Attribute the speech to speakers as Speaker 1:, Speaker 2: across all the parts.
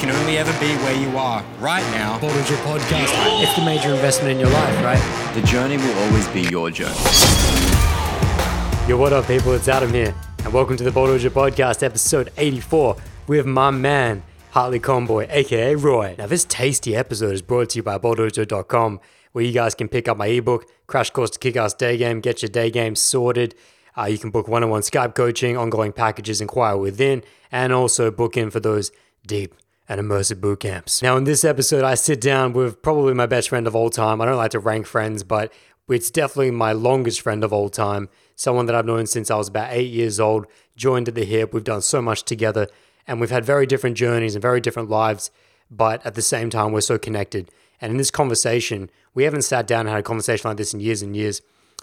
Speaker 1: can only ever be where you are right now.
Speaker 2: Bottles your podcast.
Speaker 3: It's the major investment in your life, right?
Speaker 4: The journey will always be your journey.
Speaker 3: Yo, what up, people? It's Adam here, and welcome to the Bottle Your Podcast, episode 84, with my man, Hartley Conboy, aka Roy. Now, this tasty episode is brought to you by BottlesJoe.com, where you guys can pick up my ebook, Crash Course to Kick Ass Day Game, get your day game sorted. Uh, you can book one on one Skype coaching, ongoing packages, inquire within, and also book in for those deep and immersive boot camps. Now, in this episode, I sit down with probably my best friend of all time. I don't like to rank friends, but it's definitely my longest friend of all time. Someone that I've known since I was about eight years old, joined at the hip. We've done so much together, and we've had very different journeys and very different lives, but at the same time, we're so connected. And in this conversation, we haven't sat down and had a conversation like this in years and years.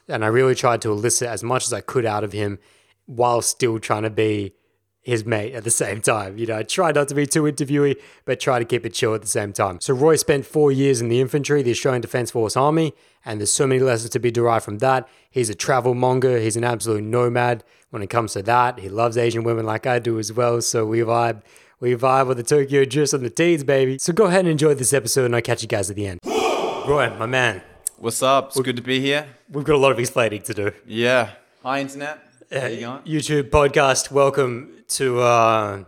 Speaker 3: And I really tried to elicit as much as I could out of him while still trying to be his mate at the same time. You know, try not to be too interviewy, but try to keep it chill at the same time. So Roy spent four years in the infantry, the Australian Defence Force Army, and there's so many lessons to be derived from that. He's a travel monger, he's an absolute nomad when it comes to that. He loves Asian women like I do as well, so we vibe. We vibe with the Tokyo Drift and the teens, baby. So go ahead and enjoy this episode, and I'll catch you guys at the end. Roy, my man,
Speaker 5: What's up? It's good to be here.
Speaker 3: we've got a lot of explaining to do.
Speaker 5: Yeah. Hi, internet. How you going?
Speaker 3: YouTube podcast, welcome to uh,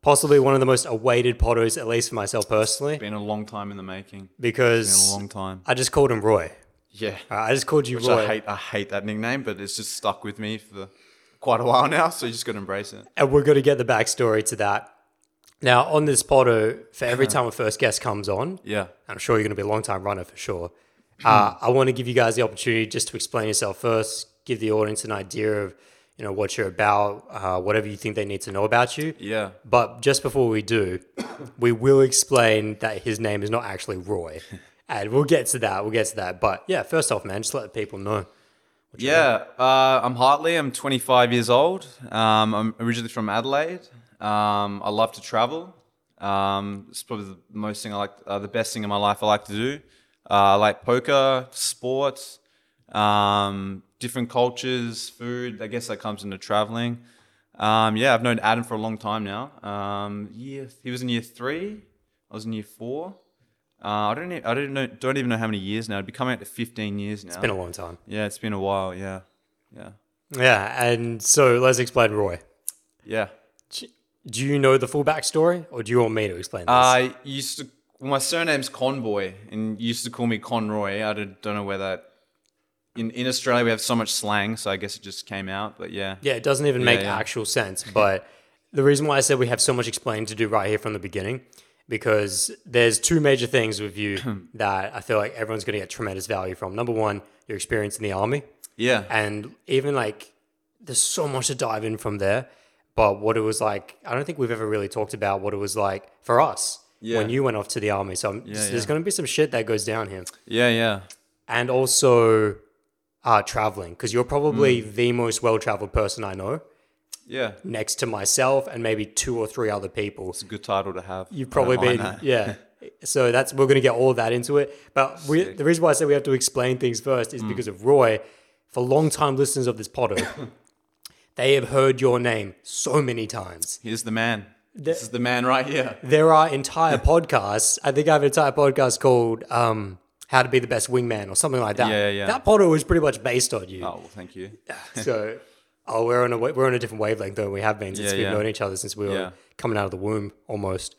Speaker 3: possibly one of the most awaited pottos, at least for myself personally,
Speaker 5: Been a long time in the making. Been a
Speaker 3: because
Speaker 5: long time.
Speaker 3: I just called him Roy.
Speaker 5: Yeah.
Speaker 3: Uh, I just called you
Speaker 5: Which
Speaker 3: Roy,
Speaker 5: I hate. I hate that nickname, but it's just stuck with me for quite a while now. So you just got to embrace it.
Speaker 3: and we're going to get the backstory to that. Now, on this potto, for every time a first guest comes on,
Speaker 5: Yeah.
Speaker 3: I'm sure you're going to be a long time runner for sure.
Speaker 5: Hmm.
Speaker 3: Uh, I want to give you guys the opportunity just to explain yourself first, give the audience an idea of you know what you're about, uh, whatever you think they need to know about you.
Speaker 5: Yeah.
Speaker 3: But just before we do, we will explain that his name is not actually Roy, and we'll get to that. We'll get to that. But yeah, first off, man, just let the people know.
Speaker 5: Yeah. Uh, I'm Hartley. I'm 25 years old. Um, I'm originally from Adelaide. Um, I love to travel. Um, it's probably the most thing I like, uh, the best thing in my life I like to do. Uh, I like poker, sports, um, different cultures, food. I guess that comes into traveling. Um, yeah, I've known Adam for a long time now. Um, year, he was in year three. I was in year four. Uh, I don't, e- I don't know, don't even know how many years now. It'd be coming out to 15 years now.
Speaker 3: It's been a long time.
Speaker 5: Yeah, it's been a while. Yeah, yeah,
Speaker 3: Yeah, and so let's explain Roy.
Speaker 5: yeah.
Speaker 3: Do you know the full backstory, or do you want me to explain this?
Speaker 5: I used to. Well, my surname's Conboy, and you used to call me Conroy. I don't, don't know where that. In in Australia, we have so much slang, so I guess it just came out. But yeah,
Speaker 3: Yeah, it doesn't even make
Speaker 5: yeah.
Speaker 3: actual sense. But the reason why I said we have so much explaining to do right here from the beginning, because there's two major things with you that I feel like everyone's going to get tremendous value from. Number one, your experience in the army,
Speaker 5: yeah,
Speaker 3: and even like there's so much to dive in from there. But what it was like, I don't think we've ever really talked about what it was like for us
Speaker 5: Yeah.
Speaker 3: when you went off to the army. So I'm, there's
Speaker 5: yeah.
Speaker 3: going to be some shit that goes down here
Speaker 5: yeah, yeah.
Speaker 3: and also uh, traveling because you're probably
Speaker 5: Mm.
Speaker 3: the most well traveled person I know,
Speaker 5: Yeah,
Speaker 3: next to myself and maybe two or three other people.
Speaker 5: it's a good title to have.
Speaker 3: You've probably been, yeah. So that's we're going to get all that into it. But we, the reason why I say we have to explain things first
Speaker 5: Mm.
Speaker 3: is because of Roy. For long-time listeners of this poddo, they have heard your name so many times.
Speaker 5: Here's the man. this is the man right here.
Speaker 3: There are entire podcasts. I think I have an entire podcast called um, "How to Be the Best Wingman" or something like that.
Speaker 5: Yeah, yeah, yeah.
Speaker 3: That poddo was pretty much based on you.
Speaker 5: Oh, well, thank you.
Speaker 3: so oh we're on a we're on a different wavelength though we have been since
Speaker 5: Yeah,
Speaker 3: we've
Speaker 5: yeah.
Speaker 3: known each other since we were
Speaker 5: Yeah. Hmm.
Speaker 3: coming out of the womb almost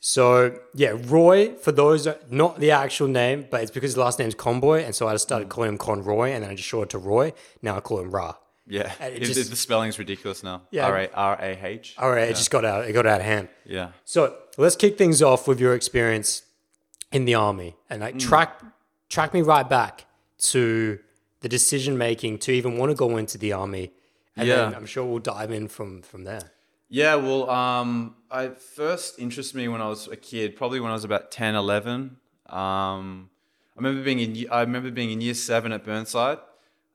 Speaker 3: so yeah roy for those not the actual name but it's because his last name's conboy and so i just started
Speaker 5: Hmm.
Speaker 3: calling him conroy and then i just shortened to roy now i call him ra
Speaker 5: Yeah,
Speaker 3: it
Speaker 5: If- if
Speaker 3: just-
Speaker 5: the spelling's ridiculous now.
Speaker 3: Yeah.
Speaker 5: R A R A H.
Speaker 3: all right it just got out it got out of hand
Speaker 5: Yeah.
Speaker 3: so let's kick things off with your experience in the army and
Speaker 5: Mm.
Speaker 3: like track track me right back to the decision making to even want to go into the army and then
Speaker 5: Yeah.
Speaker 3: i'm sure we'll dive in from from there
Speaker 5: Yeah, well, um, I first interested me when I was a kid, probably when I was about 10, 11. Um, I remember being in ye- I remember being in year seven at Burnside,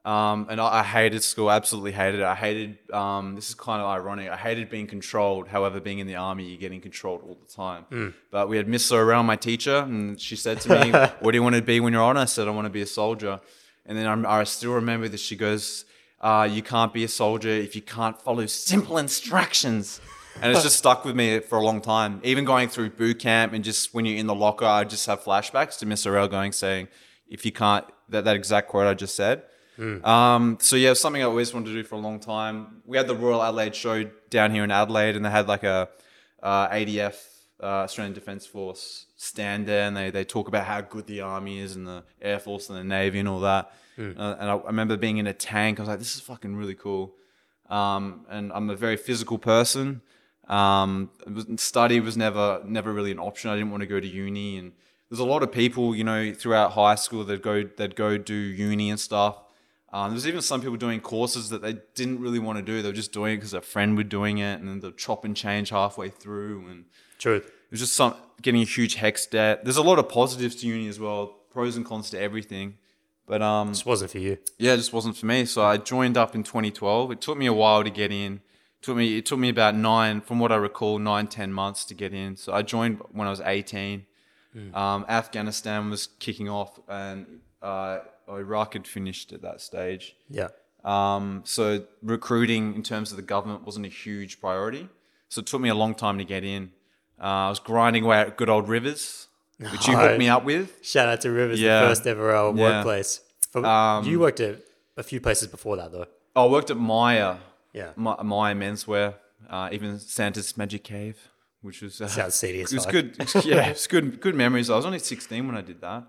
Speaker 5: um, and I, I hated school. Absolutely hated it. I hated. Um, this is kind of ironic. I hated being controlled. However, being in the army, you're getting controlled all the time. But we had Miss Sorrell, my teacher, and she said to me, "What do you want to be when you're on?" I said, "I want to be a soldier." And then I'm, I still remember that she goes, uh, "You can't be a soldier if you can't follow simple instructions." and it's just stuck with me for a long time. Even going through boot camp and just when you're in the locker, I just have flashbacks to Miss Arel going saying, "If you can't," that, that exact quote I just said. Um, so yeah, it was something I always wanted to do for a long time. We had the Royal Adelaide show down here in Adelaide, and they had like a uh, ADF uh, Australian Defence Force stand there, and they they talk about how good the army is, and the Air Force, and the Navy, and all that. Uh, and I, I remember being in a tank. I was like, this is fucking really cool. Um, and I'm a very physical person. Um, it was- study was never never really an option. I didn't want to go to uni, and there's a lot of people, you know, throughout high school that go that go do uni and stuff. Um, there's even some people doing courses that they didn't really want to do. They were just doing it because a friend were doing it, and then they'll chop and change halfway through. And
Speaker 3: Truth.
Speaker 5: it was just some getting a huge hex debt. There's a lot of positives to uni as well, pros and cons to everything. But um,
Speaker 3: This wasn't for you.
Speaker 5: yeah, it just wasn't for me. So I joined up in 2012. It took me a while to get in. It took me it took me about nine, from what I recall, nine ten months to get in. So I joined when I was 18. Um, Afghanistan was kicking off, and uh, Iraq had finished at that stage.
Speaker 3: Yeah.
Speaker 5: Um, so recruiting in terms of the government wasn't a huge priority. So it took me a long time to get in. Uh, I was grinding away at good old Rivers, which you hooked me up with.
Speaker 3: Shout out to Rivers,
Speaker 5: Yeah.
Speaker 3: the first ever uh,
Speaker 5: Yeah. Um,
Speaker 3: workplace. For, you worked at a few places before that, though.
Speaker 5: I worked at Maya.
Speaker 3: Yeah.
Speaker 5: My, Maya Menswear, uh, even Santa's Magic Cave, which was uh,
Speaker 3: Sounds seedy as
Speaker 5: It was
Speaker 3: fuck.
Speaker 5: good. Yeah, it's good. Good memories. I was only sixteen when I did that.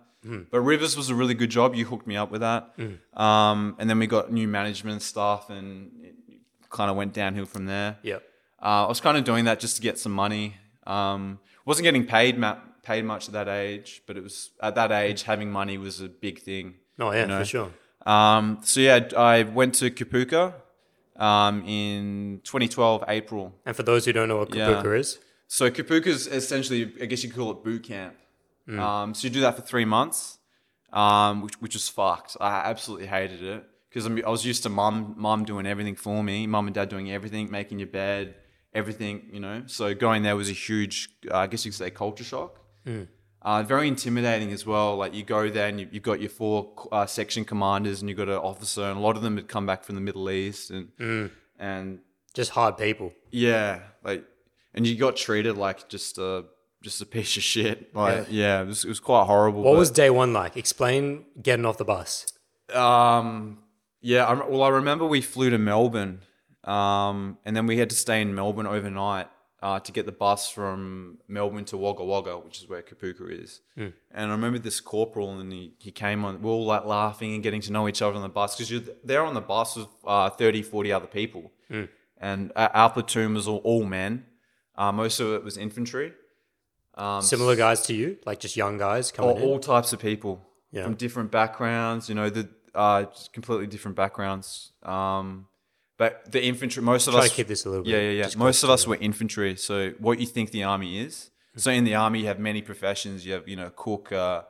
Speaker 5: But Rivers was a really good job. You hooked me up with that, um, and then we got new management stuff, and it kind of went downhill from there.
Speaker 3: Yep.
Speaker 5: Uh, I was kind of doing that just to get some money. Um, wasn't getting paid ma- paid much at that age, but it was at that age having money was a big thing.
Speaker 3: Oh, yeah,
Speaker 5: you know?
Speaker 3: for sure.
Speaker 5: Um, so yeah, I went to Kapuka um, in 2012 April.
Speaker 3: And for those who don't know what
Speaker 5: Yeah.
Speaker 3: Kapuka is,
Speaker 5: So Kapuka is essentially, I guess you could call it boot camp. Um, so you do that for three months, um, which which was fucked. I absolutely hated it because I was used to mum mum doing everything for me, mum and dad doing everything, making your bed, everything. You know, so going there was a huge, uh, I guess you could say, culture shock. Uh, very intimidating as well. Like you go there and you, you've got your four uh, section commanders and you've got an officer, and a lot of them had come back from the Middle East and and
Speaker 3: just hard people.
Speaker 5: yeah, like, and you got treated like just a just a piece of shit. Like, yeah, it, was, it was quite horrible.
Speaker 3: What
Speaker 5: but,
Speaker 3: was day one like? Explain getting off the bus.
Speaker 5: Um, yeah. I, rem- well, I remember we flew to Melbourne, um, and then we had to stay in Melbourne overnight uh, to get the bus from Melbourne to Wagga Wagga, which is where Kapuka is.
Speaker 3: Hmm.
Speaker 5: And I remember this corporal, and he, he came on. We are all like laughing and getting to know each other on the bus because you're th- there on the bus with uh, 30, 40 other people,
Speaker 3: Hmm.
Speaker 5: and our, our platoon was all, all men. Uh, most of it was infantry.
Speaker 3: Similar guys to you, like just young guys
Speaker 5: all,
Speaker 3: coming in.
Speaker 5: all types of people
Speaker 3: Yeah.
Speaker 5: from different backgrounds. You know, the uh, just completely different backgrounds. Um, but the infantry, most of
Speaker 3: Try
Speaker 5: us
Speaker 3: to keep this a little
Speaker 5: Yeah,
Speaker 3: bit
Speaker 5: yeah, yeah.
Speaker 3: just
Speaker 5: Most of us were infantry. So what you think the army is?
Speaker 3: Hmm.
Speaker 5: So in the army, you have many professions. You have you know cook, uh,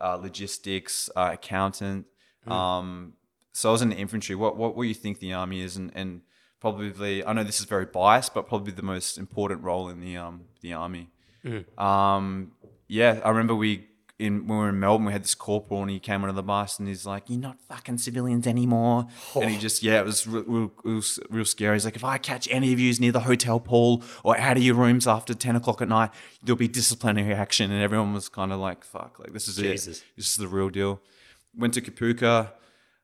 Speaker 5: uh, logistics, uh, accountant.
Speaker 3: Hmm.
Speaker 5: Um, so I was in the infantry. What what what you think the army is? And and probably I know this is very biased, but probably the most important role in the um the army. Um, yeah, I remember we in when we were in Melbourne, we had this corporal and he came onto the bus and he's like, "You're not fucking civilians anymore." And he just yeah, it was real, real, real, real scary. He's like, "If I catch any of yous near the hotel pool or out of your rooms after ten o'clock at night, there'll be disciplinary action." And everyone was kind of like, "Fuck, like this is
Speaker 3: Jesus.
Speaker 5: it. This is the real deal." Went to Kapuka,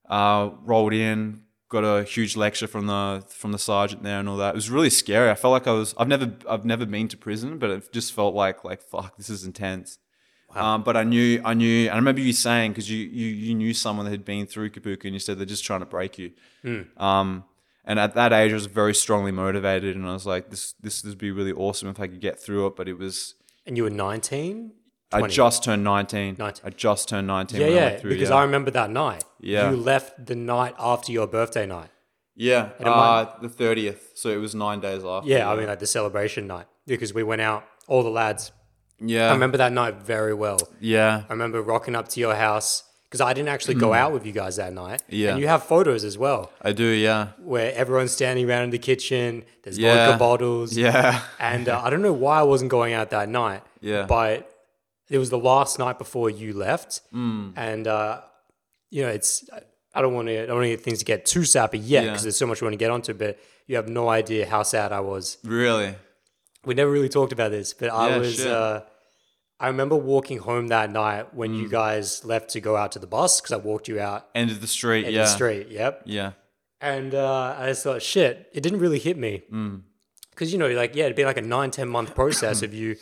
Speaker 5: uh, rolled in. Got a huge lecture from the from the sergeant there and all that. It was really scary. I felt like I was. I've never I've never been to prison, but it just felt like like fuck, this is intense. Um, but I knew, I knew, and I remember you saying because you, you you knew someone that had been through Kabuka, and you said they're just trying to break you.
Speaker 3: Hmm.
Speaker 5: Um, and at that age, I was very strongly motivated, and I was like, this this would be really awesome if I could get through it. But it was,
Speaker 3: And you were 19?
Speaker 5: I just turned nineteen.
Speaker 3: Nineteen.
Speaker 5: I just turned nineteen.
Speaker 3: Yeah,
Speaker 5: when I
Speaker 3: yeah.
Speaker 5: went through,
Speaker 3: because
Speaker 5: yeah.
Speaker 3: I remember that night.
Speaker 5: Yeah.
Speaker 3: You left the night after your birthday night.
Speaker 5: yeah, uh, the thirtieth. So it was nine days after.
Speaker 3: Yeah, I mean, like the celebration night. Because we went out, all the lads.
Speaker 5: yeah,
Speaker 3: I remember that night very well.
Speaker 5: yeah,
Speaker 3: I remember rocking up to your house because I didn't actually go out with you guys that night.
Speaker 5: Mm. Yeah.
Speaker 3: And you have photos as well
Speaker 5: I do, yeah,
Speaker 3: where everyone's standing around in the kitchen, there's
Speaker 5: Yeah.
Speaker 3: vodka bottles.
Speaker 5: yeah,
Speaker 3: And uh, I don't know why I wasn't going out that night.
Speaker 5: Yeah.
Speaker 3: But it was the last night before you left.
Speaker 5: Mm.
Speaker 3: And, uh, you know, it's, I don't want to, I don't want to get things to get too sappy yet
Speaker 5: Yeah.
Speaker 3: because there's so much we want to get onto, but you have no idea how sad I was
Speaker 5: really.
Speaker 3: we never really talked about this, but I
Speaker 5: Yeah,
Speaker 3: was
Speaker 5: shit.
Speaker 3: uh, I remember walking home that night when
Speaker 5: Mm.
Speaker 3: you guys left to go out to the bus because I walked you out
Speaker 5: End of the street.
Speaker 3: in
Speaker 5: yeah.
Speaker 3: the street. Yep.
Speaker 5: Yeah.
Speaker 3: And uh, I just thought, shit, it didn't really hit me.
Speaker 5: Mm.
Speaker 3: Because, you know, like, yeah, it'd be like a nine, 10 month process of you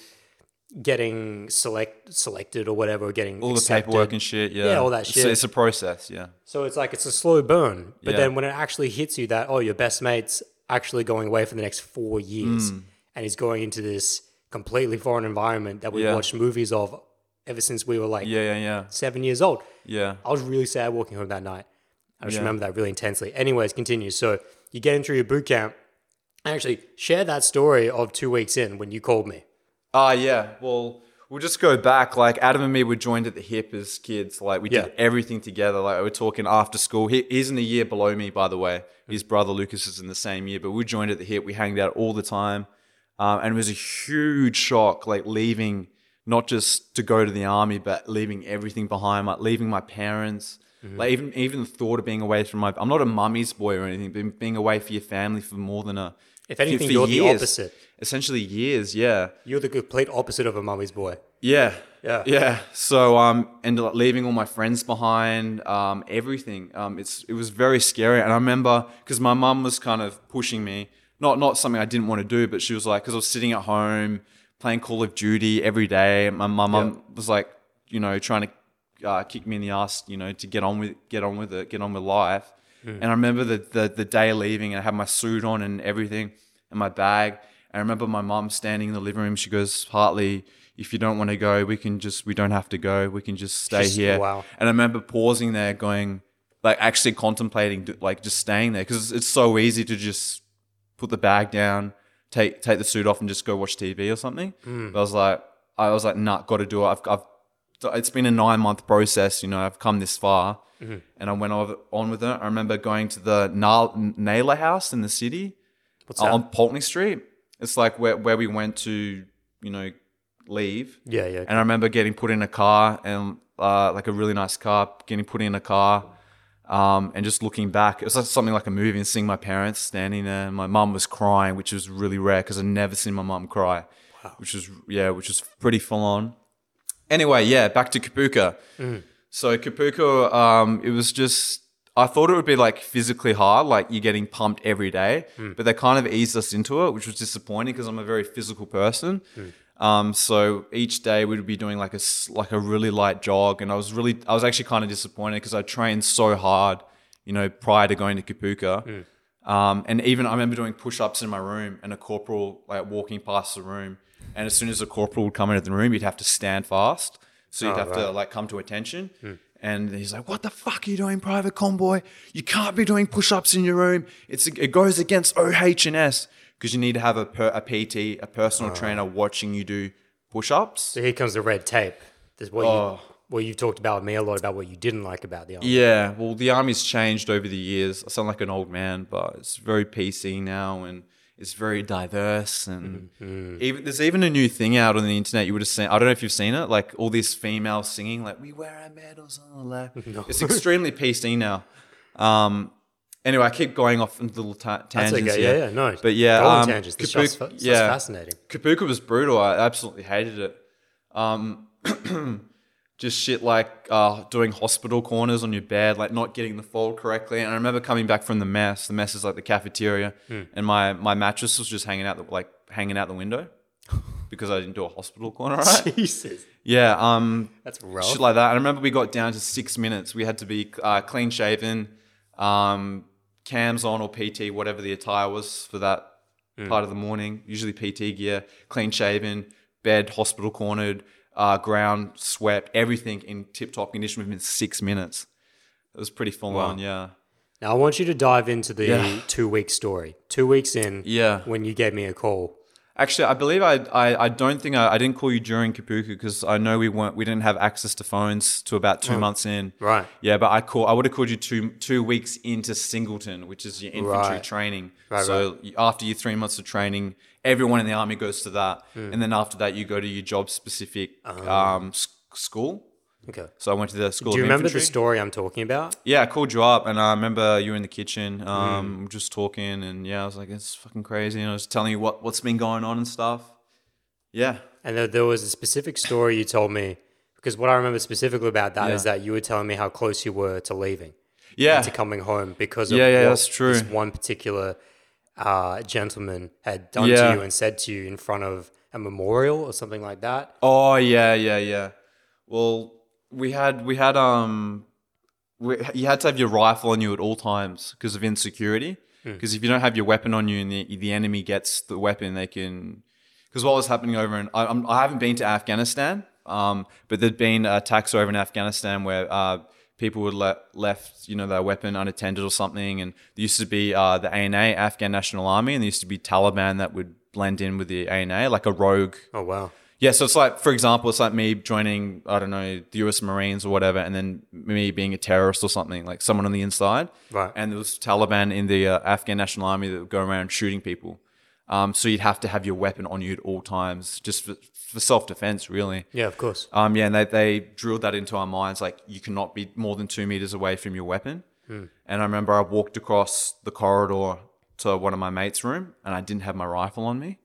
Speaker 3: getting select selected or whatever, getting
Speaker 5: All the
Speaker 3: accepted.
Speaker 5: paperwork and shit. Yeah.
Speaker 3: Yeah, all that shit.
Speaker 5: So it's a process. Yeah.
Speaker 3: So it's like, it's a slow burn. But
Speaker 5: Yeah.
Speaker 3: then when it actually hits you that, oh, your best mate's actually going away for the next four years
Speaker 5: Mm.
Speaker 3: and he's going into this completely foreign environment that we've
Speaker 5: Yeah.
Speaker 3: watched movies of ever since we were like
Speaker 5: Yeah. Yeah. Yeah.
Speaker 3: seven years old.
Speaker 5: Yeah.
Speaker 3: I was really sad walking home that night. I just
Speaker 5: Yeah.
Speaker 3: remember that really intensely. Anyways, continue. So you get into your boot camp. Actually, share that story of two weeks in when you called me.
Speaker 5: Ah, yeah. Well, we'll just go back. Like Adam and me were joined at the hip as kids. Like we
Speaker 3: Yeah.
Speaker 5: did everything together. Like we're talking after school. He, he's in a year below me, by the way.
Speaker 3: Mm-hmm.
Speaker 5: His brother Lucas is in the same year, but we joined at the hip. We hanged out all the time, um, and it was a huge shock. Like leaving, not just to go to the army, but leaving everything behind. Like leaving my parents.
Speaker 3: Mm-hmm.
Speaker 5: Like even even the thought of being away from my I'm not a mummy's boy or anything, but being away for your family for more than a
Speaker 3: If
Speaker 5: for-
Speaker 3: anything,
Speaker 5: for
Speaker 3: you're the
Speaker 5: years.
Speaker 3: opposite.
Speaker 5: Essentially years, yeah.
Speaker 3: You're the complete opposite of a mummy's boy.
Speaker 5: Yeah.
Speaker 3: Yeah.
Speaker 5: Yeah. So um ended up leaving all my friends behind, um, everything. Um it's it was very scary. And I remember because my mum was kind of pushing me, not not something I didn't want to do, but she was like, because I was sitting at home playing Call of Duty every day. and My my mum was like, you know, trying to uh, kick me in the ass, you know, to get on with get on with it, get on with life. And I remember the, the the day leaving and I had my suit on and everything and my bag. I remember my mum standing in the living room. She goes, Hartley, if you don't want to go, we can just, we don't have to go. We can just stay
Speaker 3: Just-
Speaker 5: here.
Speaker 3: wow.
Speaker 5: And I remember pausing there, going, like, actually contemplating, like, just staying there because it's so easy to just put the bag down, take take the suit off, and just go watch TV or something.
Speaker 3: Hmm.
Speaker 5: But I was like, I was like, nah, got to do it. I've, I've, it's been a nine month process. You know, I've come this far,
Speaker 3: Mm-hmm.
Speaker 5: and I went over, on with it. I remember going to the Nal- Naylor House in the city
Speaker 3: What's that?
Speaker 5: on Pulteney Street. It's like where where we went to, you know, leave.
Speaker 3: yeah, yeah.
Speaker 5: And I remember getting put in a car and uh, like a really nice car, getting put in a car, um, and just looking back, it was like something like a movie, and seeing my parents standing there. And my mum was crying, which was really rare because I'd never seen my mum cry, which was yeah, which was pretty full on. Anyway, yeah, back to Kapuka. So Kapuka, um, it was just. I thought it would be like physically hard, like you're getting pumped every day, but they kind of eased us into it, which was disappointing because I'm a very physical person. Um, so each day we'd be doing like a s- like a really light jog, and I was really I was actually kind of disappointed because I trained so hard, you know, prior to going to Kapuka. Um, and even I remember doing push ups in my room and a corporal like walking past the room. And as soon as the corporal would come into the room, you'd have to stand fast. So you'd have to like come to attention. And he's like, What the fuck are you doing, Private Convoy? You can't be doing push ups in your room. It's It goes against OH&S because you need to have a, per, a PT, a personal trainer watching you do push ups.
Speaker 3: so here comes the red tape. This is what you what you've talked about with me a lot about what you didn't like about the army.
Speaker 5: Oh. Yeah, well, the army's changed over the years. I sound like an old man, but it's very PC now, and it's very diverse. And
Speaker 3: Mm-hmm.
Speaker 5: even there's even a new thing out on the internet. You would have seen. I don't know if you've seen it. Like all these female singing, like "We wear our medals on the left." It's extremely PC now. Um. Anyway, I keep going off into little ta-
Speaker 3: That's
Speaker 5: tangents.
Speaker 3: okay.
Speaker 5: here.
Speaker 3: Yeah, yeah, no.
Speaker 5: But yeah,
Speaker 3: Go on
Speaker 5: um,
Speaker 3: tangents. This
Speaker 5: Kabuki-
Speaker 3: stuff's fa- stuff's
Speaker 5: yeah.
Speaker 3: fascinating.
Speaker 5: Kapuka was brutal. I absolutely hated it. Um, just shit like uh, doing hospital corners on your bed, like not getting the fold correctly. And I remember coming back from the mess. The mess is like the cafeteria, and my my mattress was just hanging out the like hanging out the window because I didn't do a hospital corner right.
Speaker 3: Jesus,
Speaker 5: yeah. Um,
Speaker 3: that's rough.
Speaker 5: shit like that. I remember we got down to six minutes. We had to be uh, clean shaven, um, cams on or PT, whatever the attire was for that part of the morning. Usually PT gear, clean shaven, bed, hospital cornered, uh, ground swept, everything in tip top condition within six minutes. It was pretty full on, yeah.
Speaker 3: Now I want you to dive into the
Speaker 5: Yeah.
Speaker 3: two week story. Two weeks in,
Speaker 5: Yeah.
Speaker 3: when you gave me a call.
Speaker 5: Actually, I believe I I, I don't think I, I didn't call you during Kapuka because I know we weren't we didn't have access to phones to about two months in.
Speaker 3: Mm. Right.
Speaker 5: Yeah, but I call I would have called you two two weeks into Singleton, which is your infantry
Speaker 3: Right.
Speaker 5: training. so you- after your three months of training, everyone in the
Speaker 3: Mm.
Speaker 5: army goes to that, and then after that you go to your job specific um, s- school.
Speaker 3: Okay.
Speaker 5: So I went to the school.
Speaker 3: Uh-huh. Do you
Speaker 5: of
Speaker 3: remember
Speaker 5: Infantry.
Speaker 3: the story I'm talking about?
Speaker 5: Yeah, I called you up, and I remember you were in the kitchen, um, just talking, and yeah, I was like, "It's fucking crazy," and I was telling you what what's been going on and stuff. Yeah,
Speaker 3: And there, there was a specific story you told me because what I remember specifically about that is that you were telling me how close you were to leaving,
Speaker 5: yeah,
Speaker 3: to coming home because of
Speaker 5: Yeah, yeah,
Speaker 3: what
Speaker 5: that's true.
Speaker 3: this one particular uh, gentleman had done
Speaker 5: Yeah.
Speaker 3: to you and said to you in front of a memorial or something like that.
Speaker 5: Oh yeah, yeah, yeah. Well, we had we had um, we, you had to have your rifle on you at all times because of insecurity. Because if you don't have your weapon on you and the the enemy gets the weapon, they can. Because what was happening over in I, I'm, I haven't been to Afghanistan, um, but there'd been attacks over in Afghanistan where uh, people would let left you know their weapon unattended or something, and there used to be uh, the ANA Afghan National Army, and there used to be Taliban that would blend in with the ANA like a rogue
Speaker 3: Oh wow.
Speaker 5: yeah, so it's like, for example, it's like me joining, I don't know, the US Marines or whatever, and then me being a terrorist or something, like someone on the inside.
Speaker 3: Right.
Speaker 5: And there was Taliban in the uh, Afghan National Army that would go around shooting people. Um, so you'd have to have your weapon on you at all times, just for, for self defense, really.
Speaker 3: Yeah, of course.
Speaker 5: Um, yeah, and they, they drilled that into our minds like, you cannot be more than two meters away from your weapon. And I remember I walked across the corridor to one of my mates' room and I didn't have my rifle on me.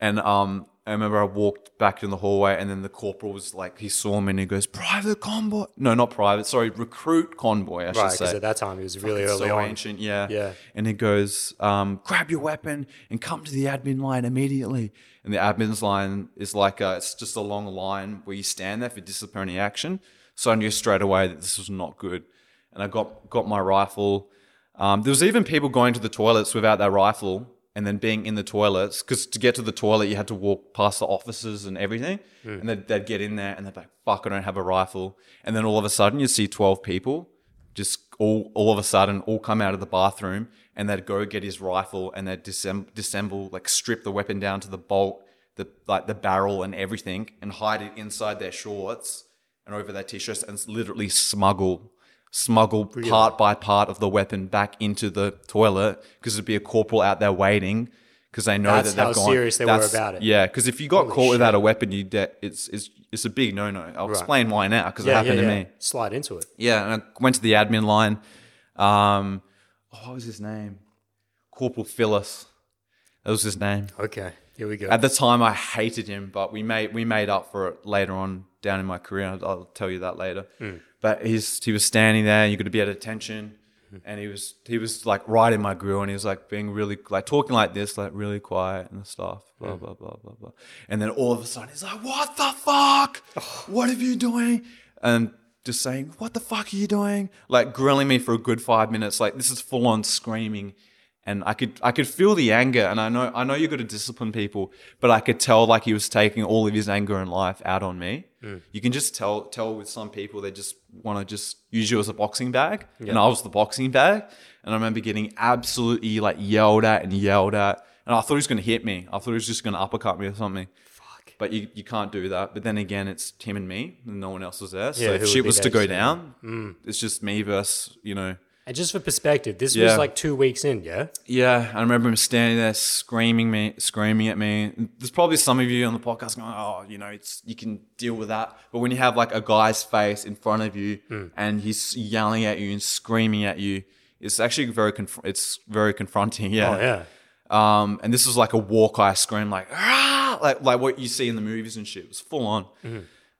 Speaker 5: and um, I remember I walked back in the hallway and then the corporal was like, he saw me and he goes, Private convoy. No, not private. Sorry, recruit convoy, I should
Speaker 3: Right, because
Speaker 5: say.
Speaker 3: at that time it was really
Speaker 5: It's
Speaker 3: early
Speaker 5: so
Speaker 3: on.
Speaker 5: ancient, yeah.
Speaker 3: Yeah.
Speaker 5: And it goes, um, grab your weapon and come to the admin line immediately. And the admin's line is like, uh, it's just a long line where you stand there for disciplinary action. So I knew straight away that this was not good. And I got got my rifle. Um, there was even people going to the toilets without their rifle and then being in the toilets because to get to the toilet you had to walk past the offices and everything and they'd, they'd get in there and they'd be like fuck i don't have a rifle and then all of a sudden you see 12 people just all, all of a sudden all come out of the bathroom and they'd go get his rifle and they'd disem- dissemble like strip the weapon down to the bolt the like the barrel and everything and hide it inside their shorts and over their t-shirts and s- literally smuggle smuggle part by part of the weapon back into the toilet because there'd be a corporal out there waiting because they know
Speaker 3: That's
Speaker 5: that they've
Speaker 3: how
Speaker 5: gone.
Speaker 3: serious they were
Speaker 5: That's-
Speaker 3: about it.
Speaker 5: Yeah, because if you got caught without a weapon, you de- it's it's it's a big no no. I'll explain why now because it
Speaker 3: Yeah, yeah,
Speaker 5: happened
Speaker 3: yeah.
Speaker 5: to me.
Speaker 3: Slide into it.
Speaker 5: Yeah, and I went to the admin line. Um, oh, what was his name? Corporal Phyllis. That was his name.
Speaker 3: Okay, here we go.
Speaker 5: At the time, I hated him, but we made we made up for it later on down in my career. I'll, I'll tell you that later. But he's he was standing there. and You could be at attention, and he was he was like right in my grill, and he was like being really like talking like this, like really quiet and stuff. Blah blah blah blah blah. And then all of a sudden, he's like, "What the fuck? What are you doing?" And just saying, "What the fuck are you doing?" Like grilling me for a good five minutes. Like this is full on screaming and I could I could feel the anger, and I know I know you got to discipline people, but I could tell like he was taking all of his anger and life out on me.
Speaker 3: Mm.
Speaker 5: You can just tell tell with some people they just want to just use you as a boxing bag, and I was the boxing bag, and I remember getting absolutely like yelled at and yelled at, and I thought he was going to hit me. I thought he was just going to uppercut me or something. Fuck. But you, you can't do that. But then again, it's him and me, and no one else was there.
Speaker 3: Yeah,
Speaker 5: So
Speaker 3: who
Speaker 5: if
Speaker 3: would
Speaker 5: shit
Speaker 3: be
Speaker 5: was to
Speaker 3: there
Speaker 5: go
Speaker 3: to- Mm.
Speaker 5: down, it's just me versus you know
Speaker 3: and just for perspective, this was
Speaker 5: Yeah.
Speaker 3: like two weeks in, yeah?
Speaker 5: yeah, I remember him standing there screaming me, screaming at me. There's probably some of you on the podcast going, "Oh, you know, it's you can deal with that." But when you have like a guy's face in front of you and he's yelling at you and screaming at you, it's actually very conf- it's very confronting. Yeah.
Speaker 3: Oh, yeah.
Speaker 5: Um, and this was like a Hawkeye scream, like ah, like like what you see in the movies and shit. It was full on.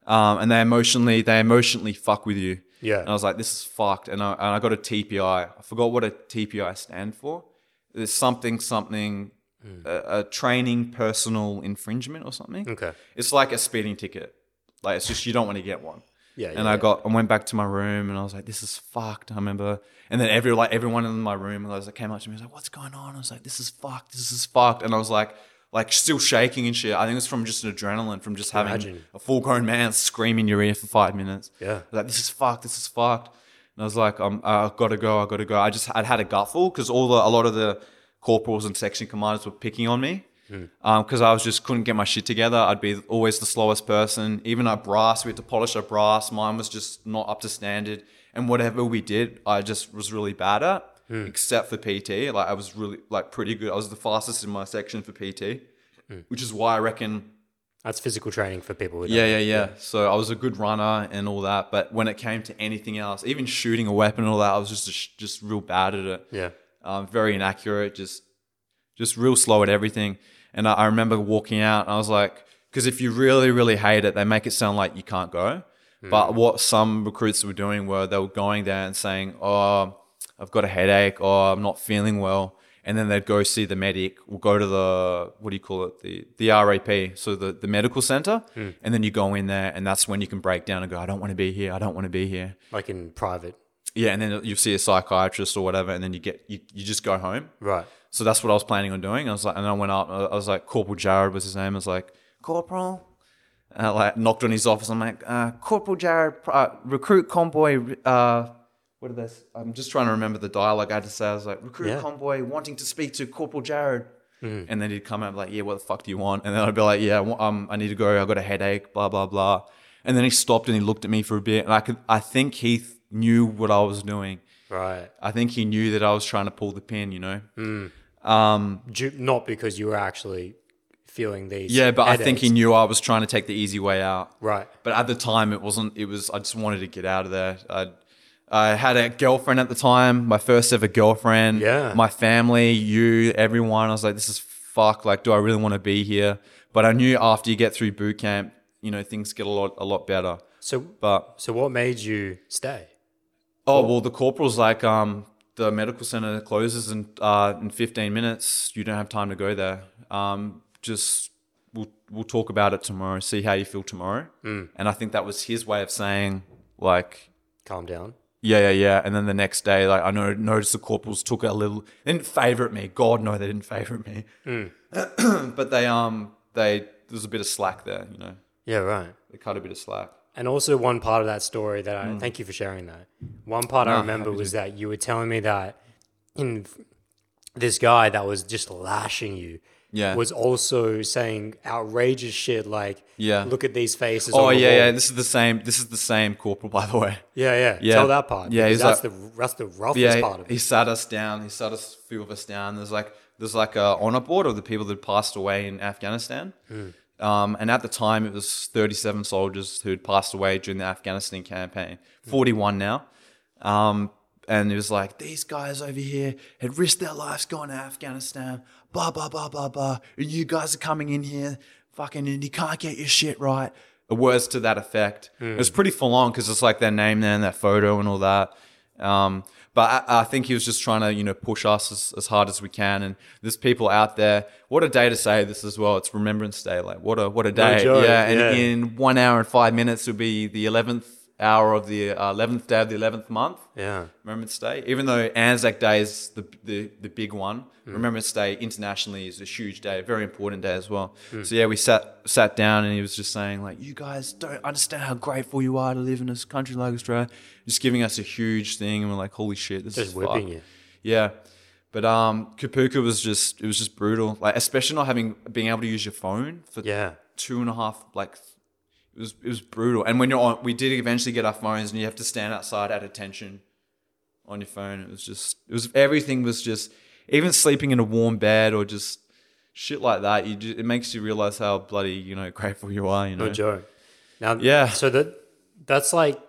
Speaker 5: Um, and they emotionally they emotionally fuck with you.
Speaker 3: Mm-hmm. Yeah.
Speaker 5: And I was like, this is fucked. And I and I got a TPI. I forgot what a TPI stand for. There's something something.
Speaker 3: Mm.
Speaker 5: A, a training personal infringement or something.
Speaker 3: Okay.
Speaker 5: It's like a speeding ticket. Like it's just you don't want to get one.
Speaker 3: Yeah,
Speaker 5: And
Speaker 3: yeah,
Speaker 5: I
Speaker 3: yeah.
Speaker 5: got I went back to my room and I was like, this is fucked. I remember. And then every like everyone in my room and I was like came up to me and was like, what's going on? I was like, this is fucked. This is fucked. And I was like, like still shaking and shit. I think it was from just an adrenaline from just having
Speaker 3: Imagine.
Speaker 5: a full grown man scream in your ear for five minutes.
Speaker 3: Yeah.
Speaker 5: I was like this is fucked. This is fucked. And I was like, um, I gotta go. I gotta go. I just I'd had a gutful because all the a lot of the corporals and section commanders were picking on me because I was just couldn't get my shit together. I'd be always the slowest person. Even our brass, we had to polish our brass. Mine was just not up to standard. And whatever we did, I just was really bad at, except for PT. Like I was really like pretty good. I was the fastest in my section for PT, which is why I reckon
Speaker 3: That's physical training for people. Who don't
Speaker 5: Yeah, yeah, yeah. So I was a good runner and all that, but when it came to anything else, even shooting a weapon and all that, I was just a sh- just real bad at it.
Speaker 3: Yeah.
Speaker 5: um, very inaccurate, just just real slow at everything. And I, I remember walking out, and I was like, because if you really, really hate it, they make it sound like you can't go. But what some recruits were doing were they were going there and saying, "Oh, I've got a headache," or "I'm not feeling well," and then they'd go see the medic, or go to the what do you call it, the the RAP, so the the medical center, and then you go in there, and that's when you can break down and go, "I don't want to be here. I don't want to be here."
Speaker 3: Like in private.
Speaker 5: Yeah, and then you see a psychiatrist or whatever, and then you get you, you just go home.
Speaker 3: Right.
Speaker 5: So that's what I was planning on doing. I was like, and I went up. I was like, Corporal Jared was his name. I was like, Corporal. And I like knocked on his office. I'm like, uh, Corporal Jared, uh, recruit convoy. Uh, what did they? s- I'm just trying to remember the dialogue I had to say. I was like, recruit
Speaker 3: Yeah.
Speaker 5: convoy, wanting to speak to Corporal Jared. And then he'd come out and be like, yeah, what the fuck do you want? And then I'd be like, yeah, I wa- um, I need to go. I got a headache. Blah blah blah. And then he stopped and he looked at me for a bit. And I could, I think he th- knew what I was doing.
Speaker 3: Right.
Speaker 5: I think he knew that I was trying to pull the pin. You know.
Speaker 3: Ju- not because you were actually feeling these.
Speaker 5: Yeah, but I think
Speaker 3: headaches.
Speaker 5: he knew I was trying to take the easy way out.
Speaker 3: Right.
Speaker 5: But at the time, it wasn't. It was. I just wanted to get out of there. I, I had a girlfriend at the time, my first ever girlfriend.
Speaker 3: Yeah.
Speaker 5: My family, you, everyone. I was like, this is fuck. Like, do I really want to be here? But I knew after you get through boot camp, you know, things get a lot, a lot better.
Speaker 3: So,
Speaker 5: But
Speaker 3: so what made you stay?
Speaker 5: oh well, the corporal's like, um, the medical center closes in uh, in fifteen minutes. You don't have time to go there. Um, just we'll we'll talk about it tomorrow. See how you feel tomorrow. And I think that was his way of saying like
Speaker 3: Calm down.
Speaker 5: yeah, yeah, yeah. And then the next day, like I know, noticed the corporals took it a little. They didn't favour me. God, no, they didn't favour me. but they, um, they there's a bit of slack there. You know,
Speaker 3: Yeah. Right.
Speaker 5: they cut a bit of slack.
Speaker 3: And also, one part of that story that
Speaker 5: Hmm.
Speaker 3: I thank you for sharing that. One part I remember was that you were telling me that in this guy that was just lashing you
Speaker 5: Yeah.
Speaker 3: was also saying outrageous shit like,
Speaker 5: Yeah.
Speaker 3: look at these faces.
Speaker 5: Oh
Speaker 3: on the
Speaker 5: yeah,
Speaker 3: wall.
Speaker 5: yeah. This is the same. This is the same corporal, by the way.
Speaker 3: yeah, yeah,
Speaker 5: Yeah.
Speaker 3: Tell that part.
Speaker 5: Yeah,
Speaker 3: because
Speaker 5: he's
Speaker 3: that's
Speaker 5: like-
Speaker 3: the that's the roughest
Speaker 5: Yeah,
Speaker 3: part of
Speaker 5: he
Speaker 3: it.
Speaker 5: sat us down. He sat us, few of us down. There's like there's like a honor board of the people that passed away in Afghanistan.
Speaker 3: Hmm.
Speaker 5: Um, and at the time, it was 37 soldiers who'd passed away during the Afghanistan campaign. 41 now. Um, and it was like these guys over here had risked their lives going to Afghanistan. Blah blah blah blah blah. And you guys are coming in here, fucking, and you can't get your shit right. Words to that effect. It was pretty full on because it's like their name there and their photo and all that. Um, but I, I think he was just trying to, you know, push us as, as hard as we can. And there's people out there. What a day to say this as well. It's Remembrance Day. Like what a what a day.
Speaker 3: joke,
Speaker 5: yeah. And
Speaker 3: yeah.
Speaker 5: in one hour and five minutes will be the eleventh hour of the uh, eleventh day of the eleventh month.
Speaker 3: yeah.
Speaker 5: Remembrance Day. Even though Anzac Day is the the, the big one,
Speaker 3: Mm.
Speaker 5: Remembrance Day internationally is a huge day, a very important day as well.
Speaker 3: Mm.
Speaker 5: So yeah, we sat sat down and he was just saying like, "You guys don't understand how grateful you are to live in this country like Australia." Just giving us a huge thing, and we're like, "Holy shit, this
Speaker 3: Just
Speaker 5: is fucked."
Speaker 3: whipping you.
Speaker 5: Yeah. But um, Kapuka was just it was just brutal. Like especially not having being able to use your phone for
Speaker 3: Yeah.
Speaker 5: two and a half like it was it was brutal. And when you're on, we did eventually get our phones, and you have to stand outside at attention on your phone. It was just it was everything was just even sleeping in a warm bed or just shit like that. You just, it makes you realize how bloody you know grateful you are. You know.
Speaker 3: No joke. Now,
Speaker 5: Yeah.
Speaker 3: So that that's like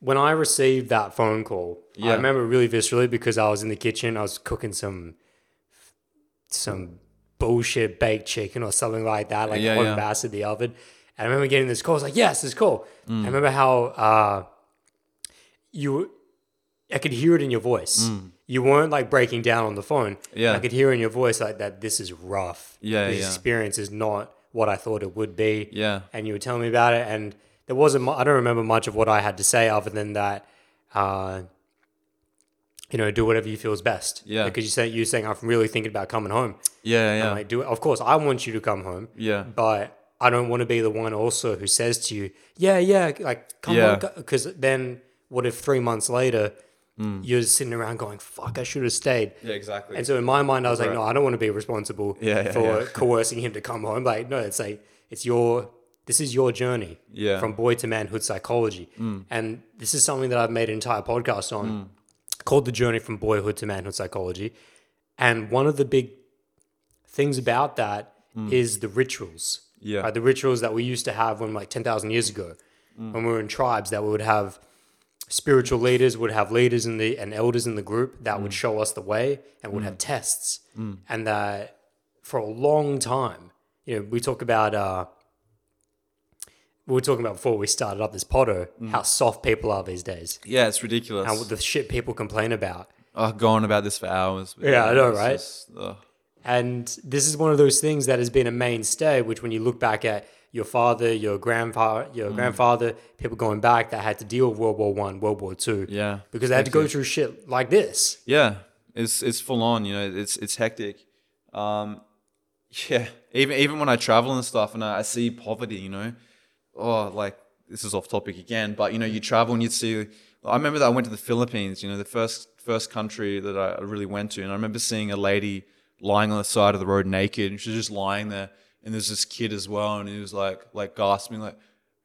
Speaker 3: when I received that phone call. I
Speaker 5: Yeah.
Speaker 3: remember really viscerally because I was in the kitchen. I was cooking some some bullshit baked chicken or something like that, like
Speaker 5: Yeah,
Speaker 3: one
Speaker 5: yeah.
Speaker 3: bass in the oven. And I remember getting this call. I was like, "Yes, this call."
Speaker 5: Mm.
Speaker 3: I remember how uh, you. I could hear it in your voice. You weren't like breaking down on the phone.
Speaker 5: Mm. Yeah.
Speaker 3: I could hear in your voice like that. This is rough.
Speaker 5: Yeah,
Speaker 3: this
Speaker 5: yeah.
Speaker 3: experience is not what I thought it would be
Speaker 5: Yeah.
Speaker 3: and you were telling me about it and there wasn't mu- i don't remember much of what i had to say other than that uh, you know do whatever you feel is best
Speaker 5: Yeah.
Speaker 3: because you said you're saying i'm really thinking about coming home
Speaker 5: Yeah, yeah,
Speaker 3: I'm like do it of course i want you to come home
Speaker 5: Yeah.
Speaker 3: but i don't want to be the one also who says to you yeah yeah like come
Speaker 5: Yeah.
Speaker 3: on because then what if three months later
Speaker 5: Hmm.
Speaker 3: you're sitting around going fuck i should have stayed
Speaker 5: yeah, exactly.
Speaker 3: and so in my mind, I was like,
Speaker 5: Right.
Speaker 3: no, I don't want to be responsible
Speaker 5: Yeah, yeah,
Speaker 3: for
Speaker 5: yeah.
Speaker 3: coercing him to come home. Like, no, it's like it's your this is your journey
Speaker 5: Yeah. Mm.
Speaker 3: from boy to manhood psychology, and this is something that I've made an entire podcast on called the journey from boyhood to manhood psychology, and one of the big things about that is the rituals
Speaker 5: Yeah.
Speaker 3: Right, the rituals that we used to have when like 10,000 years ago, when we were in tribes, that we would have spiritual leaders, would have leaders in the and elders in the group that would show us the way and would have tests. And that for a long time, you know, we talk about uh, we were talking about before we started up this potto how soft people are these days
Speaker 5: Yeah, it's ridiculous.
Speaker 3: and what the shit people complain about.
Speaker 5: I've gone about this for hours. but
Speaker 3: Yeah, I know,
Speaker 5: it's
Speaker 3: right?
Speaker 5: just, ugh.
Speaker 3: And this is one of those things that has been a mainstay, which when you look back at your father, your grandpa,
Speaker 5: Mm.
Speaker 3: your grandfather, people going back that had to deal with World War One, World War Two,
Speaker 5: Yeah.
Speaker 3: because they had to go through shit like this.
Speaker 5: Yeah, it's it's full on. You know, it's it's hectic. Um, yeah, even even when I travel and stuff, and I, I see poverty, you know, oh, like this is off topic again, but you know, you travel and you see. I remember that I went to the Philippines. You know, the first first country that I really went to, and I remember seeing a lady lying on the side of the road naked, and she was just lying there. And there's this kid as well, and he was like like gasping, like.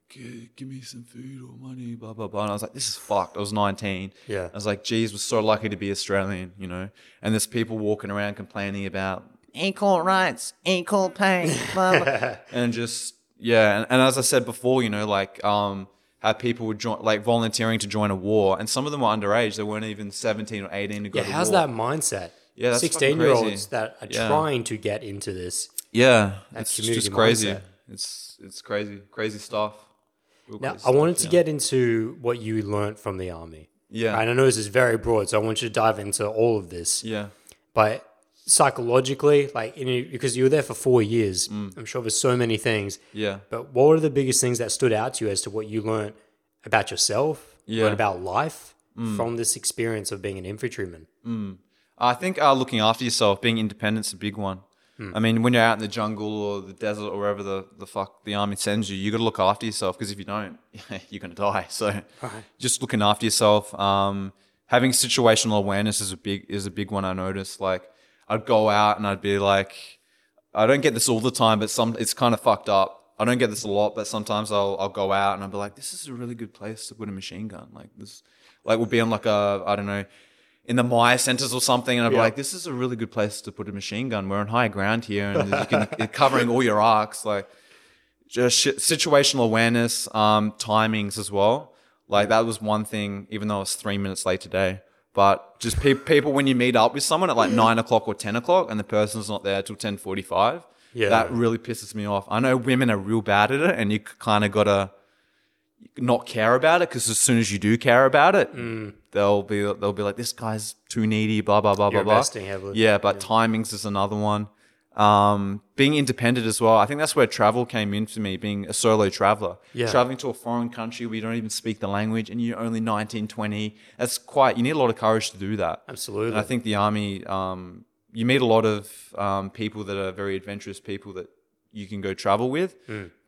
Speaker 5: "Gi- Give me some food or money, blah blah blah. And I was like, "This is fucked." I was 19.
Speaker 3: Yeah.
Speaker 5: I was like, "Geez, we're so lucky to be Australian," you know. And there's people walking around complaining about
Speaker 2: equal rights, equal pay, blah, blah.
Speaker 5: and just yeah and, and as i said before you know like um how people were join, like volunteering to join a war and some of them were underage they weren't even 17 or 18 to go
Speaker 3: Yeah,
Speaker 5: to
Speaker 3: how's
Speaker 5: war.
Speaker 3: that mindset?
Speaker 5: Yeah, that's fucking
Speaker 3: year olds
Speaker 5: crazy.
Speaker 3: that are
Speaker 5: Yeah.
Speaker 3: trying to get into this.
Speaker 5: yeah it's
Speaker 3: community
Speaker 5: just crazy
Speaker 3: mindset.
Speaker 5: it's it's crazy crazy stuff Real
Speaker 3: Now,
Speaker 5: crazy
Speaker 3: I wanted to
Speaker 5: stuff, yeah.
Speaker 3: get into what you learnt from the army.
Speaker 5: Yeah.
Speaker 3: and I know this is very broad, so I want you to dive into all of this.
Speaker 5: yeah
Speaker 3: but psychologically, like in, because you were there for four years,
Speaker 5: Mm.
Speaker 3: I'm sure there's so many things.
Speaker 5: yeah
Speaker 3: But what were the biggest things that stood out to you as to what you learned about yourself,
Speaker 5: Yeah. Mm.
Speaker 3: learned about life from this experience of being an infantryman?
Speaker 5: I think uh, looking after yourself, being independent's a big one. I mean, when you're out in the jungle or the desert or wherever the, the fuck the army sends you, you got to look after yourself because if you don't, you're going to die. So just looking after yourself, um, having situational awareness is a big is a big one. I noticed. Like I'd go out and I'd be like, I don't get this all the time, but some it's kind of fucked up. I don't get this a lot, but sometimes I'll I'll go out and I'll be like, this is a really good place to put a machine gun. Like this, like we'll be on like a I don't know, in the Maya centers or something, and I'll be like, this is a really good place to put a machine gun. We're on high ground here, and you can, you're covering all your arcs. Like just shi situational awareness, um, timings as well. Like that was one thing, even though I was three minutes late today. But just pe- people when you meet up with someone at like nine o'clock or ten o'clock, and the person's not there till ten forty-five.
Speaker 3: Yeah.
Speaker 5: that really pisses me off. I know women are real bad at it, and you kind of gotta not care about it because as soon as you do care about it,
Speaker 3: Mm.
Speaker 5: they'll be they'll be like, this guy's too needy, blah blah blah
Speaker 3: You're
Speaker 5: blah
Speaker 3: investing
Speaker 5: blah.
Speaker 3: heavily.
Speaker 5: Yeah, but timings is another one. Um, being independent as well. I think that's where travel came in for me, being a solo traveler.
Speaker 3: Yeah.
Speaker 5: Traveling to a foreign country where you don't even speak the language and you're only 19, 20. That's quite, you need a lot of courage to do that.
Speaker 3: Absolutely.
Speaker 5: And I think the army, um, you meet a lot of um, people that are very adventurous people that you can go travel with.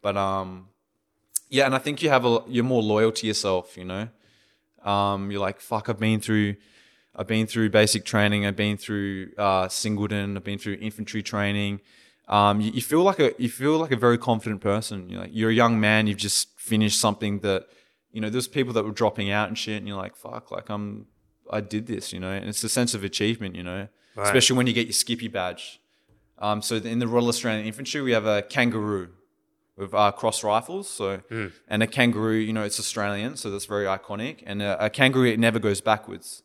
Speaker 5: But um, yeah, and I think you have a you're more loyal to yourself. You know, um, you're like fuck. I've been through, I've been through basic training. I've been through uh, singleton. I've been through infantry training. Um, you, you feel like a you feel like a very confident person. You're like you're a young man. You've just finished something that you know. There's people that were dropping out and shit, and you're like fuck. Like I'm, I did this. You know, and it's a sense of achievement. You know, especially when you get your Skippy badge. Um, so in the Royal Australian Infantry, we have a kangaroo with uh, cross rifles. So, and a kangaroo, you know, it's Australian, so that's very iconic. And a, a kangaroo, it never goes backwards,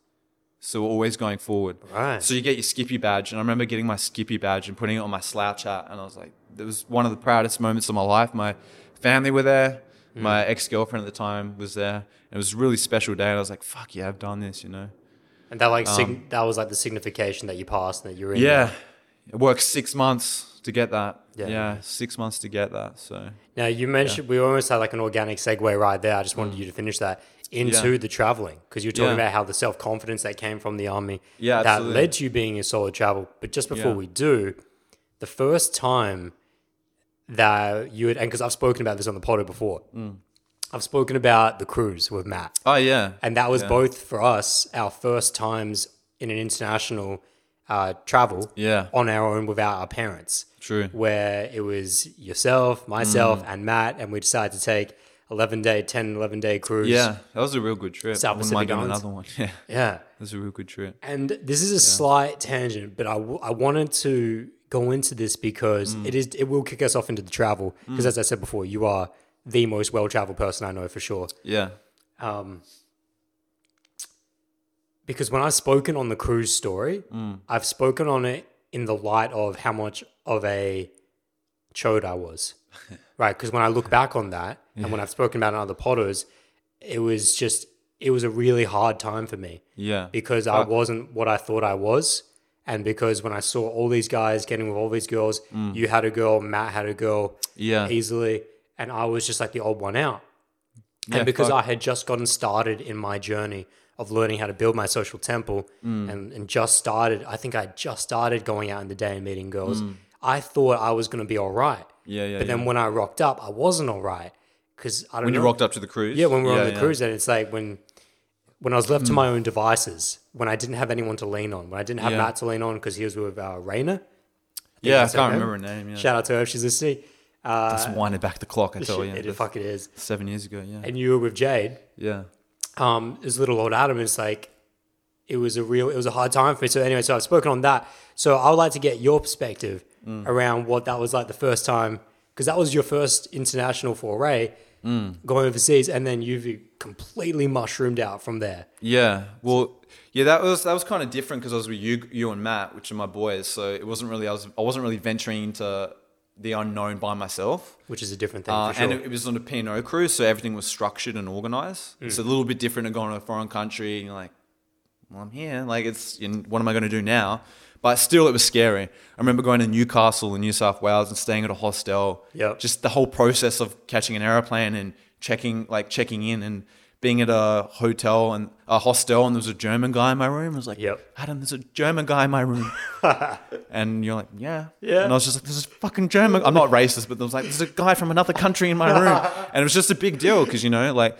Speaker 5: so we're always going forward.
Speaker 3: Right.
Speaker 5: So you get your Skippy badge, and I remember getting my Skippy badge and putting it on my slouch hat, and I was like, it was one of the proudest moments of my life. My family were there. My ex girlfriend at the time was there. and It was a really special day, and I was like, "Fuck yeah, I've done this," you know.
Speaker 3: and that like sig- that was like the signification that you passed and that you're in.
Speaker 5: Um, Yeah, it worked six months to get that.
Speaker 3: Yeah.
Speaker 5: yeah six months to get that. So
Speaker 3: Now you mentioned we almost had like an organic segue right there. I just wanted you to finish that into
Speaker 5: Mm. Yeah.
Speaker 3: the traveling because you're talking
Speaker 5: Yeah.
Speaker 3: about how the self confidence that came from the army
Speaker 5: Yeah,
Speaker 3: that
Speaker 5: absolutely.
Speaker 3: led to you being a solo travel. But just before
Speaker 5: Yeah.
Speaker 3: we do, the first time that you had, and because I've spoken about this on the pod before,
Speaker 5: Mm.
Speaker 3: I've spoken about the cruise with Matt,
Speaker 5: oh yeah,
Speaker 3: and that was both for us our first times in an international uh, travel
Speaker 5: Yeah.
Speaker 3: on our own without our parents
Speaker 5: true.
Speaker 3: where it was yourself, myself, and Matt, and we decided to take 11 day, 10, 11 day cruise.
Speaker 5: Yeah, that was a real good trip.
Speaker 3: South
Speaker 5: Wouldn't mind
Speaker 3: Pacific
Speaker 5: doing
Speaker 3: Islands.
Speaker 5: another one. Yeah, that
Speaker 3: Yeah.
Speaker 5: was a real good trip.
Speaker 3: And this is a slight tangent, but I, w- I wanted to go into this because it is it will kick us off into the travel because as I said before, you are the most well traveled person I know for sure.
Speaker 5: Yeah.
Speaker 3: Um, because when I've spoken on the cruise story, I've spoken on it in the light of how much of a chode I was, right? Because when I look back on that, and when I've spoken about it on other potters, it was just it was a really hard time for me
Speaker 5: Yeah.
Speaker 3: because I wasn't what I thought I was. And because when I saw all these guys getting with all these girls, you had a girl, Matt had a girl
Speaker 5: Yeah.
Speaker 3: easily. And I was just like the odd one out.
Speaker 5: Yeah,
Speaker 3: and because
Speaker 5: fuck.
Speaker 3: I had just gotten started in my journey of learning how to build my social temple
Speaker 5: Mm.
Speaker 3: and, and just started, I think I had just started going out in the day and meeting girls. I thought I was going to be all right.
Speaker 5: Mm. Yeah, yeah,
Speaker 3: But then
Speaker 5: yeah.
Speaker 3: when I rocked up, I wasn't all right. Because I don't
Speaker 5: when you
Speaker 3: know.
Speaker 5: rocked up to the cruise.
Speaker 3: Yeah, when we were on the
Speaker 5: yeah. Mm.
Speaker 3: cruise, and it's like when when I was left to my own devices, when I didn't have anyone to lean on, when I didn't have
Speaker 5: Yeah.
Speaker 3: Matt to lean on because he was with uh, Raina.
Speaker 5: Yeah, I
Speaker 3: that's her
Speaker 5: can't
Speaker 3: name.
Speaker 5: remember her name. Yeah.
Speaker 3: Shout out to her if she's listening.
Speaker 5: Just winding back the clock. I tell you,
Speaker 3: Uh, it
Speaker 5: That's
Speaker 3: fucking is.
Speaker 5: seven years ago. Yeah.
Speaker 3: And you were with Jade.
Speaker 5: Yeah.
Speaker 3: Um, this little old Adam. It's like it was a real, it was a hard time for me. So anyway, so I've spoken on that. So I would like to get your perspective
Speaker 5: Mm.
Speaker 3: around what that was like the first time because that was your first international foray.
Speaker 5: Mm.
Speaker 3: Going overseas, and then you've completely mushroomed out from there.
Speaker 5: Yeah. Well, yeah, that was that was kind of different because I was with you, you and Matt, which are my boys. So it wasn't really I was I wasn't really venturing into the unknown by myself.
Speaker 3: which is a different thing
Speaker 5: Uh,
Speaker 3: for sure.
Speaker 5: And it, it was on a P&O cruise, so everything was structured and organized.
Speaker 3: Mm.
Speaker 5: It's a little bit different than going to a foreign country and you're like, well, I'm here. Like, it's, you know, what am I going to do now? But still, it was scary. I remember going to Newcastle in New South Wales and staying at a hostel.
Speaker 3: Yep.
Speaker 5: Just the whole process of catching an aeroplane and checking, like, checking in and being at a hotel and a hostel, and there was a German guy in my room. I was like,
Speaker 3: Yep.
Speaker 5: Adam, there's a German guy in my room. And you're like, yeah.
Speaker 3: Yeah.
Speaker 5: And I was just like, this is fucking German. I'm not racist, but I was like, there's a guy from another country in my room. and it was just a big deal because, you know, like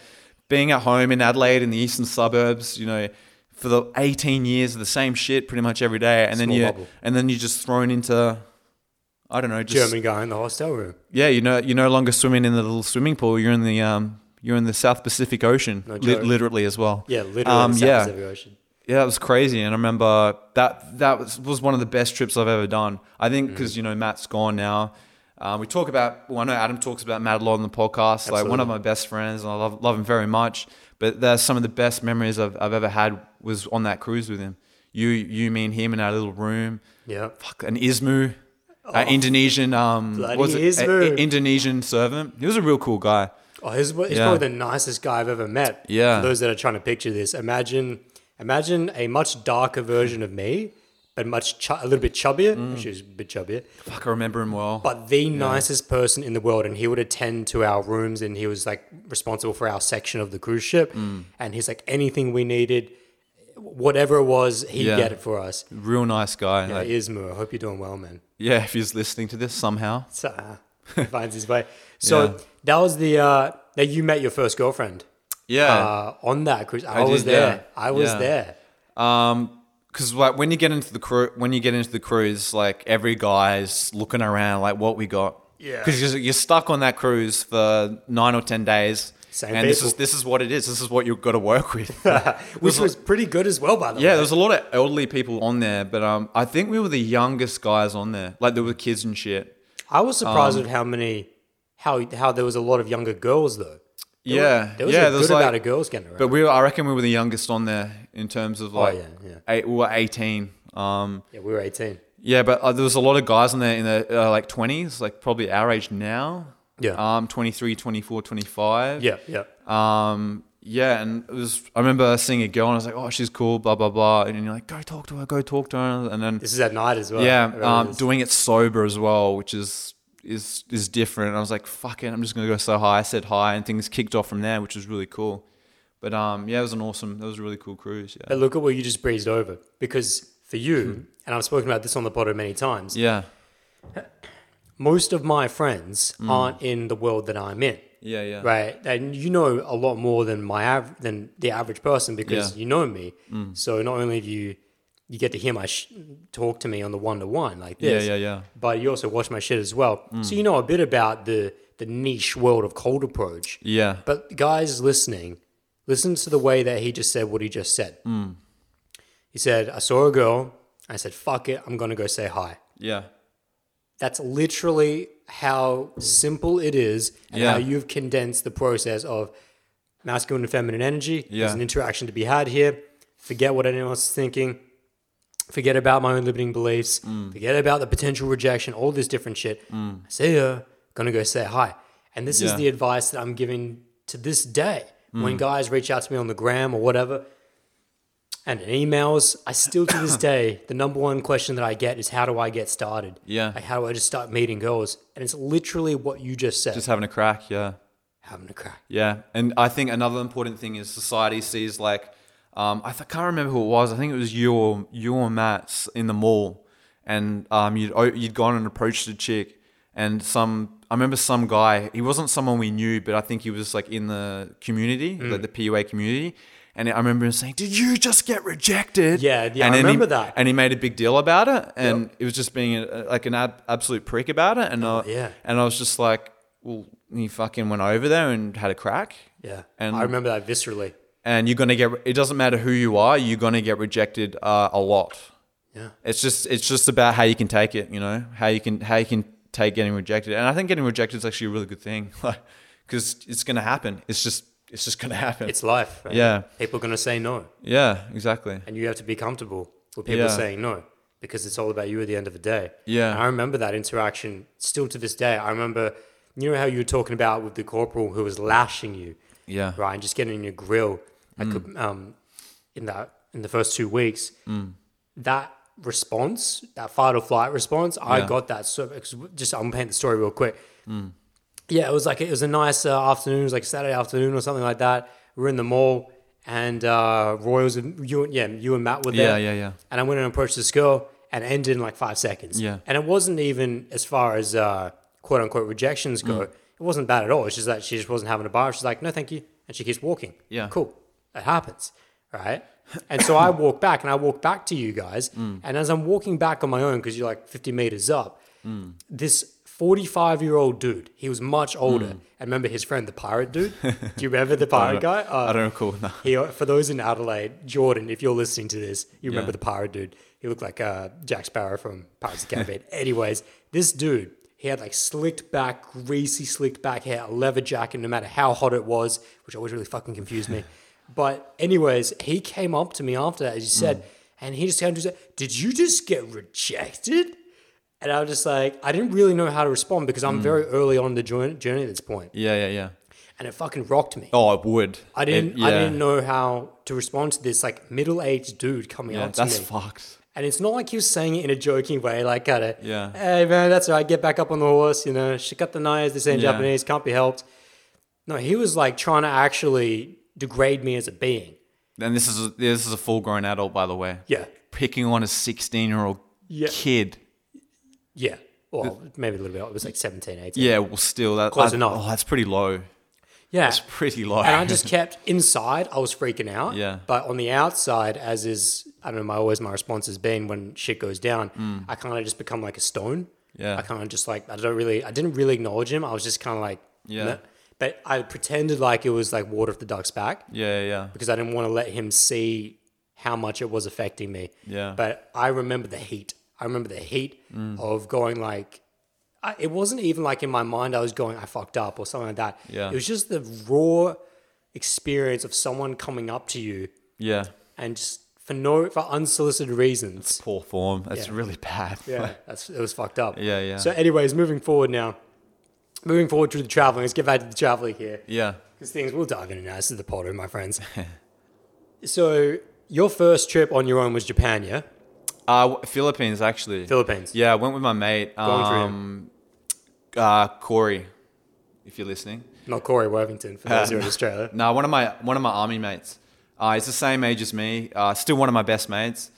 Speaker 5: being at home in Adelaide in the eastern suburbs, you know, for the 18 years of the same shit pretty much every day. And
Speaker 3: Small
Speaker 5: then you,
Speaker 3: bubble.
Speaker 5: and then you're just thrown into, I don't know, just,
Speaker 3: German guy in the hostel room.
Speaker 5: yeah, you know, you're no longer swimming in the little swimming pool. You're in the, um, you're in the South Pacific Ocean, li-
Speaker 3: joke.
Speaker 5: literally as well.
Speaker 3: Yeah, literally
Speaker 5: Um,
Speaker 3: in the South
Speaker 5: yeah.
Speaker 3: Pacific Ocean.
Speaker 5: Yeah, it was crazy, and I remember that that was, was one of the best trips I've ever done. I think
Speaker 3: Mm.
Speaker 5: because you know Matt's gone now. Um, we talk about well, I know Adam talks about Matt a lot on the podcast. Like one of my best friends, and I love love him very much. But that's some of the best memories I've, I've ever had was on that cruise with him. You, you, me, and him in our little room.
Speaker 3: Yeah.
Speaker 5: Fuck, an ismu, uh, Indonesian. Um,
Speaker 3: Oh. Bloody
Speaker 5: what was it? A-
Speaker 3: Ismu.
Speaker 5: a- Indonesian servant. He was a real cool guy.
Speaker 3: Oh, he's, he's
Speaker 5: Yeah.
Speaker 3: probably the nicest guy I've ever met.
Speaker 5: Yeah.
Speaker 3: For those that are trying to picture this, imagine imagine a much darker version of me, but much chu- a little bit chubbier.
Speaker 5: Mm.
Speaker 3: She was a bit chubbier,
Speaker 5: Fuck, I remember him well.
Speaker 3: but the nicest person in the world. And he would attend to our rooms, and he was like responsible for our section of the cruise ship.
Speaker 5: Mm.
Speaker 3: And he's like anything we needed, whatever it was, he'd
Speaker 5: Yeah.
Speaker 3: get it for us.
Speaker 5: real nice guy.
Speaker 3: Yeah,
Speaker 5: Like,
Speaker 3: Ismu, I hope you're doing well, man.
Speaker 5: yeah, if he's listening to this somehow.
Speaker 3: So, finds his way. So
Speaker 5: Yeah.
Speaker 3: that was the uh, that you met your first girlfriend
Speaker 5: Yeah.
Speaker 3: uh, on that cruise. I,
Speaker 5: I
Speaker 3: was
Speaker 5: did,
Speaker 3: there.
Speaker 5: yeah.
Speaker 3: I was
Speaker 5: Yeah.
Speaker 3: there.
Speaker 5: because like when you get into the cru- when you get into the cruise, like every guy's looking around, like what we got.
Speaker 3: Yeah.
Speaker 5: Because you're, you're stuck on that cruise for nine or ten days.
Speaker 3: Same
Speaker 5: and this
Speaker 3: people.
Speaker 5: is this is what it is. This is what you've got to work with.
Speaker 3: Which was pretty good as well, by the
Speaker 5: yeah,
Speaker 3: way.
Speaker 5: there was a lot of elderly people on there, but um, I think we were the youngest guys on there. Like there were kids and shit.
Speaker 3: I was surprised
Speaker 5: Um,
Speaker 3: at how many how how there was a lot of younger girls though. There were-
Speaker 5: yeah,
Speaker 3: there was
Speaker 5: yeah,
Speaker 3: a
Speaker 5: there
Speaker 3: good
Speaker 5: was, like-
Speaker 3: amount of girls getting around.
Speaker 5: But we, were, I reckon, we were the youngest on there in terms of like,
Speaker 3: Oh, yeah, yeah.
Speaker 5: Eight, we were eighteen. Um,
Speaker 3: yeah, we were eighteen.
Speaker 5: Yeah, but uh, there was a lot of guys in there in the uh, like 20s, like probably our age now.
Speaker 3: Yeah.
Speaker 5: Um, 23, 24, 25.
Speaker 3: Yeah, yeah.
Speaker 5: Um, yeah, and it was, I remember seeing a girl and I was like, oh, she's cool, blah, blah, blah. And you're like, go talk to her, go talk to her. And then,
Speaker 3: This is at night as well. I remember
Speaker 5: yeah, um,
Speaker 3: this.
Speaker 5: doing it sober as well, which is, is, is different. And I was like, fuck it, I'm just going to go so high. I said hi and things kicked off from there, which was really cool. But um, yeah, it was an awesome, that was a really cool cruise. Yeah.
Speaker 3: But look at what you just breezed over because for you, and I've spoken about this on the pod many times.
Speaker 5: Hmm. Yeah.
Speaker 3: most of my friends
Speaker 5: Hmm.
Speaker 3: aren't in the world that I'm in.
Speaker 5: Yeah, yeah.
Speaker 3: Right. And you know a lot more than my av- than the average person because
Speaker 5: Yeah. Mm.
Speaker 3: you know me. So not only have you you get to hear my sh- talk to me on the one to one like this.
Speaker 5: Yeah, Mm. yeah, yeah.
Speaker 3: But you also watch my shit as well. So you know a bit about the the niche world of cold approach.
Speaker 5: Yeah.
Speaker 3: But guys listening, listen to the way that he just said what he just said.
Speaker 5: Mm.
Speaker 3: He said, I saw a girl. I said, fuck it. I'm going to go say hi.
Speaker 5: yeah.
Speaker 3: That's literally how simple it is and
Speaker 5: Yeah.
Speaker 3: how you've condensed the process of masculine and feminine energy. There's
Speaker 5: Yeah.
Speaker 3: an interaction to be had here. Forget what anyone else is thinking. Forget about my own limiting beliefs.
Speaker 5: Mm.
Speaker 3: Forget about the potential rejection, all this different shit. See ya. Gonna go say hi. And this is
Speaker 5: Yeah. Mm.
Speaker 3: the advice that I'm giving to this day. When guys reach out to me on the gram or whatever, and in emails, I still to this day, the number one question that I get is how do I get started?
Speaker 5: Yeah.
Speaker 3: Like, how do I just start meeting girls? And it's literally what you just said.
Speaker 5: Just having a crack, yeah.
Speaker 3: having a crack.
Speaker 5: Yeah, and I think another important thing is society sees like um, I th- can't remember who it was. I think it was you or you or Matt's in the mall, and um, you'd oh, you'd gone and approached a chick, and some I remember some guy. He wasn't someone we knew, but I think he was like in the community,
Speaker 3: Mm.
Speaker 5: like the PUA community. And I remember him saying, "Did you just get rejected?"
Speaker 3: Yeah, yeah, I
Speaker 5: then he-
Speaker 3: remember that.
Speaker 5: And he made a big deal about it, and it was just being a, like an ab- absolute prick about it. And uh, I,
Speaker 3: Oh, yeah.
Speaker 5: and I was just like, well, he fucking went over there and had a crack.
Speaker 3: Yeah.
Speaker 5: And-
Speaker 3: I remember that viscerally.
Speaker 5: And you're gonna get. It doesn't matter who you are. You're gonna get rejected uh, a lot.
Speaker 3: Yeah.
Speaker 5: It's just. It's just about how you can take it. You know how you can how you can take getting rejected. And I think getting rejected is actually a really good thing, because it's gonna happen. It's just. It's just gonna happen.
Speaker 3: It's life. right?
Speaker 5: Yeah.
Speaker 3: People are going to say no.
Speaker 5: yeah. Exactly.
Speaker 3: And you have to be comfortable with people
Speaker 5: Yeah.
Speaker 3: saying no because it's all about you at the end of the day.
Speaker 5: Yeah.
Speaker 3: And I remember that interaction still to this day. I remember, you know, how you were talking about with the corporal who was lashing you.
Speaker 5: Yeah. Mm.
Speaker 3: Right. And just getting in your grill. I could, um, in that, in the first two weeks, that response, that fight or flight response, I
Speaker 5: Yeah. Mm.
Speaker 3: got that. So 'cause just I'm paint the story real quick. Yeah, it was like it was a nice uh, afternoon. It was like Saturday afternoon or something like that. We were in the mall, and uh, Roy was you and yeah you and Matt were there.
Speaker 5: Yeah, yeah, yeah.
Speaker 3: And I went and approached this girl, and it ended in like five seconds.
Speaker 5: Yeah.
Speaker 3: and it wasn't even as far as uh, quote unquote rejections go.
Speaker 5: Mm.
Speaker 3: It wasn't bad at all. It's just that she just wasn't having a bar. She's like, no, thank you, and she keeps walking.
Speaker 5: Yeah.
Speaker 3: cool. It happens, right? And so I walk back, and I walk back to you guys,
Speaker 5: Mm.
Speaker 3: and as I'm walking back on my own because you're like 50 meters up
Speaker 5: Mm.
Speaker 3: this 45 year old dude. He was much older. And remember his friend, the pirate dude? Do you remember the pirate guy? Uh,
Speaker 5: Mm. I don't recall. No.
Speaker 3: he, for those in Adelaide, Jordan, if you're listening to this, you remember
Speaker 5: Yeah.
Speaker 3: the pirate dude. He looked like uh, Jack Sparrow from Pirates of the Caribbean. Anyways, this dude, he had like slicked back, greasy slicked back hair, a leather jacket, no matter how hot it was, which always really fucking confused me. but anyways, he came up to me after that, as you said, and he just turned to say, "Did you just get rejected?" And I was just like, I didn't really know how to respond because I'm very early on the jour- journey at this point,
Speaker 5: Yeah, yeah, yeah.
Speaker 3: and it fucking rocked me.
Speaker 5: Oh, it would.
Speaker 3: I didn't.
Speaker 5: It- yeah.
Speaker 3: I didn't know how to respond to this like middle-aged dude coming
Speaker 5: Yeah,
Speaker 3: up to
Speaker 5: that's
Speaker 3: me,
Speaker 5: fucked.
Speaker 3: and it's not like he was saying it in a joking way, like kind of,
Speaker 5: Yeah.
Speaker 3: hey man, that's all right, get back up on the horse, you know, she got the knives, this ain't
Speaker 5: Yeah.
Speaker 3: Japanese, can't be helped. No, he was like trying to actually degrade me as a being.
Speaker 5: And this is a, this is a full grown adult, by the way.
Speaker 3: Yeah,
Speaker 5: Picking on a sixteen year old
Speaker 3: Yeah.
Speaker 5: kid.
Speaker 3: yeah. Well, maybe a little bit. It was like 17, 18.
Speaker 5: Yeah, well, still that,
Speaker 3: Close
Speaker 5: I-
Speaker 3: enough.
Speaker 5: Oh, that's pretty low.
Speaker 3: yeah.
Speaker 5: That's pretty low.
Speaker 3: and I just kept inside. I was freaking out.
Speaker 5: Yeah.
Speaker 3: But on the outside, as is, I don't know, my always my response has been when shit goes down, I kind of just become like a stone.
Speaker 5: Mm. Yeah.
Speaker 3: I kind of just like I don't really, I didn't really acknowledge him. I was just kind of like,
Speaker 5: Yeah.
Speaker 3: "Meh." But I pretended like it was like water off the duck's back
Speaker 5: yeah, yeah, yeah.
Speaker 3: because I didn't want to let him see how much it was affecting me.
Speaker 5: Yeah. Mm.
Speaker 3: But I remember the heat. I remember the heat of going like, I, it wasn't even like in my mind I was going I fucked up or something like that.
Speaker 5: Yeah.
Speaker 3: It was just the raw experience of someone coming up to you
Speaker 5: yeah.
Speaker 3: and just for no for unsolicited reasons.
Speaker 5: Poor form. That's really bad.
Speaker 3: Yeah, that's it was fucked up.
Speaker 5: Yeah, yeah.
Speaker 3: So, anyways, moving forward now, moving forward through the traveling. Let's get back to the traveling here
Speaker 5: yeah.
Speaker 3: because things we'll dive into now. This is the pod, my friends. so, your first trip on your own was Japan, yeah?
Speaker 5: Uh, w- Philippines actually.
Speaker 3: Philippines.
Speaker 5: Yeah, I went with my mate.
Speaker 3: Going through
Speaker 5: Um, uh, Corey, if you're listening.
Speaker 3: Not Corey Worthington for those who are in Australia.
Speaker 5: No, one of my one of my army mates. Uh, he's the same age as me. Uh, still one of my best mates.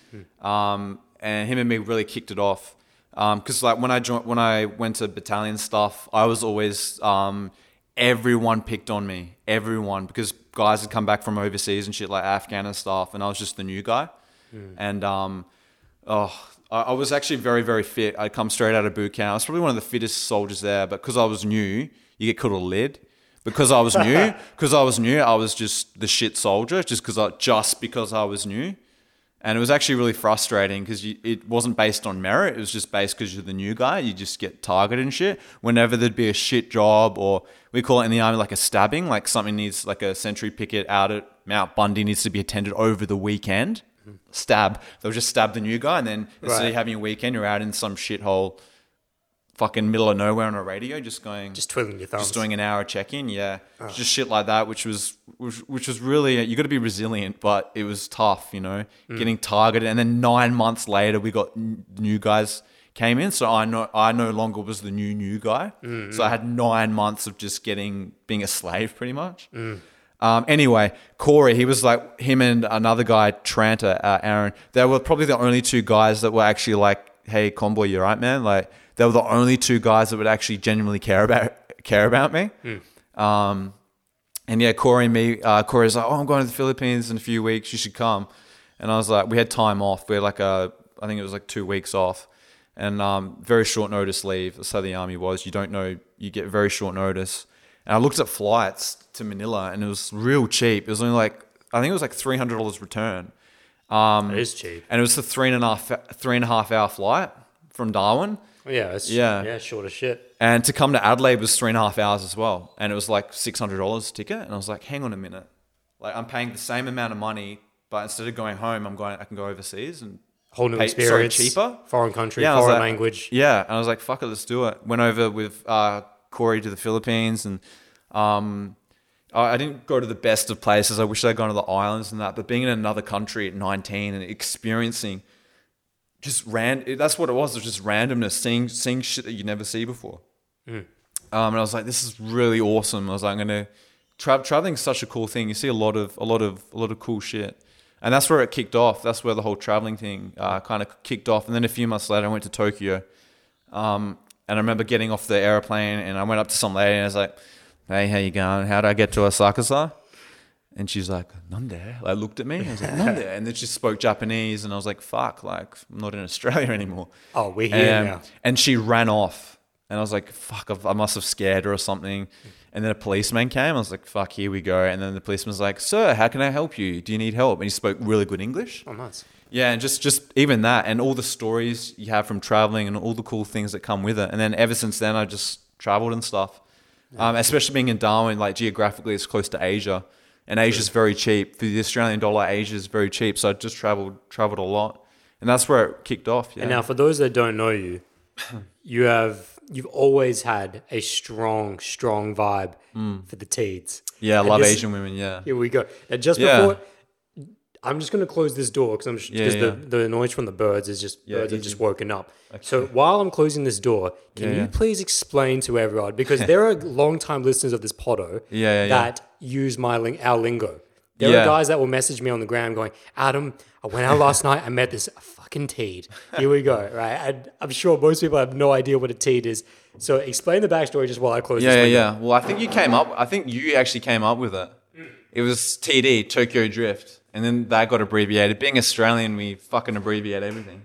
Speaker 5: Um, and him and me really kicked it off. Because like when I joined, when I went to battalion stuff, I was always um, everyone picked on me. Everyone because guys had come back from overseas and shit like Afghan and stuff, and I was just the new guy. And um, oh, I, I was actually very very fit. I'd come straight out of boot camp. I was probably one of the fittest soldiers there, but because I was new, you get called a lid because I was new, because I was new, I was just the shit soldier, just because I just because I was new, And it was actually really frustrating because it wasn't based on merit. It was just based because you're the new guy. You just get targeted and shit. Whenever there'd be a shit job, or we call it in the army like a stabbing, like something needs like a sentry picket out at Mount Bundy needs to be attended over the weekend. Stab. They'll just stab the new guy, and then instead
Speaker 3: Right.
Speaker 5: of having a weekend, you're out in some shithole, fucking middle of nowhere on a radio, just going,
Speaker 3: Just twiddling your thumbs.
Speaker 5: just doing an hour check in, yeah, just shit like that, which was which, which was really you got to be resilient, but it was tough, you know, getting targeted, and then nine months later we got n- new guys came in, so I no I no longer was the new new guy, so I had nine months of just getting being a slave pretty much. Um, anyway, Corey, he was like him and another guy, Tranta, uh, Aaron. They were probably the only two guys that were actually like, "Hey, Conboy, you're right, man." Like they were the only two guys that would actually genuinely care about care about me. Um, and yeah, Corey and me, uh, Corey's like, "Oh, I'm going to the Philippines in a few weeks. You should come." And I was like, "We had time off. We had like a, I think it was like two weeks off, and um, very short notice leave. That's how the army was. You don't know. You get very short notice." And I looked at flights to Manila, and it was real cheap. It was only like I think it was like three hundred dollars return. Um,
Speaker 3: It is cheap.
Speaker 5: and it was the three and a half three and a half hour flight from Darwin.
Speaker 3: Yeah, it's, yeah,
Speaker 5: Yeah.
Speaker 3: yeah, short as shit.
Speaker 5: And to come to Adelaide was three and a half hours as well. And it was like $600 a ticket. And I was like, hang on a minute. Like, I'm paying the same amount of money, but instead of going home, I'm going, I can go overseas and
Speaker 3: Whole new
Speaker 5: pay- sorry,
Speaker 3: experience.
Speaker 5: cheaper.
Speaker 3: Foreign country,
Speaker 5: Yeah, I was
Speaker 3: foreign
Speaker 5: like-
Speaker 3: language.
Speaker 5: Yeah. And I was like, fuck it, let's do it. Went over with uh, Corey to the Philippines and um, I I didn't go to the best of places. I wish I'd gone to the islands and that. But being in another country at 19 and experiencing just ran that's what it was. It was just randomness, seeing, seeing shit that you never see before. Um, and I was like, this is really awesome. I was like, I'm gonna tra- traveling such a cool thing. You see a lot of a lot of a lot of cool shit, and that's where it kicked off. That's where the whole traveling thing uh, kind of kicked off. And then a few months later, I went to Tokyo, um, and I remember getting off the airplane, and I went up to some lady, and I was like, "Hey, how you going? How do I get to Osaka?" And she's like, Nande. Like, looked at me. and I was like, Nande. And then she spoke Japanese. And I was like, fuck, like, I'm not in Australia anymore.
Speaker 3: Oh, we're here
Speaker 5: and,
Speaker 3: now.
Speaker 5: Um, And she ran off. And I was like, fuck, I've, I must have scared her or something. And then a policeman came. I was like, fuck, here we go. And then the policeman's like, sir, how can I help you? Do you need help? And he spoke really good English.
Speaker 3: Oh, nice.
Speaker 5: Yeah, and just just even that, and all the stories you have from traveling, and all the cool things that come with it. And then ever since then, I just traveled and stuff. Um, especially being in Darwin, like geographically, it's close to Asia, and Asia's very cheap for the Australian dollar. Asia's very cheap, so I just traveled traveled a lot, and that's where it kicked off. Yeah,
Speaker 3: And now, for those that don't know you, you have you've always had a strong, strong vibe for the teeds.
Speaker 5: Mm. yeah, I
Speaker 3: And
Speaker 5: love
Speaker 3: this-
Speaker 5: Asian women. Yeah,
Speaker 3: Here we go. Now, just
Speaker 5: Yeah.
Speaker 3: before, I'm just going to close this door because I'm sh-
Speaker 5: Yeah,
Speaker 3: 'cause
Speaker 5: yeah.
Speaker 3: the, the noise from the birds is just birds have
Speaker 5: easy.
Speaker 3: just woken up. So while I'm closing this door, can
Speaker 5: Yeah,
Speaker 3: you
Speaker 5: yeah.
Speaker 3: please explain to everyone because there are long-time listeners of this podo
Speaker 5: yeah, yeah.
Speaker 3: that use my ling- our lingo. There are
Speaker 5: Yeah.
Speaker 3: guys that will message me on the gram going, Adam, I went out last night. I met this fucking teed. Here we go, right? And I'm sure most people have no idea what a teed is. So explain the backstory just while I close
Speaker 5: yeah,
Speaker 3: this
Speaker 5: yeah,
Speaker 3: window.
Speaker 5: yeah. Well, I think you came up. I think you actually came up with it. It was TD Tokyo Drift, and then that got abbreviated. Being Australian, we fucking abbreviate everything.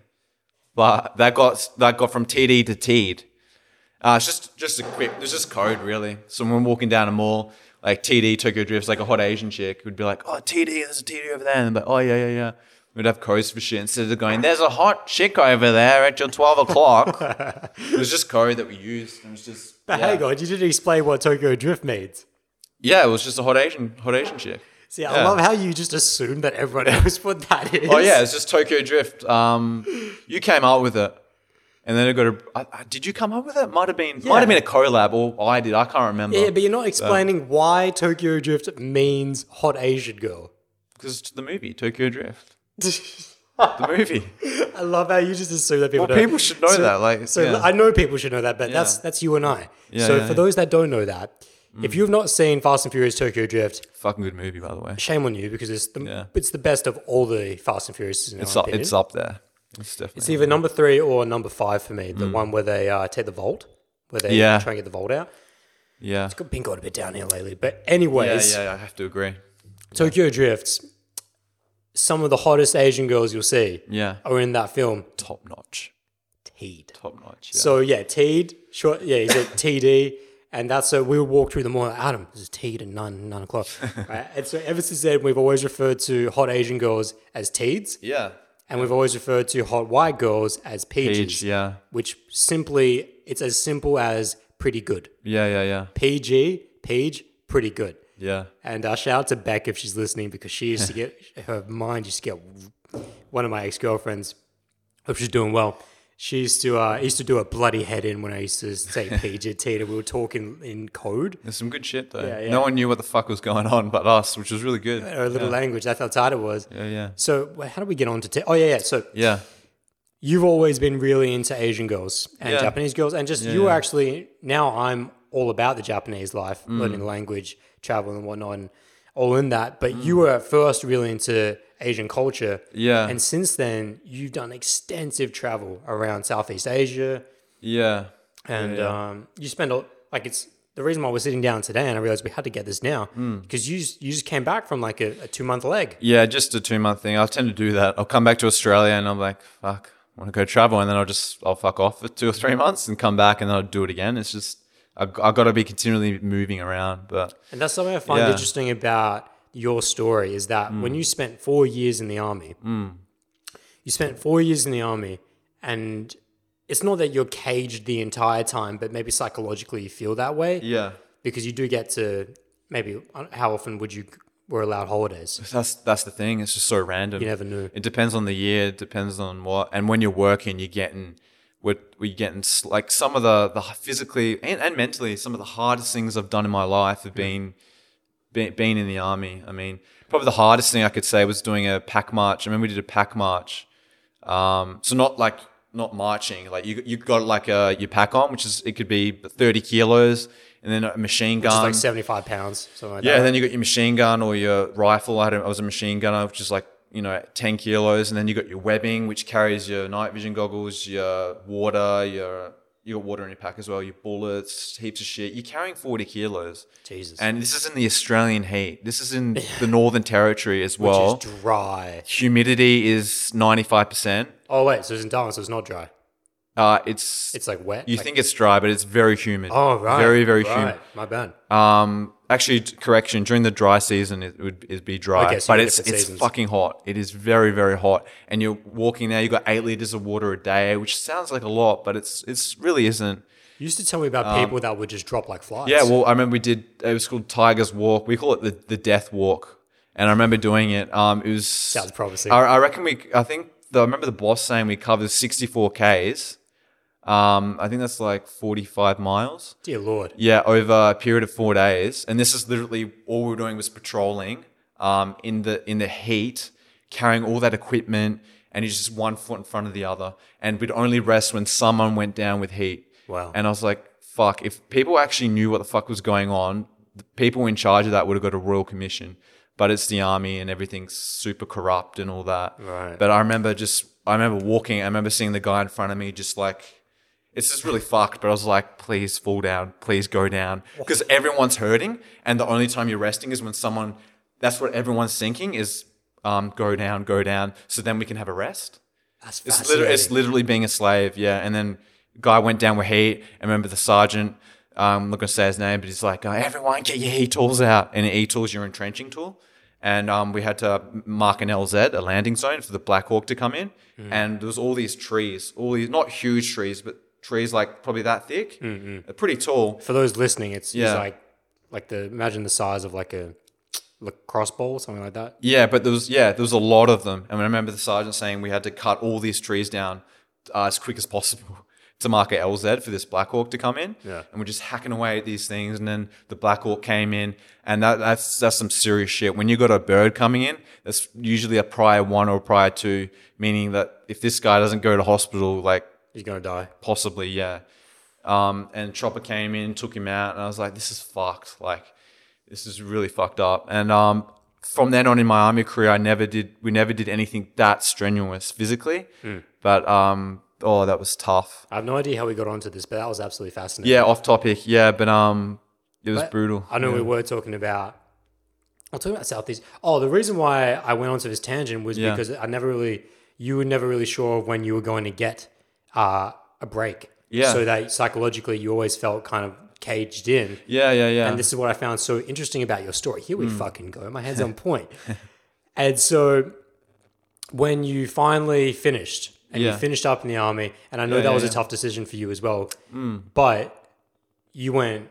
Speaker 5: But that got that got from TD to teed. Uh, it's just just a quick. There's just code really. So when we're walking down a mall, like TD Tokyo Drifts, like a hot Asian chick would be like, "Oh, TD, there's a TD over there," and they'd be like, "Oh yeah, yeah, yeah." We'd have codes for shit instead of going, "There's a hot chick over there at your twelve o'clock." it was just code that we used. It was just
Speaker 3: But
Speaker 5: yeah.
Speaker 3: hang on, you didn't explain what Tokyo Drift means.
Speaker 5: Yeah, it was just a hot Asian, hot Asian chick.
Speaker 3: See, I
Speaker 5: Yeah.
Speaker 3: love how you just assume that everyone knows what that is.
Speaker 5: Oh yeah, it's just Tokyo Drift. Um, you came out with it, and then it got. A, I, I, did you come up with it? Might have been, might have been a collab, or I did. I can't remember.
Speaker 3: Yeah, but you're not explaining why Tokyo Drift means hot Asian girl.
Speaker 5: because the movie Tokyo Drift, the movie.
Speaker 3: I love how you just assume that people
Speaker 5: Well,
Speaker 3: know.
Speaker 5: people should know that, like,
Speaker 3: so
Speaker 5: yeah.
Speaker 3: I know people should know that, but that's
Speaker 5: Yeah.
Speaker 3: that's you and I.
Speaker 5: Yeah,
Speaker 3: so
Speaker 5: yeah, Mm.
Speaker 3: for
Speaker 5: yeah.
Speaker 3: those that don't know that, if you've not seen Fast and Furious Tokyo Drift,
Speaker 5: Fucking good movie, by the way.
Speaker 3: shame on you because it's the
Speaker 5: Yeah.
Speaker 3: it's the best of all the Fast and Furious. In
Speaker 5: It's
Speaker 3: my
Speaker 5: up,
Speaker 3: opinion.
Speaker 5: it's up there. It's definitely.
Speaker 3: It's either number three or number five for me. The one where they uh, take the vault, where they
Speaker 5: Mm. Yeah.
Speaker 3: try and get the vault out.
Speaker 5: yeah.
Speaker 3: Got been got a bit down here lately, but
Speaker 5: Yeah,
Speaker 3: anyways,
Speaker 5: yeah, I have to agree.
Speaker 3: Tokyo Drifts. Some of the hottest Asian girls you'll see
Speaker 5: Yeah,
Speaker 3: are in that film.
Speaker 5: top notch,
Speaker 3: Teed.
Speaker 5: top notch. Yeah.
Speaker 3: So yeah, Teed. Short. Yeah, he's a TD, and that's so we would walk through the morning. Like, Adam, this is Teed at nine nine o'clock. right? And so ever since then, we've always referred to hot Asian girls as Teeds.
Speaker 5: yeah,
Speaker 3: And we've always referred to hot white girls as peaches.
Speaker 5: Peach, yeah.
Speaker 3: Which simply, it's as simple as pretty good.
Speaker 5: Yeah, yeah, yeah.
Speaker 3: PG, peach, pretty good.
Speaker 5: Yeah.
Speaker 3: And uh, shout out to Beck if she's listening because she used to get her mind used to get one of my ex girlfriends. Hope she's doing well. She used to uh, used to do a bloody head in when I used to say PG Tita. We were talking in code,
Speaker 5: There's some good shit though.
Speaker 3: Yeah, yeah.
Speaker 5: No one knew what the fuck was going on but us, which was really good.
Speaker 3: or a little language. That's how tight it was.
Speaker 5: Yeah, yeah.
Speaker 3: So wh- how do we get on to? T- oh yeah, yeah. So
Speaker 5: Yeah.
Speaker 3: you've always been really into Asian girls and
Speaker 5: Yeah.
Speaker 3: Japanese girls, and just you were actually now I'm all about the Japanese life,
Speaker 5: Mm.
Speaker 3: learning the language, travel and whatnot, and all in that. But you were at first really into Asian culture,
Speaker 5: Mm. Yeah.
Speaker 3: And since then, you've done extensive travel around Southeast Asia,
Speaker 5: Yeah.
Speaker 3: and Um, you spend a, like it's the reason why we're sitting down today, and I realized we had to get this now
Speaker 5: Mm.
Speaker 3: because you s- you just came back from like a, a two month leg.
Speaker 5: Yeah, just a two month thing. I tend to do that. I'll come back to Australia and I'm like, fuck, I want to go travel. And then I'll just, I'll fuck off for two or three months and come back and then I'll do it again. It's just, i i got to be continually moving around. But
Speaker 3: And that's something I find
Speaker 5: Yeah. Mm.
Speaker 3: interesting about your story is that when you spent four years in the army, you spent four years in the army, and it's not that you're caged the entire time, but maybe psychologically you feel that way
Speaker 5: yeah,
Speaker 3: because you do get to maybe uh, how often would you were allowed holidays?
Speaker 5: that's, that's the thing. It's just so random.
Speaker 3: You never knew.
Speaker 5: It depends on the year. It depends on what. And when you're working, you're getting what we're getting s- like some of the the physically and, and mentally some of the hardest things I've done in my life have been be- being in the army. I mean, probably the hardest thing I could say was doing a pack march. I remember we did a pack march. Um, so not like not marching. Like you you got like a your pack on, which is it could be 30 kilos, and then a machine gun.
Speaker 3: It's like seventy five pounds, something like
Speaker 5: Um, Yeah,
Speaker 3: that.
Speaker 5: and then you got your machine gun or your rifle. I, had a, I was a machine gunner, which is like you know ten kilos, and then you got your webbing, which carries your night vision goggles, your water, your you got water in your pack as well, your bullets, heaps of shit. You're carrying forty kilos,
Speaker 3: Jesus,
Speaker 5: and this is in the Australian heat. This is in the Northern Territory as well.
Speaker 3: which is dry.
Speaker 5: Humidity is ninety five percent.
Speaker 3: Oh wait, so it's in Darwin, so it's not dry.
Speaker 5: Uh, it's
Speaker 3: It's like wet.
Speaker 5: you
Speaker 3: like,
Speaker 5: think it's dry, but it's very humid.
Speaker 3: Oh right,
Speaker 5: very very
Speaker 3: right.
Speaker 5: humid.
Speaker 3: My bad.
Speaker 5: Um, actually, t- correction. During the dry season, it would it'd be dry,
Speaker 3: Okay, so you
Speaker 5: but
Speaker 3: got
Speaker 5: it's
Speaker 3: different
Speaker 5: it's
Speaker 3: seasons.
Speaker 5: fucking hot. It is very very hot, and you're walking there. You got eight liters of water a day, which sounds like a lot, but it's it's really isn't.
Speaker 3: You used to tell me about people that would just drop like flies.
Speaker 5: um, Yeah, well, I remember we did. It was called Tiger's Walk. We call it the the Death Walk, and I remember doing it. Um, it was sounds
Speaker 3: promising.
Speaker 5: I, I reckon we. I think the, I remember the boss saying we covered sixty four k's. Um, I think that's like forty five miles.
Speaker 3: dear lord.
Speaker 5: Yeah, over a period of four days, and this is literally all we were doing was patrolling um, in the in the heat, carrying all that equipment, and it's just one foot in front of the other, and we'd only rest when someone went down with heat.
Speaker 3: Wow.
Speaker 5: And I was like, "Fuck!" If people actually knew what the fuck was going on, the people in charge of that would have got a royal commission. But it's the army, and everything's super corrupt and all that.
Speaker 3: Right.
Speaker 5: But I remember just, I remember walking. I remember seeing the guy in front of me, just like it's just really fucked. But I was like, please fall down, please go down, because everyone's hurting, and the only time you're resting is when someone. That's what everyone's thinking is, um, go down, go down, so then we can have a rest.
Speaker 3: That's
Speaker 5: It's, literally, it's literally being a slave, yeah. And then guy went down with heat. I remember the sergeant. Um, I'm not gonna say his name, but he's like, uh, everyone, get your e tools out. And e tools, your entrenching tool. And um, we had to mark an LZ, a landing zone, for the Black Hawk to come in. And there was all these trees, all these not huge trees, but trees like probably that thick, They're pretty tall.
Speaker 3: For those listening, it's, it's
Speaker 5: Yeah.
Speaker 3: like like the imagine the size of like a lacrosse ball, something like that.
Speaker 5: Yeah, but there was yeah, there was a lot of them, and I remember the sergeant saying we had to cut all these trees down uh, as quick as possible to mark a LZ for this Black Hawk to come in.
Speaker 3: Yeah.
Speaker 5: and we're just hacking away at these things, and then the Black Hawk came in, and that, that's that's some serious shit. When you got a bird coming in, that's usually a prior one or prior two, meaning that if this guy doesn't go to hospital, like
Speaker 3: He's gonna die.
Speaker 5: possibly, yeah. Um, and Chopper came in, took him out, and I was like, this is fucked. Like, this is really fucked up. And um, from then on in my army career, I never did, we never did anything that strenuous physically.
Speaker 3: Hmm.
Speaker 5: But um, oh, that was tough.
Speaker 3: I have no idea how we got onto this, but that was absolutely fascinating.
Speaker 5: Yeah, off topic. Yeah, but um, it was brutal.
Speaker 3: I know we were talking about. I'm talking about Southeast. Oh, the reason why I went onto this tangent was
Speaker 5: Yeah.
Speaker 3: because I never really, you were never really sure of when you were going to get uh, a break.
Speaker 5: Yeah.
Speaker 3: So that psychologically, you always felt kind of caged in.
Speaker 5: Yeah, yeah, yeah.
Speaker 3: And this is what I found so
Speaker 5: Hmm.
Speaker 3: interesting about your story. Here we fucking go. My head's on point. and so when you finally finished and you
Speaker 5: Yeah.
Speaker 3: finished up in the army, and I know
Speaker 5: Yeah,
Speaker 3: that
Speaker 5: yeah,
Speaker 3: was a
Speaker 5: yeah. Hmm.
Speaker 3: tough decision for you as well, but you went,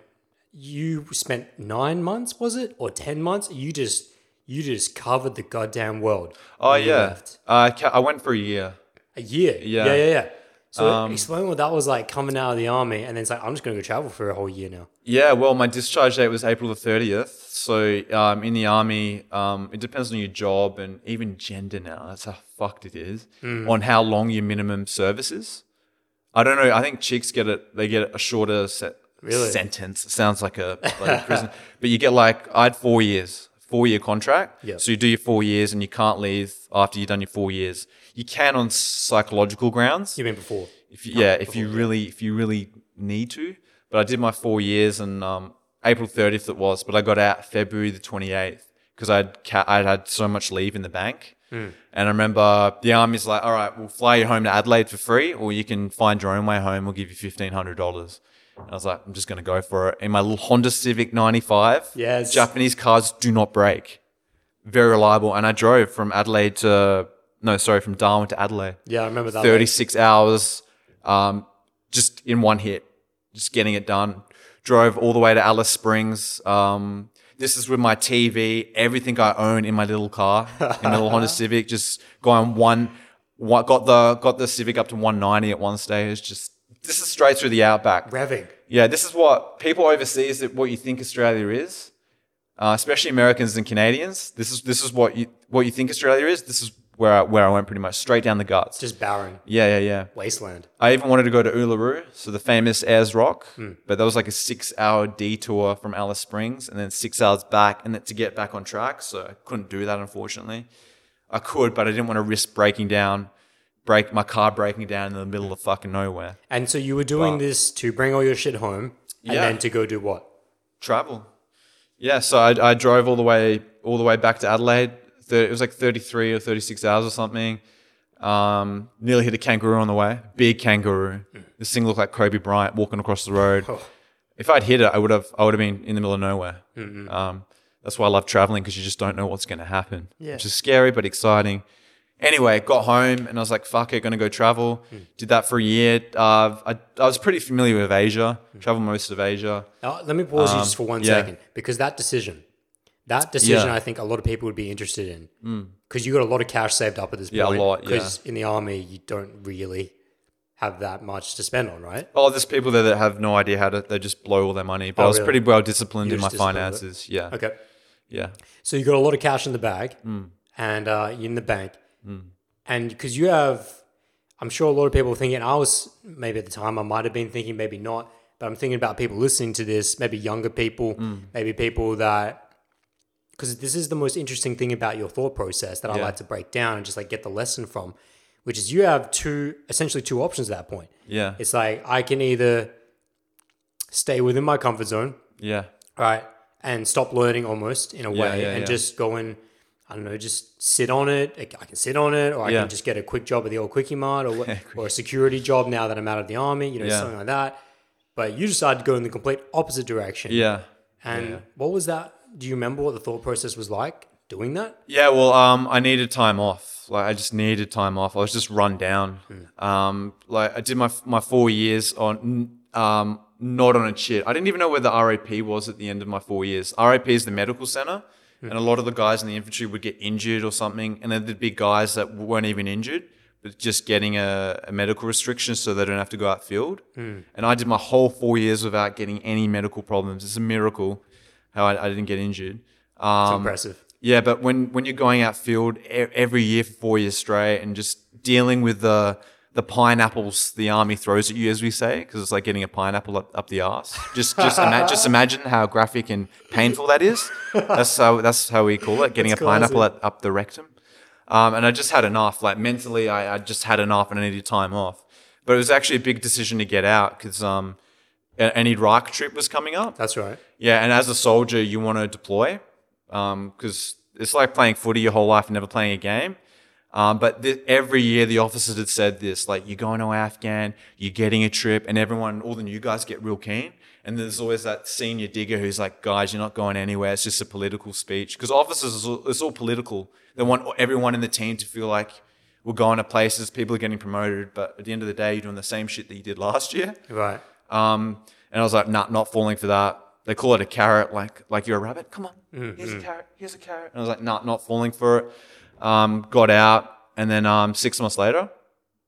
Speaker 3: you spent nine months, was it, or ten months? You just, you just covered the goddamn world.
Speaker 5: Oh
Speaker 3: when you
Speaker 5: yeah,
Speaker 3: left.
Speaker 5: uh, I ca- I went for a year.
Speaker 3: a year.
Speaker 5: Yeah. Um,
Speaker 3: yeah, yeah. yeah. So explain what that was like coming out of the army, and then it's like I'm just gonna go travel for a whole year now.
Speaker 5: Yeah, well, my discharge date was April the 30th. So um, in the army, um, it depends on your job and even gender now. That's how fucked it is
Speaker 3: Hmm.
Speaker 5: on how long your minimum service is. I don't know. I think chicks get it. They get a shorter set,
Speaker 3: Really?
Speaker 5: sentence. It sounds like a, like a prison, but you get like I had four years, four year contract.
Speaker 3: Yep.
Speaker 5: So you do your four years and you can't leave after you've done your four years. You can on psychological grounds
Speaker 3: You mean before?
Speaker 5: if you, yeah, if you really if you really need to. But I did my four years and um, April thirtieth it was, but I got out February the twenty eighth because I'd ca- I'd had so much leave in the bank. And I remember the army's like, "All right, we'll fly you home to Adelaide for free, or you can find your own way home. We'll give you fifteen hundred dollars." And I was like, "I'm just gonna go for it." In my little Honda Civic ninety five,
Speaker 3: Yes.
Speaker 5: Japanese cars do not break, very reliable. And I drove from Adelaide to no, sorry, from Darwin to Adelaide.
Speaker 3: Yeah, I remember that.
Speaker 5: 36 hours um, just in one hit, just getting it done. Drove all the way to Alice Springs. Um, this is with my TV, everything I own in my little car, in my little Honda Civic, just going one, one got the got the Civic up to 190 at one stage. Just this is straight through the outback.
Speaker 3: Revving.
Speaker 5: Yeah, this is what people overseas that what you think Australia is, uh, especially Americans and Canadians. This is this is what you what you think Australia is. This is where I, where I went pretty much straight down the guts.
Speaker 3: Just barren.
Speaker 5: Yeah, yeah, yeah.
Speaker 3: Wasteland.
Speaker 5: I even wanted to go to Uluru, so the famous Ayers Rock, but that was like a six-hour detour from Alice Springs, and then six hours back, and then to get back on track. So I couldn't do that, unfortunately. I could, but I didn't want to risk breaking down, break my car breaking down in the middle of fucking nowhere.
Speaker 3: And so you were doing
Speaker 5: Wow.
Speaker 3: this to bring all your shit home and
Speaker 5: Yeah.
Speaker 3: then to go do what?
Speaker 5: Travel, yeah. So I, I drove all the way all the way back to Adelaide. Thir- It was like thirty-three or thirty-six hours or something. Um, nearly hit a kangaroo on the way. Big kangaroo. This thing looked like Kobe Bryant walking across the road. If I'd hit it, I would have. I would have been in the middle of nowhere. Um, that's why I love traveling because you just don't know what's going to happen, yeah. which is scary but exciting. Anyway, got home and I was like, "Fuck it, going to go travel." Did that for a year. Uh, I, I was pretty familiar with Asia. Traveled most of Asia.
Speaker 3: Now, Uh, let me pause you just for one second
Speaker 5: Um, yeah.
Speaker 3: because that decision, that decision,
Speaker 5: Yeah. Hmm.
Speaker 3: I think a lot of people would be interested in because you got a lot of cash saved up at this
Speaker 5: Yeah, a
Speaker 3: point.
Speaker 5: lot, yeah.
Speaker 3: Because in the army, you don't really have that much to spend on, right?
Speaker 5: Oh, there's people there that have no idea how to. They just blow all their money. But I was
Speaker 3: Oh, really?
Speaker 5: pretty well disciplined
Speaker 3: You
Speaker 5: in my
Speaker 3: just disciplined it.
Speaker 5: finances. Yeah.
Speaker 3: Okay.
Speaker 5: Yeah.
Speaker 3: So you got a lot of cash in the bag
Speaker 5: Hmm.
Speaker 3: and uh, you're in the bank. And because you have, I'm sure a lot of people thinking, I was maybe at the time, I might have been thinking, maybe not, but I'm thinking about people listening to this, maybe younger people,
Speaker 5: Hmm.
Speaker 3: maybe people that, because this is the most interesting thing about your thought process that I
Speaker 5: Yeah.
Speaker 3: like to break down and just like get the lesson from, which is you have two, essentially two options at that point.
Speaker 5: Yeah.
Speaker 3: It's like, I can either stay within my comfort zone,
Speaker 5: yeah.
Speaker 3: right? And stop learning almost in a
Speaker 5: Yeah,
Speaker 3: way
Speaker 5: yeah,
Speaker 3: and
Speaker 5: yeah.
Speaker 3: just go and, I don't know, just sit on it. I I can sit on it or I
Speaker 5: Yeah.
Speaker 3: can just get a quick job at the old Quickie Mart or, what, or a security job now that I'm out of the army, you know,
Speaker 5: Yeah.
Speaker 3: something like that. But you decided to go in the complete opposite direction.
Speaker 5: Yeah.
Speaker 3: And what was that? Do you remember what the thought process was like doing that?
Speaker 5: Yeah. Well, um, I needed time off. Like I just needed time off. I was just run down. Um, like I did my my four years on um not on a chit. I didn't even know where the RAP was at the end of my four years. RAP is the medical center. And a lot of the guys in the infantry would get injured or something, and then there'd be guys that weren't even injured, but just getting a, a medical restriction so they don't have to go out field. And I did my whole four years without getting any medical problems. It's a miracle how I, I didn't get injured. Um,
Speaker 3: Impressive.
Speaker 5: yeah, but when when you're going out field e- every year for four years straight and just dealing with the the pineapples the army throws at you, as we say, because it's like getting a pineapple up, up the arse. Just just ima- just imagine how graphic and painful that is. That's how that's how we call it, getting
Speaker 3: That's
Speaker 5: a pineapple
Speaker 3: classic.
Speaker 5: at, up the rectum. Um, and I just had enough. Like mentally, I, I just had enough, and I needed time off. But it was actually a big decision to get out because um, a- an Iraq trip was coming up.
Speaker 3: That's right.
Speaker 5: Yeah, and as a soldier, you want to deploy because it's like playing footy your whole life and never playing a game. Um, but th- every year, the officers had said this like, you're going to Afghan, you're getting a trip, and everyone, all the new guys get real keen. And there's always that senior digger who's like, guys, you're not going anywhere. It's just a political speech. Because officers, it's all, it's all political. They want everyone in the team to feel like we're going to places, people are getting promoted, but at the end of the day, you're doing the same shit that you did last year.
Speaker 3: Right.
Speaker 5: Um, and I was like, nah, not falling for that. They call it a carrot, like like you're a rabbit. Come on, here's a carrot, here's a carrot. And I was like, nah, not falling for it. Um, got out, and then um, six months later,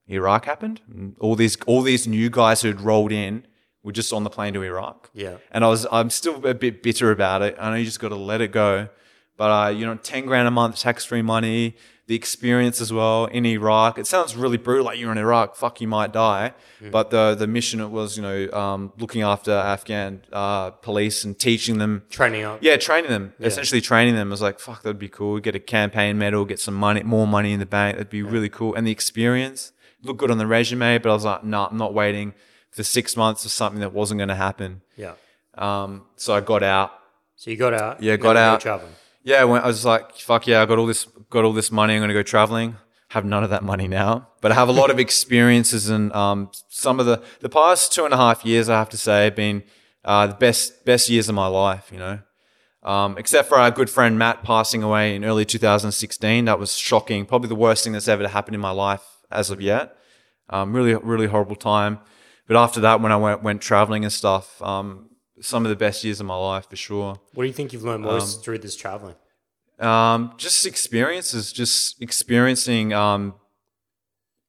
Speaker 5: Iraq happened. And All these all these new guys who'd rolled in were just on the plane to Iraq.
Speaker 3: Yeah.
Speaker 5: and I was I'm still a bit bitter about it. I know you just got to let it go, but uh, you know, ten grand a month, tax free money, the experience as well in Iraq. It sounds really brutal, like you're in Iraq, fuck, you might die. But the the mission it was, you know, um, looking after Afghan uh, police and teaching them
Speaker 3: Training up.
Speaker 5: yeah, training them. Essentially training them. I was like, fuck, that'd be cool. Get a campaign medal, get some money, more money in the bank. That'd be really cool. And the experience looked good on the resume, but I was like, nah, I'm not waiting for six months for something that wasn't going to happen.
Speaker 3: Yeah.
Speaker 5: Um, so I got out.
Speaker 3: So you got out.
Speaker 5: Yeah,
Speaker 3: and
Speaker 5: got
Speaker 3: then you
Speaker 5: out.
Speaker 3: traveling.
Speaker 5: Yeah, I went- I was like, fuck yeah, I got all this, got all this money. I'm gonna go traveling. Have none of that money now, but I have a lot of experiences and um, some of the the past two and a half years. I have to say, have been uh, the best best years of my life. You know, um, except for our good friend Matt passing away in early 2016. That was shocking. Probably the worst thing that's ever happened in my life as of yet. Um, really, really horrible time. But after that, when I went went traveling and stuff, um, some of the best years of my life for sure.
Speaker 3: What do you think you've learned most through this traveling?
Speaker 5: Um, just experiences, just experiencing um,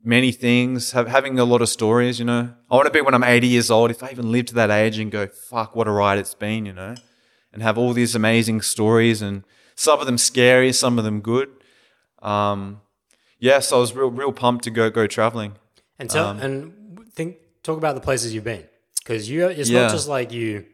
Speaker 5: many things, have, having a lot of stories, you know. I want to be when I'm 80 years old, if I even live to that age and go, fuck, what a ride it's been, you know, and have all these amazing stories and some of them scary, some of them good. Um, yeah, so I was real, real pumped to go, go traveling.
Speaker 3: And tell
Speaker 5: Um,
Speaker 3: and think talk about the places you've been because you it's
Speaker 5: Yeah.
Speaker 3: not just like you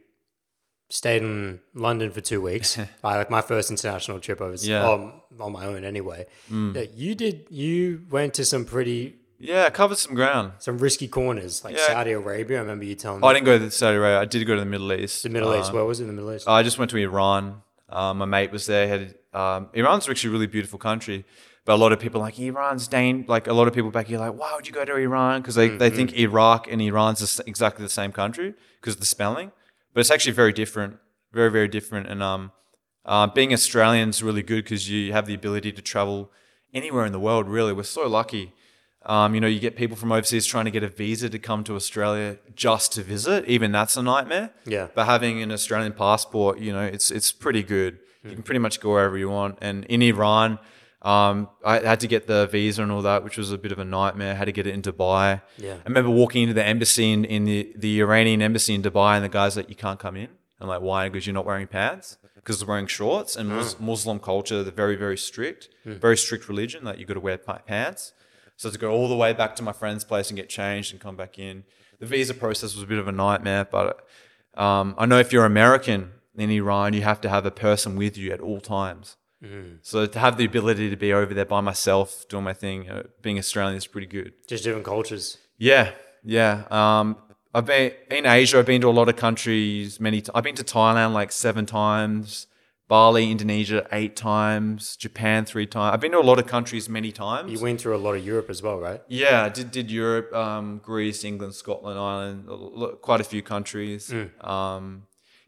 Speaker 3: stayed in London for two weeks. I, like my first international trip overseas
Speaker 5: Yeah. Mm.
Speaker 3: on, on my own anyway. Yeah, you did you went to some pretty
Speaker 5: Yeah, I covered some ground.
Speaker 3: some risky corners like
Speaker 5: Yeah.
Speaker 3: Saudi Arabia. I remember you telling
Speaker 5: I uh,
Speaker 3: me
Speaker 5: didn't go to Saudi Arabia. I did go to the Middle East.
Speaker 3: the Middle East. Where was it? in The Middle East.
Speaker 5: I just went to Iran. Uh, my mate was there. Had um, Iran's actually a really beautiful country, but a lot of people are like Iran's dan- like a lot of people back here are like why would you go to Iran because they, they think Iraq and Iran's the s- exactly the same country because of the spelling, but it's actually very different, very very different. And um, uh, being Australian's really good because you have the ability to travel anywhere in the world. Really, we're so lucky. Um, you know, you get people from overseas trying to get a visa to come to Australia just to visit. Even that's a nightmare.
Speaker 3: Yeah.
Speaker 5: But having an Australian passport, you know, it's it's pretty good. You can pretty much go wherever you want. And in Iran, um, I had to get the visa and all that, which was a bit of a nightmare. I had to get it in Dubai.
Speaker 3: Yeah.
Speaker 5: I remember walking into the embassy in, in the, the Iranian embassy in Dubai, and the guy's like, "You can't come in." I'm like, "Why?" Because you're not wearing pants. Because they're wearing shorts and Mus- Muslim culture, they're very, very strict, very strict religion that you've got to wear pa- pants. So I had to go all the way back to my friend's place and get changed and come back in. The visa process was a bit of a nightmare, but um, I know if you're American in Iran, you have to have a person with you at all times. So to have the ability to be over there by myself doing my thing, uh, being Australian is pretty good.
Speaker 3: just different cultures.
Speaker 5: Yeah, yeah. Um, I've been in Asia. I've been to a lot of countries. Many. T- I've been to Thailand like seven times. Bali, Indonesia, eight times. Japan, three times. I've been to a lot of countries many times.
Speaker 3: You went through a lot of Europe as well, right?
Speaker 5: Yeah, I did did Europe, um, Greece, England, Scotland, Ireland, l- l- quite a few countries.
Speaker 3: Mm.
Speaker 5: Um,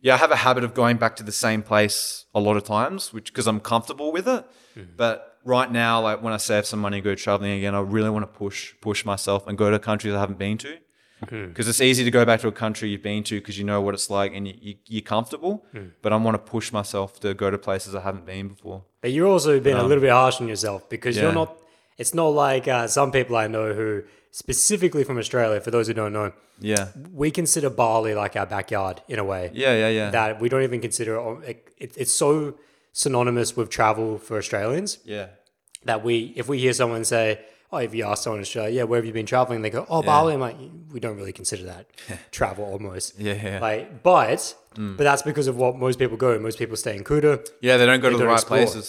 Speaker 5: yeah, I have a habit of going back to the same place a lot of times, which because I'm comfortable with it.
Speaker 3: Mm.
Speaker 5: But right now, like when I save some money and go traveling again, I really want to push push myself and go to countries I haven't been to.
Speaker 3: Mm.
Speaker 5: Because it's easy to go back to a country you've been to because you know what it's like and you, you, you're comfortable.
Speaker 3: Mm.
Speaker 5: But I want to push myself to go to places I haven't been before.
Speaker 3: But you're also being a little bit harsh on yourself because you're
Speaker 5: Yeah.
Speaker 3: not. It's not like uh, some people I know who, specifically from Australia, for those who don't know,
Speaker 5: Yeah,
Speaker 3: we consider Bali like our backyard in a way.
Speaker 5: yeah, yeah, yeah.
Speaker 3: That we don't even consider it, it. It's so synonymous with travel for Australians
Speaker 5: yeah,
Speaker 3: that we, if we hear someone say, "Oh, if you ask someone in Australia, yeah, where have you been traveling?" They go, "Oh, Bali." I'm like, we don't really consider that travel almost.
Speaker 5: Yeah, yeah. Mm.
Speaker 3: Like, but but that's because of what most people go. Most people stay in Kuta.
Speaker 5: yeah. They don't go to
Speaker 3: don't
Speaker 5: the right
Speaker 3: explore.
Speaker 5: places.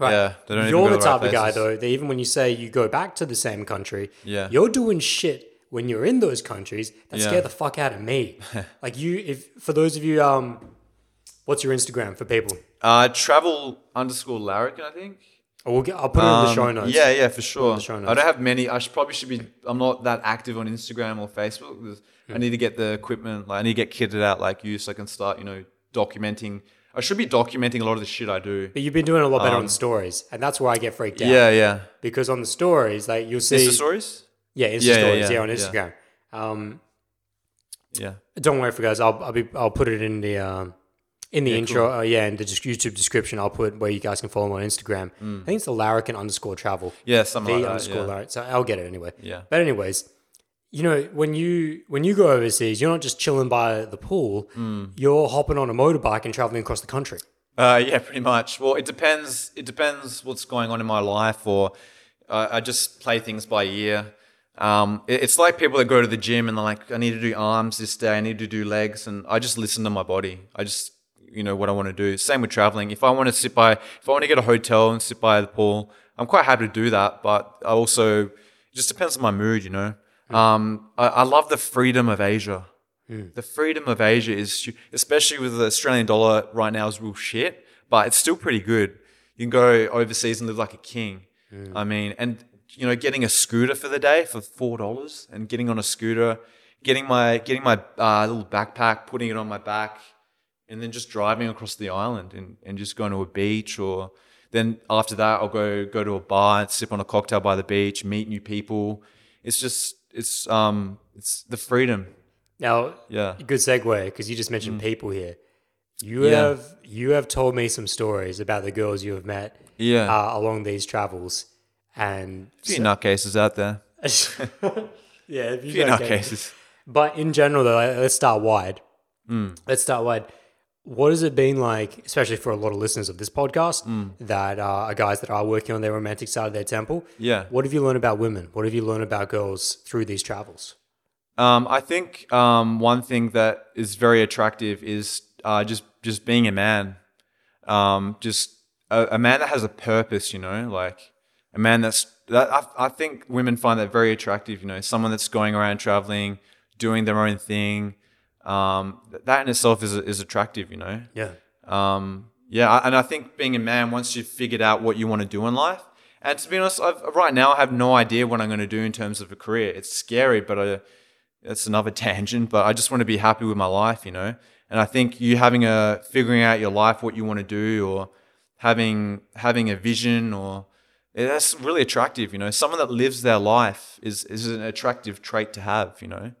Speaker 5: Yeah, they don't even
Speaker 3: you're
Speaker 5: go
Speaker 3: the
Speaker 5: to the right
Speaker 3: type of guy
Speaker 5: places.
Speaker 3: though that even when you say you go back to the same country,
Speaker 5: Yeah.
Speaker 3: you're doing shit when you're in those countries that
Speaker 5: Yeah.
Speaker 3: scare the fuck out of me. like you, if for those of you, um, what's your Instagram for people?
Speaker 5: Uh, travel underscore larrikin, I think.
Speaker 3: Oh, we'll get, I'll put it in the show
Speaker 5: Um,
Speaker 3: notes.
Speaker 5: Yeah, yeah, for sure.
Speaker 3: show
Speaker 5: I
Speaker 3: notes.
Speaker 5: don't have many. I should, probably should be. I'm not that active on Instagram or Facebook.
Speaker 3: Hmm.
Speaker 5: There's- I need to get the equipment. Like, I need to get kitted out like you, so I can start, you know, documenting I should be documenting a lot of the shit I do.
Speaker 3: But you've been doing a lot better on stories, and that's where I get freaked out.
Speaker 5: Um, Yeah, yeah.
Speaker 3: Because on the stories, like you'll see,
Speaker 5: Insta stories?
Speaker 3: yeah,
Speaker 5: Yeah,
Speaker 3: Insta
Speaker 5: yeah,
Speaker 3: stories,
Speaker 5: yeah,
Speaker 3: yeah, on
Speaker 5: yeah.
Speaker 3: Instagram. Um,
Speaker 5: Yeah.
Speaker 3: don't worry for guys. I'll I'll, be, I'll put it in the um, in the intro. Uh, yeah, in the just YouTube description, I'll put where you guys can follow me on Instagram. I think it's the Larrikin underscore travel.
Speaker 5: Mm. Yeah, something
Speaker 3: the
Speaker 5: like that.
Speaker 3: underscore
Speaker 5: yeah.
Speaker 3: Larrick. So I'll get it anyway.
Speaker 5: Yeah.
Speaker 3: But anyways, you know when you when you go overseas, you're not just chilling by the pool.
Speaker 5: Mm.
Speaker 3: You're hopping on a motorbike and traveling across the country.
Speaker 5: Uh, yeah, pretty much. Well, it depends. It depends what's going on in my life, or uh, I just play things by ear. Um, it- it's like people that go to the gym and they're like, "I need to do arms this day. I need to do legs," and I just listen to my body. I just, you know, what I want to do. Same with traveling. If I want to sit by, if I want to get a hotel and sit by the pool, I'm quite happy to do that. But I also, it just depends on my mood, you know. Um, I, I love the freedom of Asia. The freedom of Asia is, especially with the Australian dollar right now, is real shit, but it's still pretty good. You can go overseas and live like a king. I mean, and you know, getting a scooter for the day for four dollars and getting on a scooter, getting my getting my uh, little backpack, putting it on my back, and then just driving across the island and, and just going to a beach or then after that I'll go go to a bar and sip on a cocktail by the beach, meet new people. It's just it's um it's the freedom.
Speaker 3: Now,
Speaker 5: Yeah. Mm.
Speaker 3: good segue because you just mentioned people here. You
Speaker 5: Yeah.
Speaker 3: have you have told me some stories about the girls you have met
Speaker 5: Yeah.
Speaker 3: uh, along these travels, and
Speaker 5: few nutcases out there.
Speaker 3: yeah, if you
Speaker 5: Few
Speaker 3: don't get-
Speaker 5: nutcases.
Speaker 3: But in general, though, like, let's start wide.
Speaker 5: Hmm.
Speaker 3: Let's start wide. What has it been like, especially for a lot of listeners of this podcast
Speaker 5: Hmm.
Speaker 3: that uh, are guys that are working on their romantic side of their temple?
Speaker 5: Yeah.
Speaker 3: What have you learned about women? What have you learned about girls through these travels?
Speaker 5: Um, I think um, one thing that is very attractive is uh, just just being a man, um, just a, a man that has a purpose. You know, like a man that's that. I, I think women find that very attractive. You know, someone that's going around traveling, doing their own thing. Um, th- that in itself is is attractive. You know.
Speaker 3: Yeah.
Speaker 5: Um, yeah, I- and I think being a man, once you've figured out what you want to do in life, and to be honest, I've, right now I have no idea what I'm going to do in terms of a career. It's scary, but I, that's another tangent. But I just want to be happy with my life, you know. And I think you having a figuring out your life, what you want to do, or having having a vision, or yeah, that's really attractive, you know. Someone that lives their life is is an attractive trait to have, you know.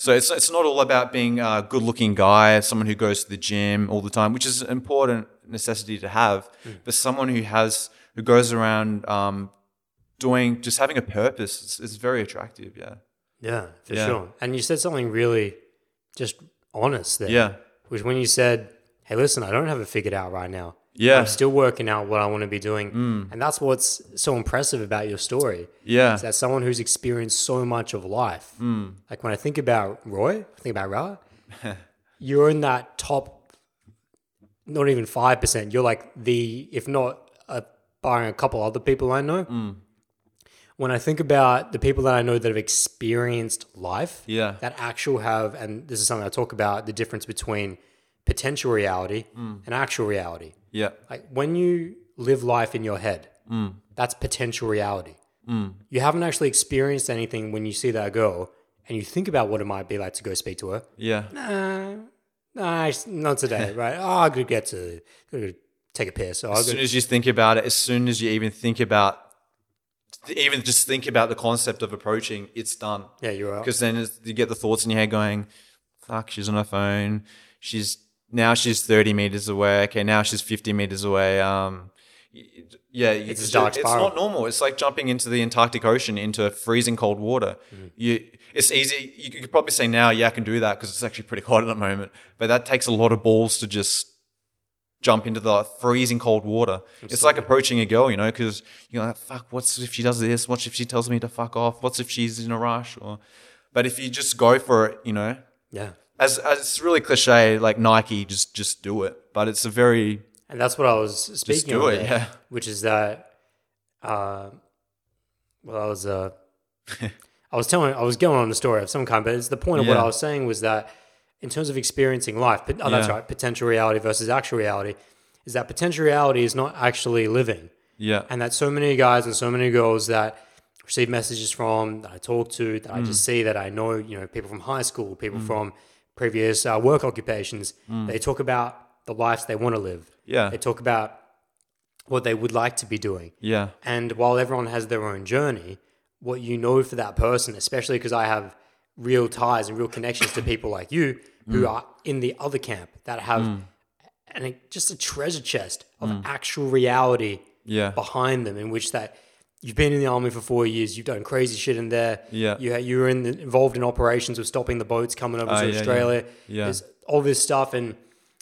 Speaker 5: So it's, it's not all about being a good looking guy, someone who goes to the gym all the time, which is an important necessity to have, but someone who has who goes around um, doing just having a purpose. It's, it's very attractive. Yeah.
Speaker 3: Yeah, for
Speaker 5: Yeah.
Speaker 3: sure. And you said something really just honest there.
Speaker 5: Yeah.
Speaker 3: Which when you said, hey, listen, I don't have it figured out right now.
Speaker 5: Yeah. Hmm.
Speaker 3: I'm still working out what I want to be doing. And that's what's so impressive about your story.
Speaker 5: Yeah. Hmm.
Speaker 3: is that someone who's experienced so much of life. Like when I think about Roy, I think about Ra, you're in that top, not even 5%. You're like the, if not uh, barring a couple other people I know.
Speaker 5: Hmm.
Speaker 3: When I think about the people that I know that have experienced life,
Speaker 5: Yeah.
Speaker 3: that actual have, and this is something I talk about the difference between potential reality
Speaker 5: Hmm.
Speaker 3: and actual reality.
Speaker 5: Yeah.
Speaker 3: Like when you live life in your head, that's potential reality. You haven't actually experienced anything when you see that girl and you think about what it might be like to go speak to her.
Speaker 5: Yeah.
Speaker 3: Nah, it's not today, right? Oh, I could get to could take a piss. Oh, I
Speaker 5: As soon
Speaker 3: could,
Speaker 5: as you think about it, as soon as you even think about, even just think about the concept of approaching, it's done.
Speaker 3: yeah, you're right.
Speaker 5: because then it's, you get the thoughts in your head going, "Fuck, she's on her phone. She's now she's thirty meters away. Okay, now she's fifty meters away." Um, y- y- yeah, it's,
Speaker 3: a dark
Speaker 5: it's
Speaker 3: spiral.
Speaker 5: not normal. It's like jumping into the Antarctic Ocean into freezing cold water.
Speaker 3: Mm-hmm.
Speaker 5: You, it's easy. You could probably say now, "Yeah, I can do that" because it's actually pretty hot at the moment. But that takes a lot of balls to just jump into the freezing cold water. It's like approaching a girl, you know, because you're like, fuck, what's if she does this? What's if she tells me to fuck off? What's if she's in a rush? Or, but if you just go for it, you know,
Speaker 3: Yeah.
Speaker 5: as, as it's really cliche, like Nike, just just do it. But it's a very
Speaker 3: And that's what I was speaking
Speaker 5: do
Speaker 3: of
Speaker 5: it,
Speaker 3: there,
Speaker 5: yeah.
Speaker 3: which is that uh, well I was uh, I was telling I was going on the story of some kind, but it's the point of what
Speaker 5: Yeah.
Speaker 3: I was saying was that in terms of experiencing life, but, oh, that's
Speaker 5: Yeah.
Speaker 3: right, potential reality versus actual reality, is that potential reality is not actually living.
Speaker 5: yeah,
Speaker 3: And that so many guys and so many girls that receive messages from, that I talk to, that I just see, that I know, you know, people from high school, people from previous uh, work occupations, they talk about the lives they want to live.
Speaker 5: Yeah.
Speaker 3: They talk about what they would like to be doing.
Speaker 5: Yeah.
Speaker 3: And while everyone has their own journey, what you know for that person, especially because I have real ties and real connections to people like you who are in the other camp that have and just a treasure chest of actual reality
Speaker 5: Yeah.
Speaker 3: behind them in which that you've been in the army for four years, you've done crazy shit in there.
Speaker 5: Yeah.
Speaker 3: You, you were in the, involved in operations of stopping the boats coming over
Speaker 5: Ah,
Speaker 3: to
Speaker 5: yeah, yeah.
Speaker 3: Australia.
Speaker 5: Yeah.
Speaker 3: There's all this stuff and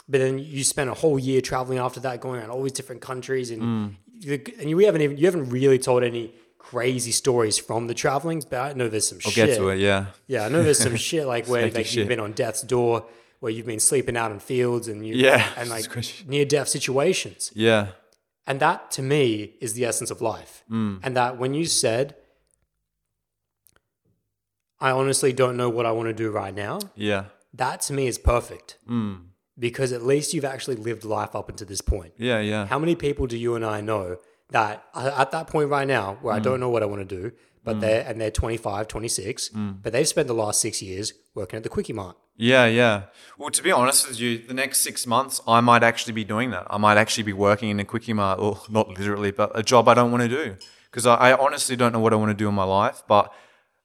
Speaker 3: but then you spent a whole year traveling after that, going around all these different countries, and
Speaker 5: Mm.
Speaker 3: you, and you haven't even you haven't really told any crazy stories from the travelings. But I know there's some
Speaker 5: I'll
Speaker 3: shit.
Speaker 5: get to it. Yeah.
Speaker 3: Yeah, I know there's some shit like where
Speaker 5: Sneaky
Speaker 3: like,
Speaker 5: shit.
Speaker 3: you've been on death's door, where you've been sleeping out in fields, and you
Speaker 5: Yeah,
Speaker 3: and like
Speaker 5: it's crazy.
Speaker 3: near death situations.
Speaker 5: Yeah.
Speaker 3: And that to me is the essence of life. And that when you said, I honestly don't know what I want to do right now,
Speaker 5: Yeah.
Speaker 3: that to me is perfect. Because at least you've actually lived life up until this point.
Speaker 5: Yeah. Yeah.
Speaker 3: How many people do you and I know that are at that point right now where I don't know what I want to do, but they're and they're 25, 26, but they've spent the last six years working at the Quickie Mart.
Speaker 5: Yeah, yeah. Well, to be honest with you, the next six months, I might actually be doing that. I might actually be working in a quickie mart, or not literally, but a job I don't want to do because I, I honestly don't know what I want to do in my life. But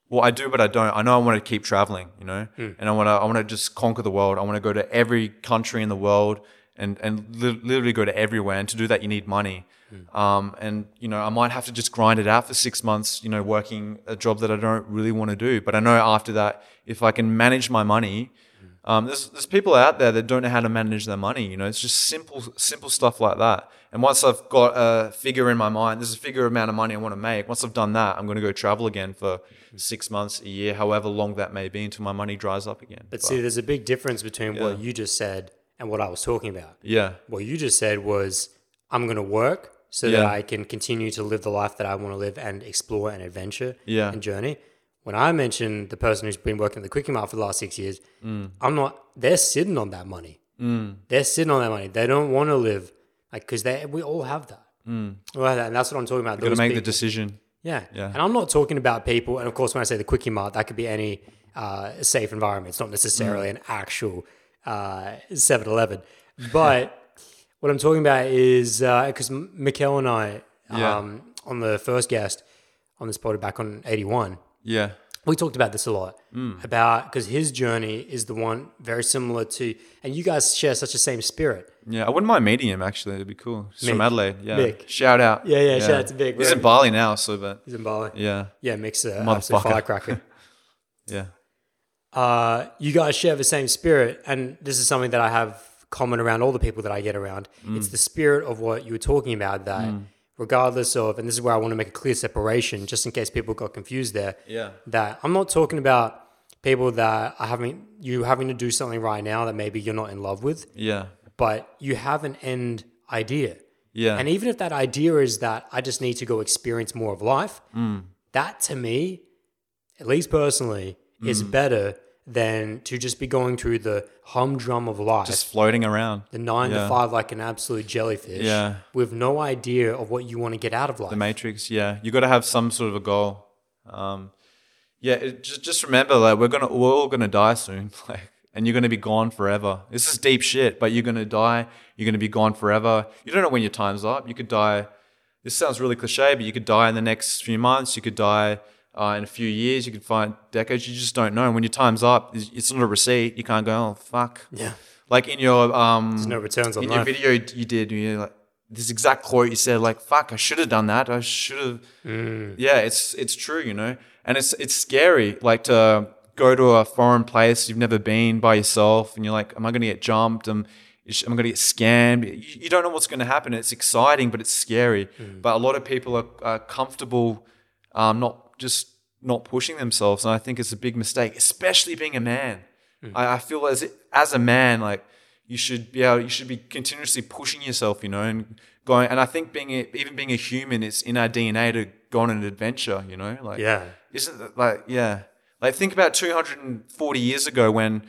Speaker 5: well, I do, but I don't. I know I want to keep traveling, you know,
Speaker 3: Hmm.
Speaker 5: and I want to. I want to just conquer the world. I want to go to every country in the world and and li- literally go to everywhere. And to do that, you need money.
Speaker 3: Mm.
Speaker 5: Um, and you know, I might have to just grind it out for six months. You know, working a job that I don't really want to do. But I know after that, if I can manage my money,
Speaker 3: Mm.
Speaker 5: um, there's, there's people out there that don't know how to manage their money. You know, it's just simple, simple stuff like that. And once I've got a figure in my mind, there's a figure amount of money I want to make. Once I've done that, I'm going to go travel again for
Speaker 3: Mm.
Speaker 5: six months, a year, however long that may be, until my money dries up again.
Speaker 3: But see, there's a big difference between what you just said and what I was talking about.
Speaker 5: yeah,
Speaker 3: What you just said was, I'm going to work so that
Speaker 5: Yeah.
Speaker 3: I can continue to live the life that I want to live and explore and adventure
Speaker 5: Yeah.
Speaker 3: and journey. When I mentioned the person who's been working at the Quickie Mart for the last six years,
Speaker 5: Mm.
Speaker 3: I'm not, they're sitting on that money. They're sitting on that money. They don't want to live like, because they, we all have that. We all have that, And that's what I'm talking about.
Speaker 5: got to
Speaker 3: Those
Speaker 5: Mm. make the
Speaker 3: people-
Speaker 5: decision.
Speaker 3: yeah.
Speaker 5: Yeah.
Speaker 3: And I'm not talking about people, and of course, when I say the quickie mart, that could be any uh, safe environment. It's not necessarily
Speaker 5: Mm.
Speaker 3: an actual 7 Eleven. But what I'm talking about is because M Mikkel and I, um,
Speaker 5: Yeah.
Speaker 3: on the first guest on this pod back on 81,
Speaker 5: Yeah,
Speaker 3: we talked about this a lot
Speaker 5: Mm.
Speaker 3: about because his journey is the one very similar to, and you guys share such a same spirit.
Speaker 5: yeah. I wouldn't mind meeting him actually. It'd be cool. He's from
Speaker 3: Mick.
Speaker 5: Adelaide. Yeah,
Speaker 3: Mick.
Speaker 5: shout out.
Speaker 3: Yeah, yeah, shout out to Mick.
Speaker 5: He's in Bali now, so but
Speaker 3: He's in Bali.
Speaker 5: yeah,
Speaker 3: Yeah, mix a absolute
Speaker 5: Motherfucker.
Speaker 3: firecracker.
Speaker 5: yeah,
Speaker 3: uh, you guys share the same spirit, and this is something that I have common around all the people that I get around. It's the spirit of what you were talking about that, regardless of, and this is where I want to make a clear separation, just in case people got confused there.
Speaker 5: Yeah.
Speaker 3: that I'm not talking about people that are having you having to do something right now that maybe you're not in love with,
Speaker 5: yeah,
Speaker 3: but you have an end idea.
Speaker 5: yeah.
Speaker 3: And even if that idea is that I just need to go experience more of life,
Speaker 5: Mm.
Speaker 3: that to me, at least personally, is
Speaker 5: Mm.
Speaker 3: better than to just be going through the humdrum of life,
Speaker 5: just floating around.
Speaker 3: the nine
Speaker 5: yeah.
Speaker 3: to five like an absolute jellyfish,
Speaker 5: Yeah.
Speaker 3: with no idea of what you want to get out of life.
Speaker 5: The Matrix, yeah. You got to have some sort of a goal. Um, yeah, it, just just remember like we're gonna we're all gonna die soon, like, and you're gonna be gone forever. This is deep shit, but you're gonna die. You're gonna be gone forever. You don't know when your time's up. You could die. This sounds really cliche, but you could die in the next few months. You could die uh, in a few years. You could find decades. You just don't know. And when your time's up, it's it's not a receipt. You can't go. Oh fuck.
Speaker 3: Yeah.
Speaker 5: Like in your um,
Speaker 3: no returns on
Speaker 5: in
Speaker 3: life.
Speaker 5: your video you did. You like this exact quote you said. Like fuck, I should have done that. I should have
Speaker 3: Mm.
Speaker 5: yeah, it's it's true, you know, and it's it's scary, like to go to a foreign place you've never been by yourself, and you're like, am I going to get jumped? Am is- am I going to get scammed? You, you don't know what's going to happen. It's exciting, but it's scary.
Speaker 3: Mm.
Speaker 5: But a lot of people are, are comfortable, um, not just not pushing themselves, and I think it's a big mistake, especially being a man.
Speaker 3: Mm.
Speaker 5: I, I feel as as a man, like you should be able, you should be continuously pushing yourself, you know, and going. And I think being a, even being a human, it's in our DNA to go on an adventure, you know, like
Speaker 3: Yeah.
Speaker 5: isn't that like yeah, like think about 240 years ago when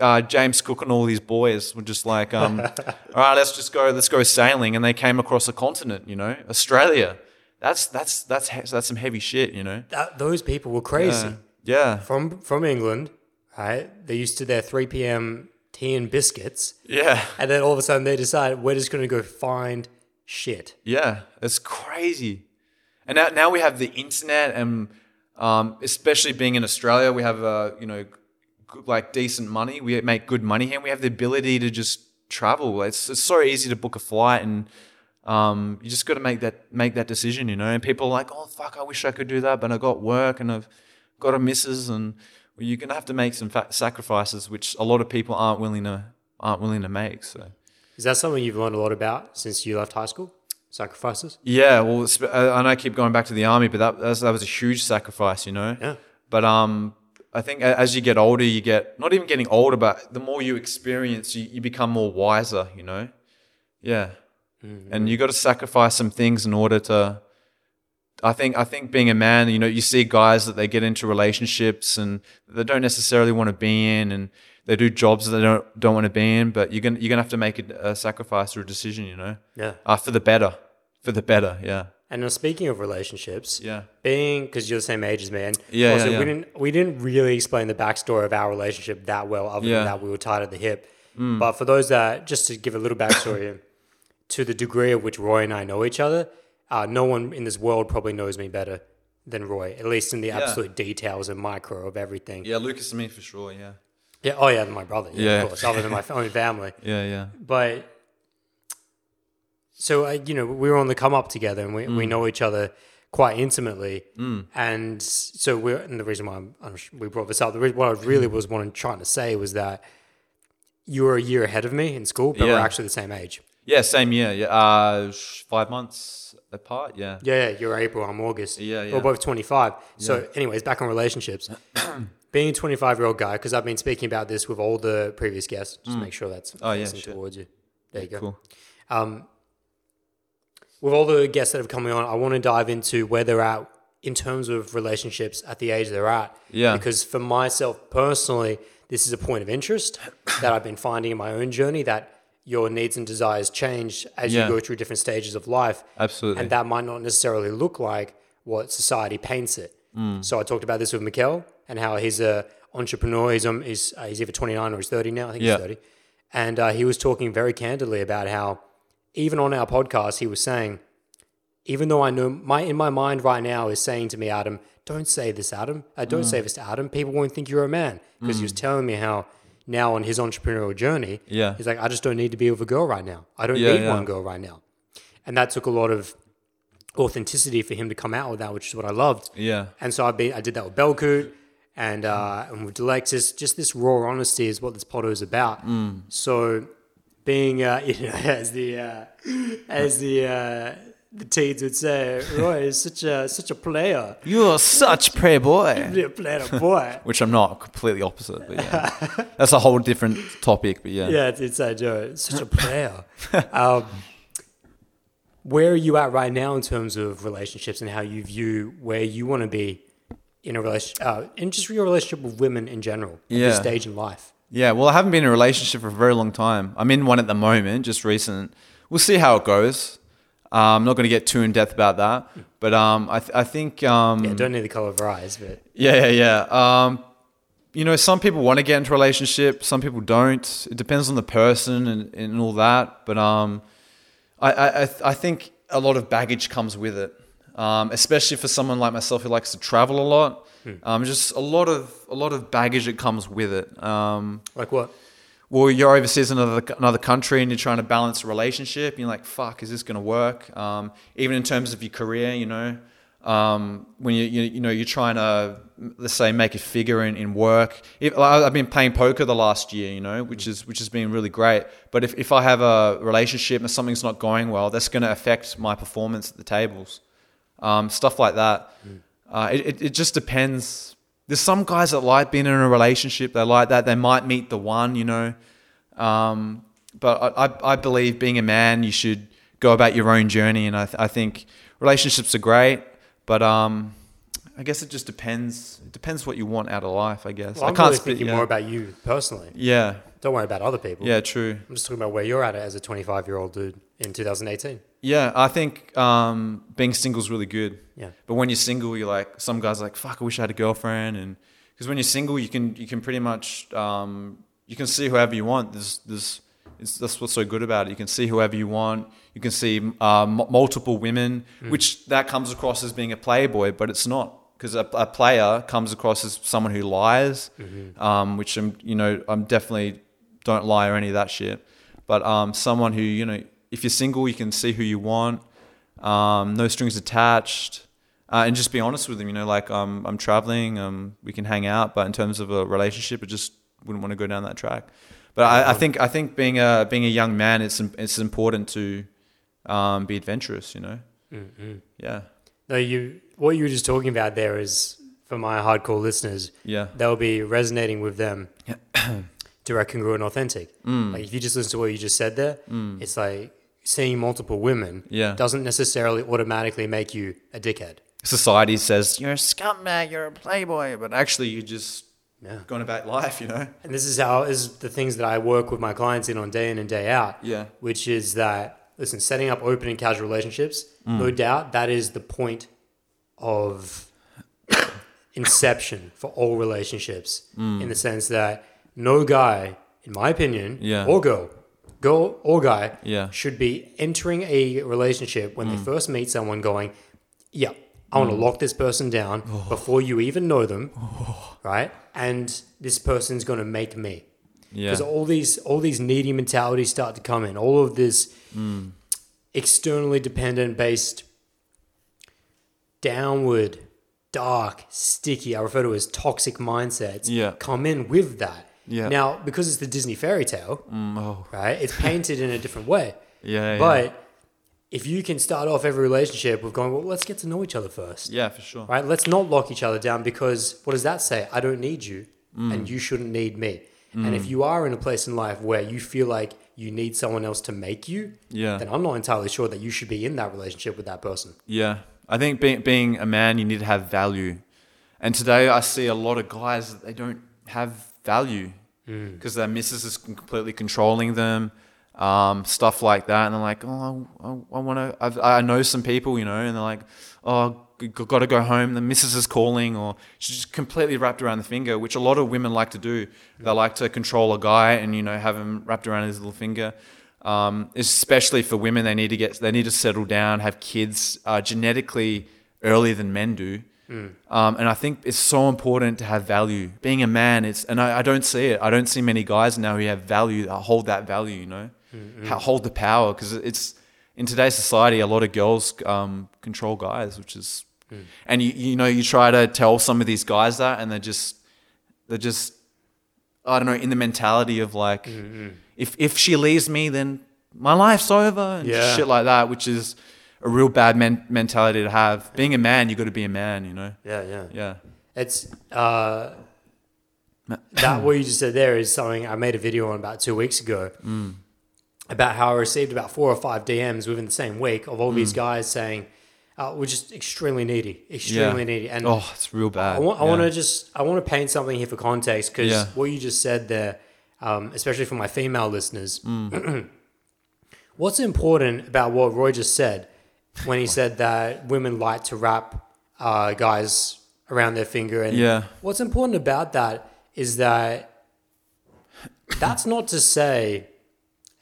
Speaker 5: uh, James Cook and all these boys were just like, um, all right, let's just go, let's go sailing, and they came across a continent, you know, Australia. That's that's that's he- that's some heavy shit, you know. Uh,
Speaker 3: That, those people were crazy.
Speaker 5: Yeah,
Speaker 3: From from England, right? They used to their 3 p.m. tea and biscuits.
Speaker 5: Yeah.
Speaker 3: And then all of a sudden they decide we're just going to go find shit.
Speaker 5: Yeah, it's crazy. And now, now we have the internet, and um, especially being in Australia, we have uh, you know g- like decent money. We make good money here. and We have the ability to just travel. It's it's so easy to book a flight, and um, you just got to make that make that decision, you know. And people are like, oh fuck, I wish I could do that, but I got work and I've got a missus, and well, you're gonna have to make some fa- sacrifices, which a lot of people aren't willing to aren't willing to make. So.
Speaker 3: Is that something you've learned a lot about since you left high school? Sacrifices?
Speaker 5: Yeah, well, it's- uh, I know I keep going back to the army, but that that's, that was a huge sacrifice, you know.
Speaker 3: Yeah.
Speaker 5: But um, I think a- as you get older, you get not even getting older, but the more you experience, you, you become more wiser, you know. Yeah. And you got to sacrifice some things in order to. I think I think being a man, you know, you see guys that they get into relationships and they don't necessarily want to be in, and they do jobs that they don't don't want to be in. But you're gonna you're gonna have to make a, a sacrifice or a decision, you know.
Speaker 3: Yeah.
Speaker 5: Uh, for the better. For the better, yeah.
Speaker 3: And now speaking of relationships,
Speaker 5: Yeah.
Speaker 3: being because you're the same age as me, and
Speaker 5: Yeah,
Speaker 3: also
Speaker 5: yeah, yeah.
Speaker 3: we didn't we didn't really explain the backstory of our relationship that well, other
Speaker 5: Yeah. Mm.
Speaker 3: than that we were tied at the hip. But for those that just to give a little backstory to the degree of which Roy and I know each other, uh, no one in this world probably knows me better than Roy, at least in the absolute details and micro of everything.
Speaker 5: Yeah, Lucas and me for sure, yeah.
Speaker 3: Yeah, oh yeah, my brother, yeah,
Speaker 5: Yeah.
Speaker 3: of course, other than my own family.
Speaker 5: Yeah, yeah.
Speaker 3: but so uh, you know we were on the come up together and we, we
Speaker 5: Mm.
Speaker 3: know each other quite intimately and so we're and the reason why I'm, I'm, sh- we brought this up the reason what i really
Speaker 5: Mm.
Speaker 3: was wanting trying to say was that you were a year ahead of me in school but we're
Speaker 5: Yeah.
Speaker 3: actually the same age
Speaker 5: Yeah, same year. Yeah, uh, sh- five months apart, yeah.
Speaker 3: yeah yeah, you're april i'm august
Speaker 5: Yeah, yeah.
Speaker 3: we're both 25 so anyways back on relationships being a 25 year old guy because i've been speaking about this with all the previous guests just make sure that's
Speaker 5: Oh, yeah,
Speaker 3: facing
Speaker 5: shit.
Speaker 3: towards you there you go
Speaker 5: Cool.
Speaker 3: with all the guests that have come on, I want to dive into where they're at in terms of relationships at the age they're at.
Speaker 5: Yeah.
Speaker 3: Because for myself personally, this is a point of interest that I've been finding in my own journey that your needs and desires change as
Speaker 5: Yeah.
Speaker 3: you go through different stages of life.
Speaker 5: Absolutely.
Speaker 3: And that might not necessarily look like what society paints it.
Speaker 5: Mm.
Speaker 3: So I talked about this with Mikkel and how he's a entrepreneur. He's, um, he's, uh, he's either 29 or he's 30 now. I think
Speaker 5: Yeah.
Speaker 3: he's 30. And uh, he was talking very candidly about how even on our podcast, he was saying, even though I know my in my mind right now is saying to me, Adam, don't say this, Adam. Uh, don't
Speaker 5: Mm.
Speaker 3: say this to Adam. People won't think you're a man because he was telling me how now on his entrepreneurial journey,
Speaker 5: Yeah.
Speaker 3: he's like, I just don't need to be with a girl right now. I don't
Speaker 5: Yeah,
Speaker 3: need
Speaker 5: yeah.
Speaker 3: one girl right now, and that took a lot of authenticity for him to come out with that, which is what I loved.
Speaker 5: Yeah.
Speaker 3: And so I've been, I did that with Belcoot and uh, and with Delexis. Just this raw honesty is what this potto is about. So being, uh, you know, as the uh, as the uh, the teens would say, Roy is such a such a player,
Speaker 5: You're such prey boy.
Speaker 3: You're a player boy.
Speaker 5: Which I'm not, completely opposite, but yeah. That's a whole different topic, but yeah.
Speaker 3: yeah, it's inside joke. Such a player. um, where are you at right now in terms of relationships and how you view where you want to be in a relationship, uh, in just your relationship with women in general, at this
Speaker 5: Yeah.
Speaker 3: stage in life?
Speaker 5: Yeah, well, I haven't been in a relationship for a very long time. I'm in one at the moment, just recent. We'll see how it goes. Uh, I'm not going to get too in depth about that, but um, I, th- I think um,
Speaker 3: Yeah, don't need the color of her eyes, but
Speaker 5: Yeah, yeah, yeah. Um, you know, some people want to get into a relationship, some people don't. It depends on the person and, and all that. But um, I, I, I th- I think a lot of baggage comes with it, um, especially for someone like myself who likes to travel a lot. Um, just a lot of a lot of baggage that comes with it. Um,
Speaker 3: like what?
Speaker 5: well, you're overseas in another, another country and you're trying to balance a relationship. And you're like, fuck, is this going to work? Um, even in terms of your career, you know, um, when you, you, you know, you're trying to, let's say, make a figure in, in work. If, I- I've been playing poker the last year, you know, which is, which has been really great. But if, if I have a relationship and something's not going well, that's going to affect my performance at the tables um, stuff like that.
Speaker 3: Mm.
Speaker 5: Uh, it, it, it just depends. There's some guys that like being in a relationship. They like that. They might meet the one, you know. Um, but I, I, I believe being a man, you should go about your own journey. And I, th- I think relationships are great, but um, I guess it just depends. It depends what you want out of life. I guess
Speaker 3: Well, I'm
Speaker 5: I can't
Speaker 3: really
Speaker 5: speak
Speaker 3: thinking more about you personally.
Speaker 5: yeah,
Speaker 3: Don't worry about other people.
Speaker 5: yeah, true.
Speaker 3: I'm just talking about where you're at as a 25 year old dude in 2018.
Speaker 5: Yeah, I think um, being single's really good.
Speaker 3: Yeah.
Speaker 5: But when you're single, you're like some guys are like fuck. I wish I had a girlfriend, and because when you're single, you can you can pretty much um, you can see whoever you want. There's, there's, it's, that's what's so good about it. You can see whoever you want. You can see uh, m- multiple women, which that comes across as being a playboy, but it's not because a, a player comes across as someone who lies, um, which I'm, you know, I'm definitely don't lie or any of that shit. But um, someone who, you know, if you're single, you can see who you want. Um, no strings attached. Uh, and just be honest with them, you know, like um, I'm traveling, um, we can hang out, but in terms of a relationship, I just wouldn't want to go down that track. But I, I think I think being a being a young man, it's im- it's important to um, be adventurous, you know. Yeah,
Speaker 3: No, you. What you were just talking about there is for my hardcore listeners.
Speaker 5: Yeah.
Speaker 3: that will be resonating with them. direct, congruent, authentic.
Speaker 5: Mm.
Speaker 3: Like if you just listen to what you just said there, it's like seeing multiple women.
Speaker 5: Yeah.
Speaker 3: doesn't necessarily automatically make you a dickhead.
Speaker 5: society says you're a scumbag, you're a playboy, but actually you're just going about life, you know.
Speaker 3: And this is how this is the things that I work with my clients in on day in and day out.
Speaker 5: Yeah.
Speaker 3: Which is that listen, setting up open and casual relationships,
Speaker 5: Mm.
Speaker 3: no doubt that is the point of inception for all relationships.
Speaker 5: Mm.
Speaker 3: In the sense that no guy, in my opinion,
Speaker 5: Yeah.
Speaker 3: or girl, girl or guy,
Speaker 5: Yeah. Mm.
Speaker 3: should be entering a relationship when they first meet someone going, Yeah, I want to lock this person down
Speaker 5: Oh.
Speaker 3: before you even know them right? And this person's going to make me
Speaker 5: Yeah,
Speaker 3: because all these all these needy mentalities start to come in. All of this
Speaker 5: Mm.
Speaker 3: externally dependent based, downward, dark, sticky. I refer to as toxic mindsets.
Speaker 5: Yeah.
Speaker 3: come in with that.
Speaker 5: Yeah.
Speaker 3: Now, because it's the Disney fairy tale, right? It's painted in a different way.
Speaker 5: Mm, oh. Yeah, yeah.
Speaker 3: But if you can start off every relationship with going, well, let's get to know each other first
Speaker 5: yeah, for sure.
Speaker 3: right? Let's not lock each other down because what does that say? I don't need you
Speaker 5: Mm.
Speaker 3: and you shouldn't need me. And if you are in a place in life where you feel like you need someone else to make you,
Speaker 5: Yeah.
Speaker 3: then I'm not entirely sure that you should be in that relationship with that person.
Speaker 5: Yeah, I think being being a man, you need to have value. And today, I see a lot of guys that they don't have value because their missus is completely controlling them, um, stuff like that. And they're like, oh, I, I want to. I know some people, you know, and they're like, oh, got to go home. The missus is calling, or she's just completely wrapped around the finger, which a lot of women like to do. They like to control a guy and you know have him wrapped around his little finger um, especially for women. They need to get they need to settle down, have kids uh, genetically earlier than men do. Um, and I think it's so important to have value. Being a man, it's and I, I don't see it. I don't see many guys now who have value that hold that value. You know, Ha- hold the power because it's in today's society a lot of girls um, control guys, which is and you you know you try to tell some of these guys that and they're just they're just I don't know, in the mentality of like,
Speaker 3: Mm-hmm.
Speaker 5: if if she leaves me, then my life's over and
Speaker 3: Yeah.
Speaker 5: shit like that, which is a real bad men- mentality to have. Being a man, you got to be a man, you know.
Speaker 3: Yeah, yeah.
Speaker 5: Yeah,
Speaker 3: It's uh, that what you just said there is something I made a video on about two weeks ago about how I received about four or five DMs within the same week of all these guys saying, uh, "We're just extremely needy, extremely
Speaker 5: yeah.
Speaker 3: needy," and
Speaker 5: oh, it's real bad.
Speaker 3: I want, I
Speaker 5: Yeah.
Speaker 3: want to just I want to paint something here for context because
Speaker 5: Yeah.
Speaker 3: what you just said there, um, especially for my female listeners,
Speaker 5: Mm.
Speaker 3: what's important about what Roy just said when he said that women like to wrap uh, guys around their finger and
Speaker 5: Yeah.
Speaker 3: what's important about that is that that's not to say,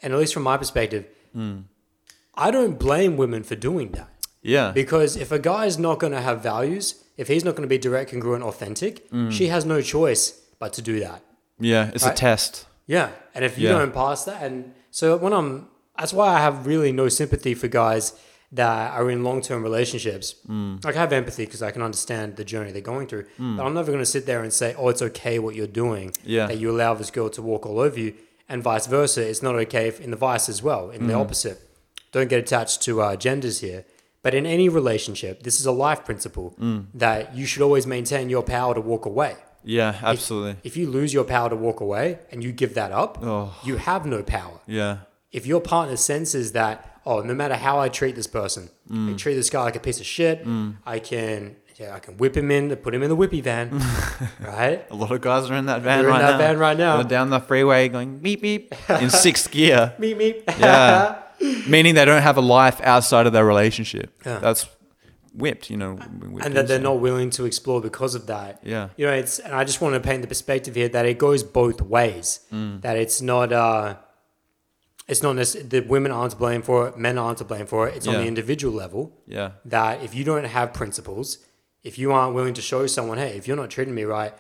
Speaker 3: and at least from my perspective,
Speaker 5: Mm.
Speaker 3: I don't blame women for doing that.
Speaker 5: Yeah,
Speaker 3: Because if a guy is not going to have values, if he's not going to be direct, congruent, authentic, she has no choice but to do that.
Speaker 5: yeah, it's a test.
Speaker 3: Yeah. And if you
Speaker 5: Yeah.
Speaker 3: don't pass that, and so when I'm, that's why I have really no sympathy for guys that are in long term relationships.
Speaker 5: Mm.
Speaker 3: Like I have empathy because I can understand the journey they're going through. But I'm never going to sit there and say, oh, it's okay what you're doing.
Speaker 5: Yeah.
Speaker 3: That you allow this girl to walk all over you. And vice versa. It's not okay if, in the vice as well, in the
Speaker 5: Mm.
Speaker 3: opposite. Don't get attached to uh, genders here. But in any relationship, this is a life principle
Speaker 5: Mm.
Speaker 3: that you should always maintain your power to walk away.
Speaker 5: Yeah, absolutely.
Speaker 3: If you lose your power to walk away and you give that up, you have no power.
Speaker 5: Oh, Yeah,
Speaker 3: If your partner senses that, oh, no matter how I treat this person,
Speaker 5: Mm.
Speaker 3: I treat this guy like a piece of shit. I can, yeah, I can whip him in, put him in the whippy van, right?
Speaker 5: a lot of guys are in that van
Speaker 3: They're in
Speaker 5: right
Speaker 3: that
Speaker 5: now.
Speaker 3: van right now.
Speaker 5: They're down the freeway going beep beep in sixth gear.
Speaker 3: Meep meep.
Speaker 5: Yeah. Meaning they don't have a life outside of their relationship. That's whipped. You know, we- we-
Speaker 3: and that they're not willing to explore because of that.
Speaker 5: Yeah.
Speaker 3: you know, it's and I just want to paint the perspective here that it goes both ways.
Speaker 5: Mm.
Speaker 3: That it's not, uh, it's not necess- the women aren't to blame for it, men aren't to blame for it. It's on
Speaker 5: Yeah.
Speaker 3: the individual level.
Speaker 5: Yeah.
Speaker 3: that if you don't have principles, if you aren't willing to show someone, hey, if you're not treating me right,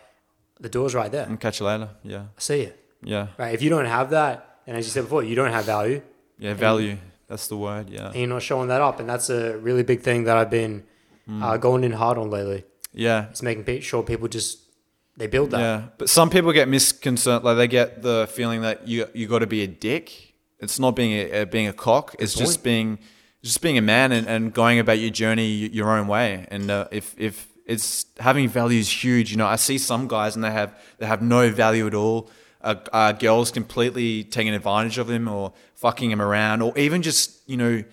Speaker 3: the door's right there.
Speaker 5: Catch you later. Yeah,
Speaker 3: I see it.
Speaker 5: yeah,
Speaker 3: Right. If you don't have that, and as you said before, you don't have value,
Speaker 5: yeah. Value. That's the word. Yeah.
Speaker 3: and you're not showing that up, and that's a really big thing that I've been uh, going in hard on lately.
Speaker 5: Yeah.
Speaker 3: It's making pe- sure people just they build that.
Speaker 5: Yeah, but some people get misconceived. Like they get the feeling that you you got to be a dick. It's not being a, a being a cock. It's just
Speaker 3: point.
Speaker 5: being just being a man and, and going about your journey y- your own way. And uh, if if it's having value is huge. You know, I see some guys and they have they have no value at all. Uh, uh, girls completely taking advantage of them or fucking him around or even just you know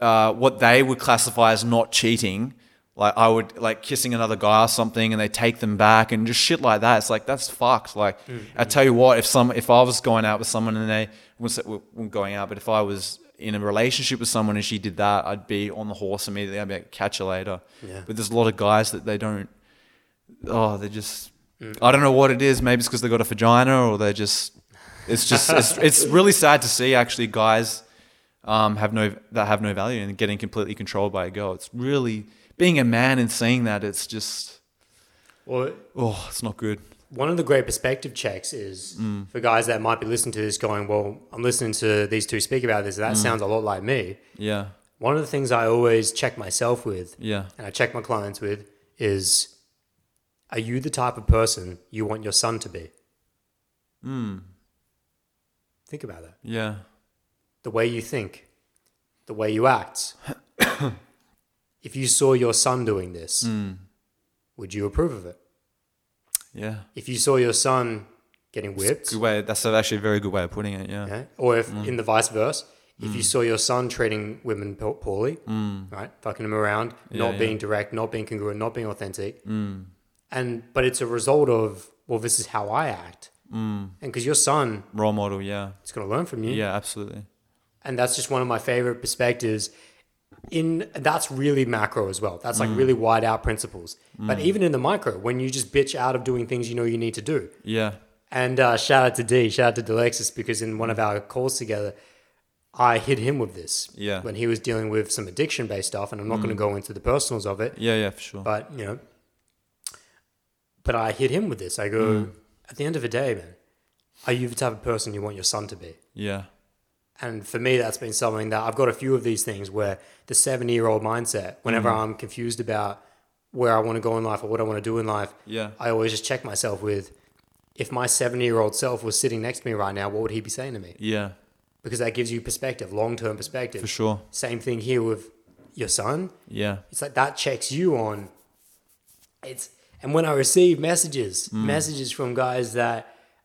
Speaker 5: uh, what they would classify as not cheating. Like I would like kissing another guy or something, and they take them back and just shit like that. It's like that's fucked. Like I tell you what, if some if I was going out with someone and they wasn't going out, but if I was in a relationship with someone and she did that, I'd be on the horse immediately. I'd be like, catch you later.
Speaker 3: Yeah.
Speaker 5: But there's a lot of guys that they don't. Oh, they just. I don't know what it is. Maybe it's because they got a vagina, or they just. It's just. it's, it's really sad to see actually guys um, have no that have no value and getting completely controlled by a girl. It's really being a man and seeing that it's just
Speaker 3: Well,
Speaker 5: oh, it's not good.
Speaker 3: one of the great perspective checks is for guys that might be listening to this, going, "Well, I'm listening to these two speak about this. That sounds a lot like me."
Speaker 5: Yeah,
Speaker 3: One of the things I always check myself with,
Speaker 5: yeah,
Speaker 3: and I check my clients with, is are you the type of person you want your son to be? Hmm. Think about that.
Speaker 5: yeah,
Speaker 3: The way you think, the way you act. if you saw your son doing this, would you approve of it?
Speaker 5: yeah.
Speaker 3: If you saw your son getting whipped,
Speaker 5: Good way. That's actually a very good way of putting it. Yeah,
Speaker 3: okay? or if in the vice versa, if
Speaker 5: Mm.
Speaker 3: you saw your son treating women po- poorly, right, fucking them around, not
Speaker 5: yeah. Mm.
Speaker 3: being direct, not being congruent, not being authentic, and but it's a result of well, this is how I act, mm. and because your son
Speaker 5: role model. Yeah,
Speaker 3: is going to learn from you,
Speaker 5: yeah, absolutely.
Speaker 3: and that's just one of my favorite perspectives. In that's really macro as well. That's like
Speaker 5: Mm.
Speaker 3: really wide out principles. But even in the micro, when you just bitch out of doing things you know you need to do,
Speaker 5: Yeah,
Speaker 3: and uh, shout out to D, shout out to Delexis, because in one of our calls together, I hit him with this.
Speaker 5: Yeah.
Speaker 3: When he was dealing with some addiction based stuff, and I'm not going to go into the personals of it,
Speaker 5: yeah, yeah, for sure.
Speaker 3: but, you know, but I hit him with this. I go, at the end of the day, man, are you the type of person you want your son to be?
Speaker 5: yeah,
Speaker 3: And for me, that's been something that I've got a few of these things where the 70 year old mindset, whenever I'm confused about where I want to go in life or what I want to do in life,
Speaker 5: Yeah.
Speaker 3: I always just check myself with if my 70 year old self was sitting next to me right now, what would he be saying to me?
Speaker 5: yeah,
Speaker 3: Because that gives you perspective, long term perspective.
Speaker 5: for sure.
Speaker 3: Same thing here with your son.
Speaker 5: Yeah,
Speaker 3: It's like that checks you on. It's and when I receive messages,
Speaker 5: Mm.
Speaker 3: messages from guys that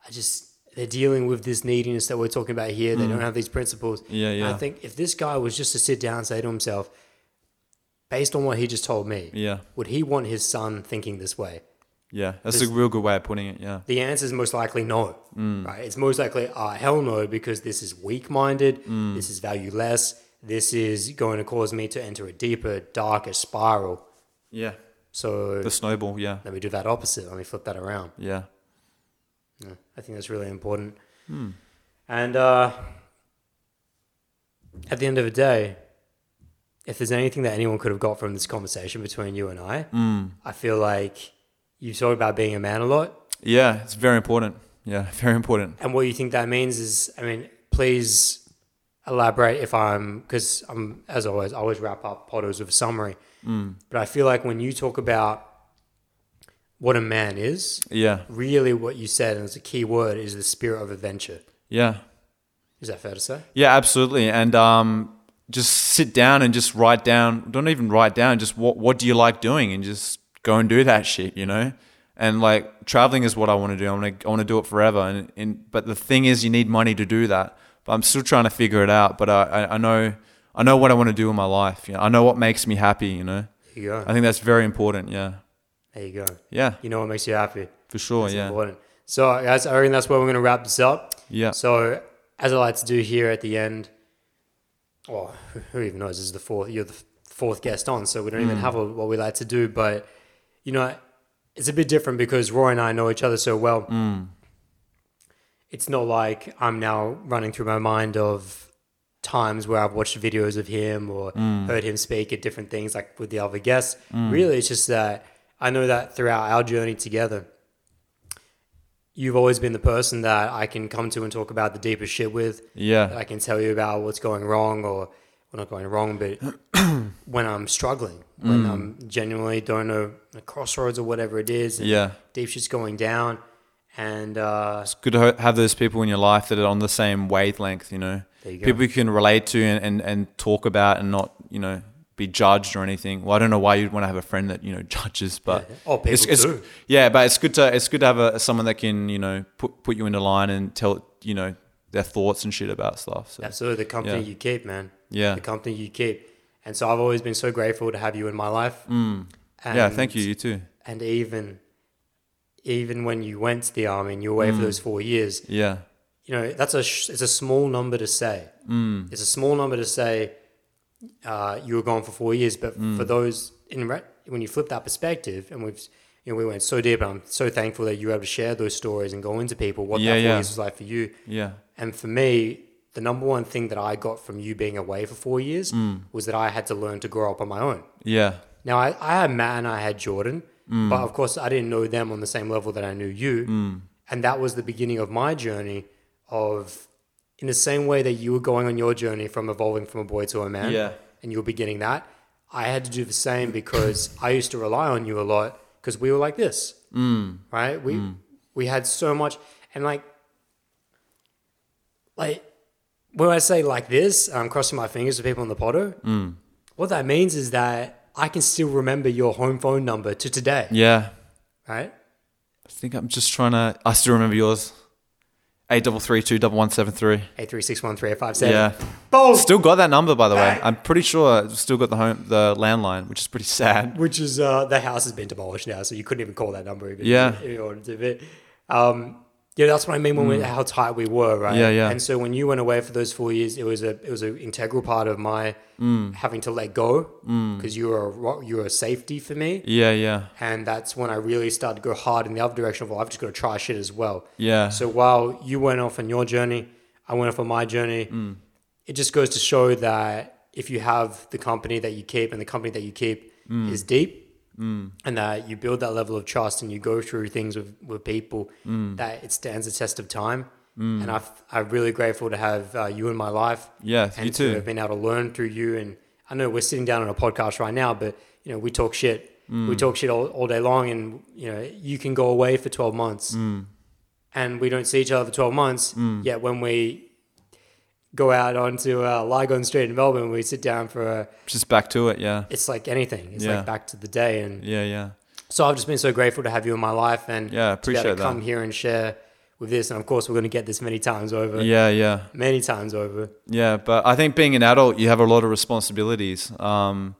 Speaker 3: I just they're dealing with this neediness that we're talking about here. They don't have these principles.
Speaker 5: Mm. Yeah,
Speaker 3: And I
Speaker 5: yeah.
Speaker 3: think if this guy was just to sit down and say to himself, based on what he just told me,
Speaker 5: yeah,
Speaker 3: would he want his son thinking this way?
Speaker 5: yeah. That's a real good way of putting it. Yeah,
Speaker 3: The answer is most likely no. Right? It's most likely, ah, hell no, because this is weak minded, this is valueless, this is going to cause me to enter a deeper, darker spiral.
Speaker 5: yeah.
Speaker 3: So
Speaker 5: The snowball. Yeah,
Speaker 3: let me do that opposite. Let me flip that around.
Speaker 5: yeah,
Speaker 3: I think that's really important. And uh, at the end of the day, if there's anything that anyone could have got from this conversation between you and I, I feel like you talk about being a man a lot.
Speaker 5: yeah. It's very important. Yeah, very important.
Speaker 3: And what you think that means is, I mean, please elaborate if I'm, because I'm, as always, I always wrap up podders with a summary. But I feel like when you talk about what a man is,
Speaker 5: Yeah,
Speaker 3: really what you said, and it's a key word, is the spirit of adventure.
Speaker 5: yeah.
Speaker 3: Is that fair to say?
Speaker 5: Yeah, absolutely. And um, just sit down and just write down. Don't even write down. Just what what do you like doing, and just go and do that shit. You know. And like traveling is what I want to do. I want to I want to do it forever. And, and but the thing is, you need money to do that. But I'm still trying to figure it out. But I I, I know I know what I want to do in my life. You know, I know what makes me happy. You know.
Speaker 3: There you go.
Speaker 5: I think that's very important. Yeah.
Speaker 3: there you go.
Speaker 5: Yeah.
Speaker 3: You know what makes you happy.
Speaker 5: For sure.
Speaker 3: It's
Speaker 5: yeah.
Speaker 3: important. So, guys, I reckon that's where we're going to wrap this up.
Speaker 5: Yeah.
Speaker 3: So, as I like to do here at the end, oh, who even knows? This is the fourth. You're the f- fourth guest on, so we don't
Speaker 5: Hmm.
Speaker 3: even have a, what we like to do. But you know, it's a bit different because Roy and I know each other so well. It's not like I'm now running through my mind of times where I've watched videos of him or heard him speak at different things, like with the other guests. Really, it's just that I know that throughout our journey together, you've always been the person that I can come to and talk about the deepest shit with.
Speaker 5: Yeah.
Speaker 3: that I can tell you about what's going wrong or well, not going wrong, but when I'm struggling, when
Speaker 5: Mm.
Speaker 3: I'm genuinely don't know the crossroads or whatever it is. and
Speaker 5: Yeah.
Speaker 3: deep shit's going down, and uh,
Speaker 5: It's good to ho- have those people in your life that are on the same wavelength, you know.
Speaker 3: There you go.
Speaker 5: People you can relate to and, and, and talk about and not, you know, be judged or anything. Well, I don't know why you'd want to have a friend that, you know, judges, but
Speaker 3: Yeah. Oh, people
Speaker 5: it's, it's-
Speaker 3: do.
Speaker 5: Yeah, but it's good to it's good to have a, someone that can, you know, put put you into line and tell, you know, their thoughts and shit about stuff. So
Speaker 3: Absolutely, the company
Speaker 5: Yeah.
Speaker 3: you keep, man.
Speaker 5: Yeah.
Speaker 3: the company you keep, and so I've always been so grateful to have you in my life. And,
Speaker 5: Mm. yeah, thank you, you too.
Speaker 3: And even, even when you went to the army and you were away
Speaker 5: Mm.
Speaker 3: for those four years,
Speaker 5: Yeah.
Speaker 3: you know that's a sh- it's a small number to say. Mm. It's a small number to say uh, you were gone for four years, but
Speaker 5: Mm.
Speaker 3: for those in re- when you flip that perspective, and we've you know we went so deep, and I'm so thankful that you were able to share those stories and go into people what
Speaker 5: Yeah,
Speaker 3: that four
Speaker 5: yeah.
Speaker 3: years was like for you.
Speaker 5: Yeah.
Speaker 3: And for me, the number one thing that I got from you being away for four years
Speaker 5: Mm.
Speaker 3: was that I had to learn to grow up on my own.
Speaker 5: Yeah.
Speaker 3: Now, I, I had Matt and I had Jordan, but of course, I didn't know them on the same level that I knew you. And that was the beginning of my journey of, in the same way that you were going on your journey from evolving from a boy to a man,
Speaker 5: Yeah.
Speaker 3: and you were beginning that, I had to do the same because I used to rely on you a lot because we were like this, right? We we had so much, and like, like when I say like this, I'm crossing my fingers for people in the Potter.
Speaker 5: Mm.
Speaker 3: What that means is that I can still remember your home phone number to today,
Speaker 5: Yeah.
Speaker 3: right?
Speaker 5: I think I'm just trying to I still remember yours. Eight double three two double one seven three.
Speaker 3: Eight three six one three eight five seven.
Speaker 5: Yeah.
Speaker 3: Boom.
Speaker 5: Still got that number, by the way. I'm pretty sure I've still got the home, the landline, which is pretty sad.
Speaker 3: Which is uh, the house has been demolished now, so you couldn't even call that number. Even
Speaker 5: Yeah.
Speaker 3: In order to it. Um, yeah, that's what I mean when we, how tight we were, right?
Speaker 5: Mm. Yeah, yeah.
Speaker 3: And so when you went away for those four years, it was a it was an integral part of my
Speaker 5: Mm.
Speaker 3: having to let go because you were a, ro- you were a safety for me.
Speaker 5: Yeah, yeah,
Speaker 3: And that's when I really started to go hard in the other direction of, well, I've just got to try shit as well.
Speaker 5: yeah.
Speaker 3: So while you went off on your journey, I went off on my journey. It just goes to show that if you have the company that you keep and the company that you keep is deep and that you build that level of trust and you go through things with, with people, that it stands the test of time. And I've, I'm really grateful to have uh, you in my life.
Speaker 5: Yeah,
Speaker 3: and
Speaker 5: you
Speaker 3: to
Speaker 5: too.
Speaker 3: have been able to learn through you. And I know we're sitting down on a podcast right now, but you know we talk shit.
Speaker 5: Mm.
Speaker 3: We talk shit all, all day long, and you know you can go away for 12 months
Speaker 5: Mm.
Speaker 3: and we don't see each other for 12 months. Yet when we go out onto uh, Lygon Street in Melbourne, we sit down for a,
Speaker 5: just back to it. Yeah,
Speaker 3: it's like anything. It's
Speaker 5: Yeah.
Speaker 3: like back to the day. And
Speaker 5: yeah, yeah.
Speaker 3: so I've just been so grateful to have you in my life
Speaker 5: Yeah,
Speaker 3: and to be able
Speaker 5: appreciate
Speaker 3: to
Speaker 5: that.
Speaker 3: come here and share with this. And of course, we're going to get this many times over.
Speaker 5: Yeah, yeah,
Speaker 3: Many times over.
Speaker 5: yeah. But I think being an adult, you have a lot of responsibilities. Um,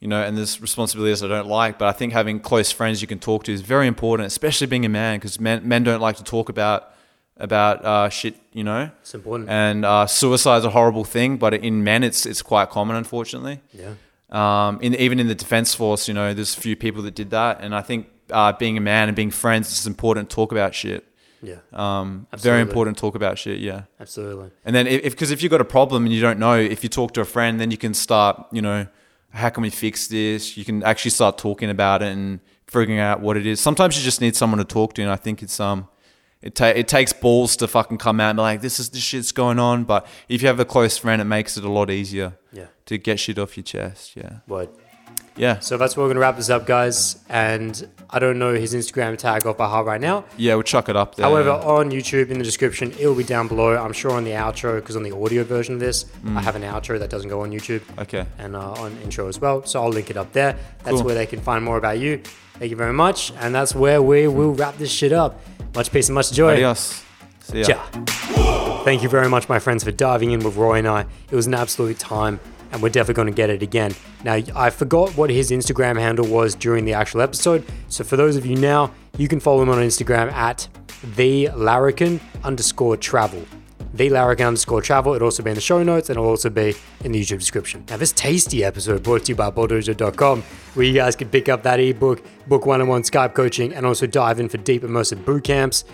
Speaker 5: you know, and there's responsibilities I don't like. But I think having close friends you can talk to is very important, especially being a man, because men men don't like to talk about about uh, shit. You know,
Speaker 3: It's important.
Speaker 5: and uh, suicide's a horrible thing, but in men, it's it's quite common, unfortunately.
Speaker 3: yeah.
Speaker 5: um, in even in the defense force, you know, there's a few people that did that, and I think uh, being a man and being friends is important. to Talk about shit.
Speaker 3: Yeah.
Speaker 5: Um,
Speaker 3: Absolutely.
Speaker 5: very important. to Talk about shit. Yeah.
Speaker 3: absolutely.
Speaker 5: And then if because if you've got a problem and you don't know, if you talk to a friend, then you can start. You know, how can we fix this? You can actually start talking about it and figuring out what it is. Sometimes you just need someone to talk to, and I think it's um. It, ta- it takes balls to fucking come out and be like, this is this shit's going on. But if you have a close friend, it makes it a lot easier
Speaker 3: Yeah.
Speaker 5: to get shit off your chest. Yeah.
Speaker 3: But
Speaker 5: Yeah.
Speaker 3: so that's where we're going to wrap this up, guys. And I don't know his Instagram tag off by heart right now.
Speaker 5: Yeah, we'll chuck it up there.
Speaker 3: However,
Speaker 5: yeah.
Speaker 3: on YouTube in the description, it'll be down below. I'm sure on the outro, because on the audio version of this,
Speaker 5: Mm.
Speaker 3: I have an outro that doesn't go on YouTube.
Speaker 5: Okay.
Speaker 3: And uh, on intro as well. So I'll link it up there. That's
Speaker 5: Cool.
Speaker 3: where they can find more about you. Thank you very much. And that's where we will wrap this shit up. Much peace and much joy.
Speaker 5: adios. See ya.
Speaker 3: Ja. Thank you very much, my friends, for diving in with Roy and I. It was an absolute time, and we're definitely going to get it again. Now, I forgot what his Instagram handle was during the actual episode. So, for those of you now, you can follow him on Instagram at the larrikin underscore travel. the Larrick underscore travel. It'll also be in the show notes and it'll also be in the YouTube description. Now, this tasty episode brought to you by bulldozer.com, where you guys can pick up that ebook, book one on one Skype coaching, and also dive in for deep immersive boot camps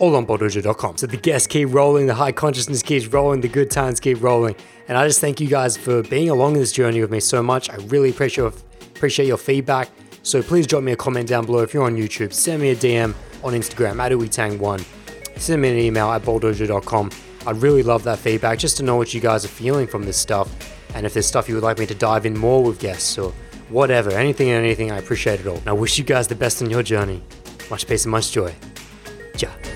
Speaker 3: all on bulldozer.com. So the guests keep rolling, the high consciousness keeps rolling, the good times keep rolling. And I just thank you guys for being along this journey with me so much. I really appreciate your, appreciate your feedback. So please drop me a comment down below if you're on YouTube. Send me a DM on Instagram at uitang1. Send me an email at bulldozer.com. I really love that feedback just to know what you guys are feeling from this stuff. And if there's stuff you would like me to dive in more with guests or whatever, anything and anything, I appreciate it all. And I wish you guys the best on your journey. Much peace and much joy. Ciao.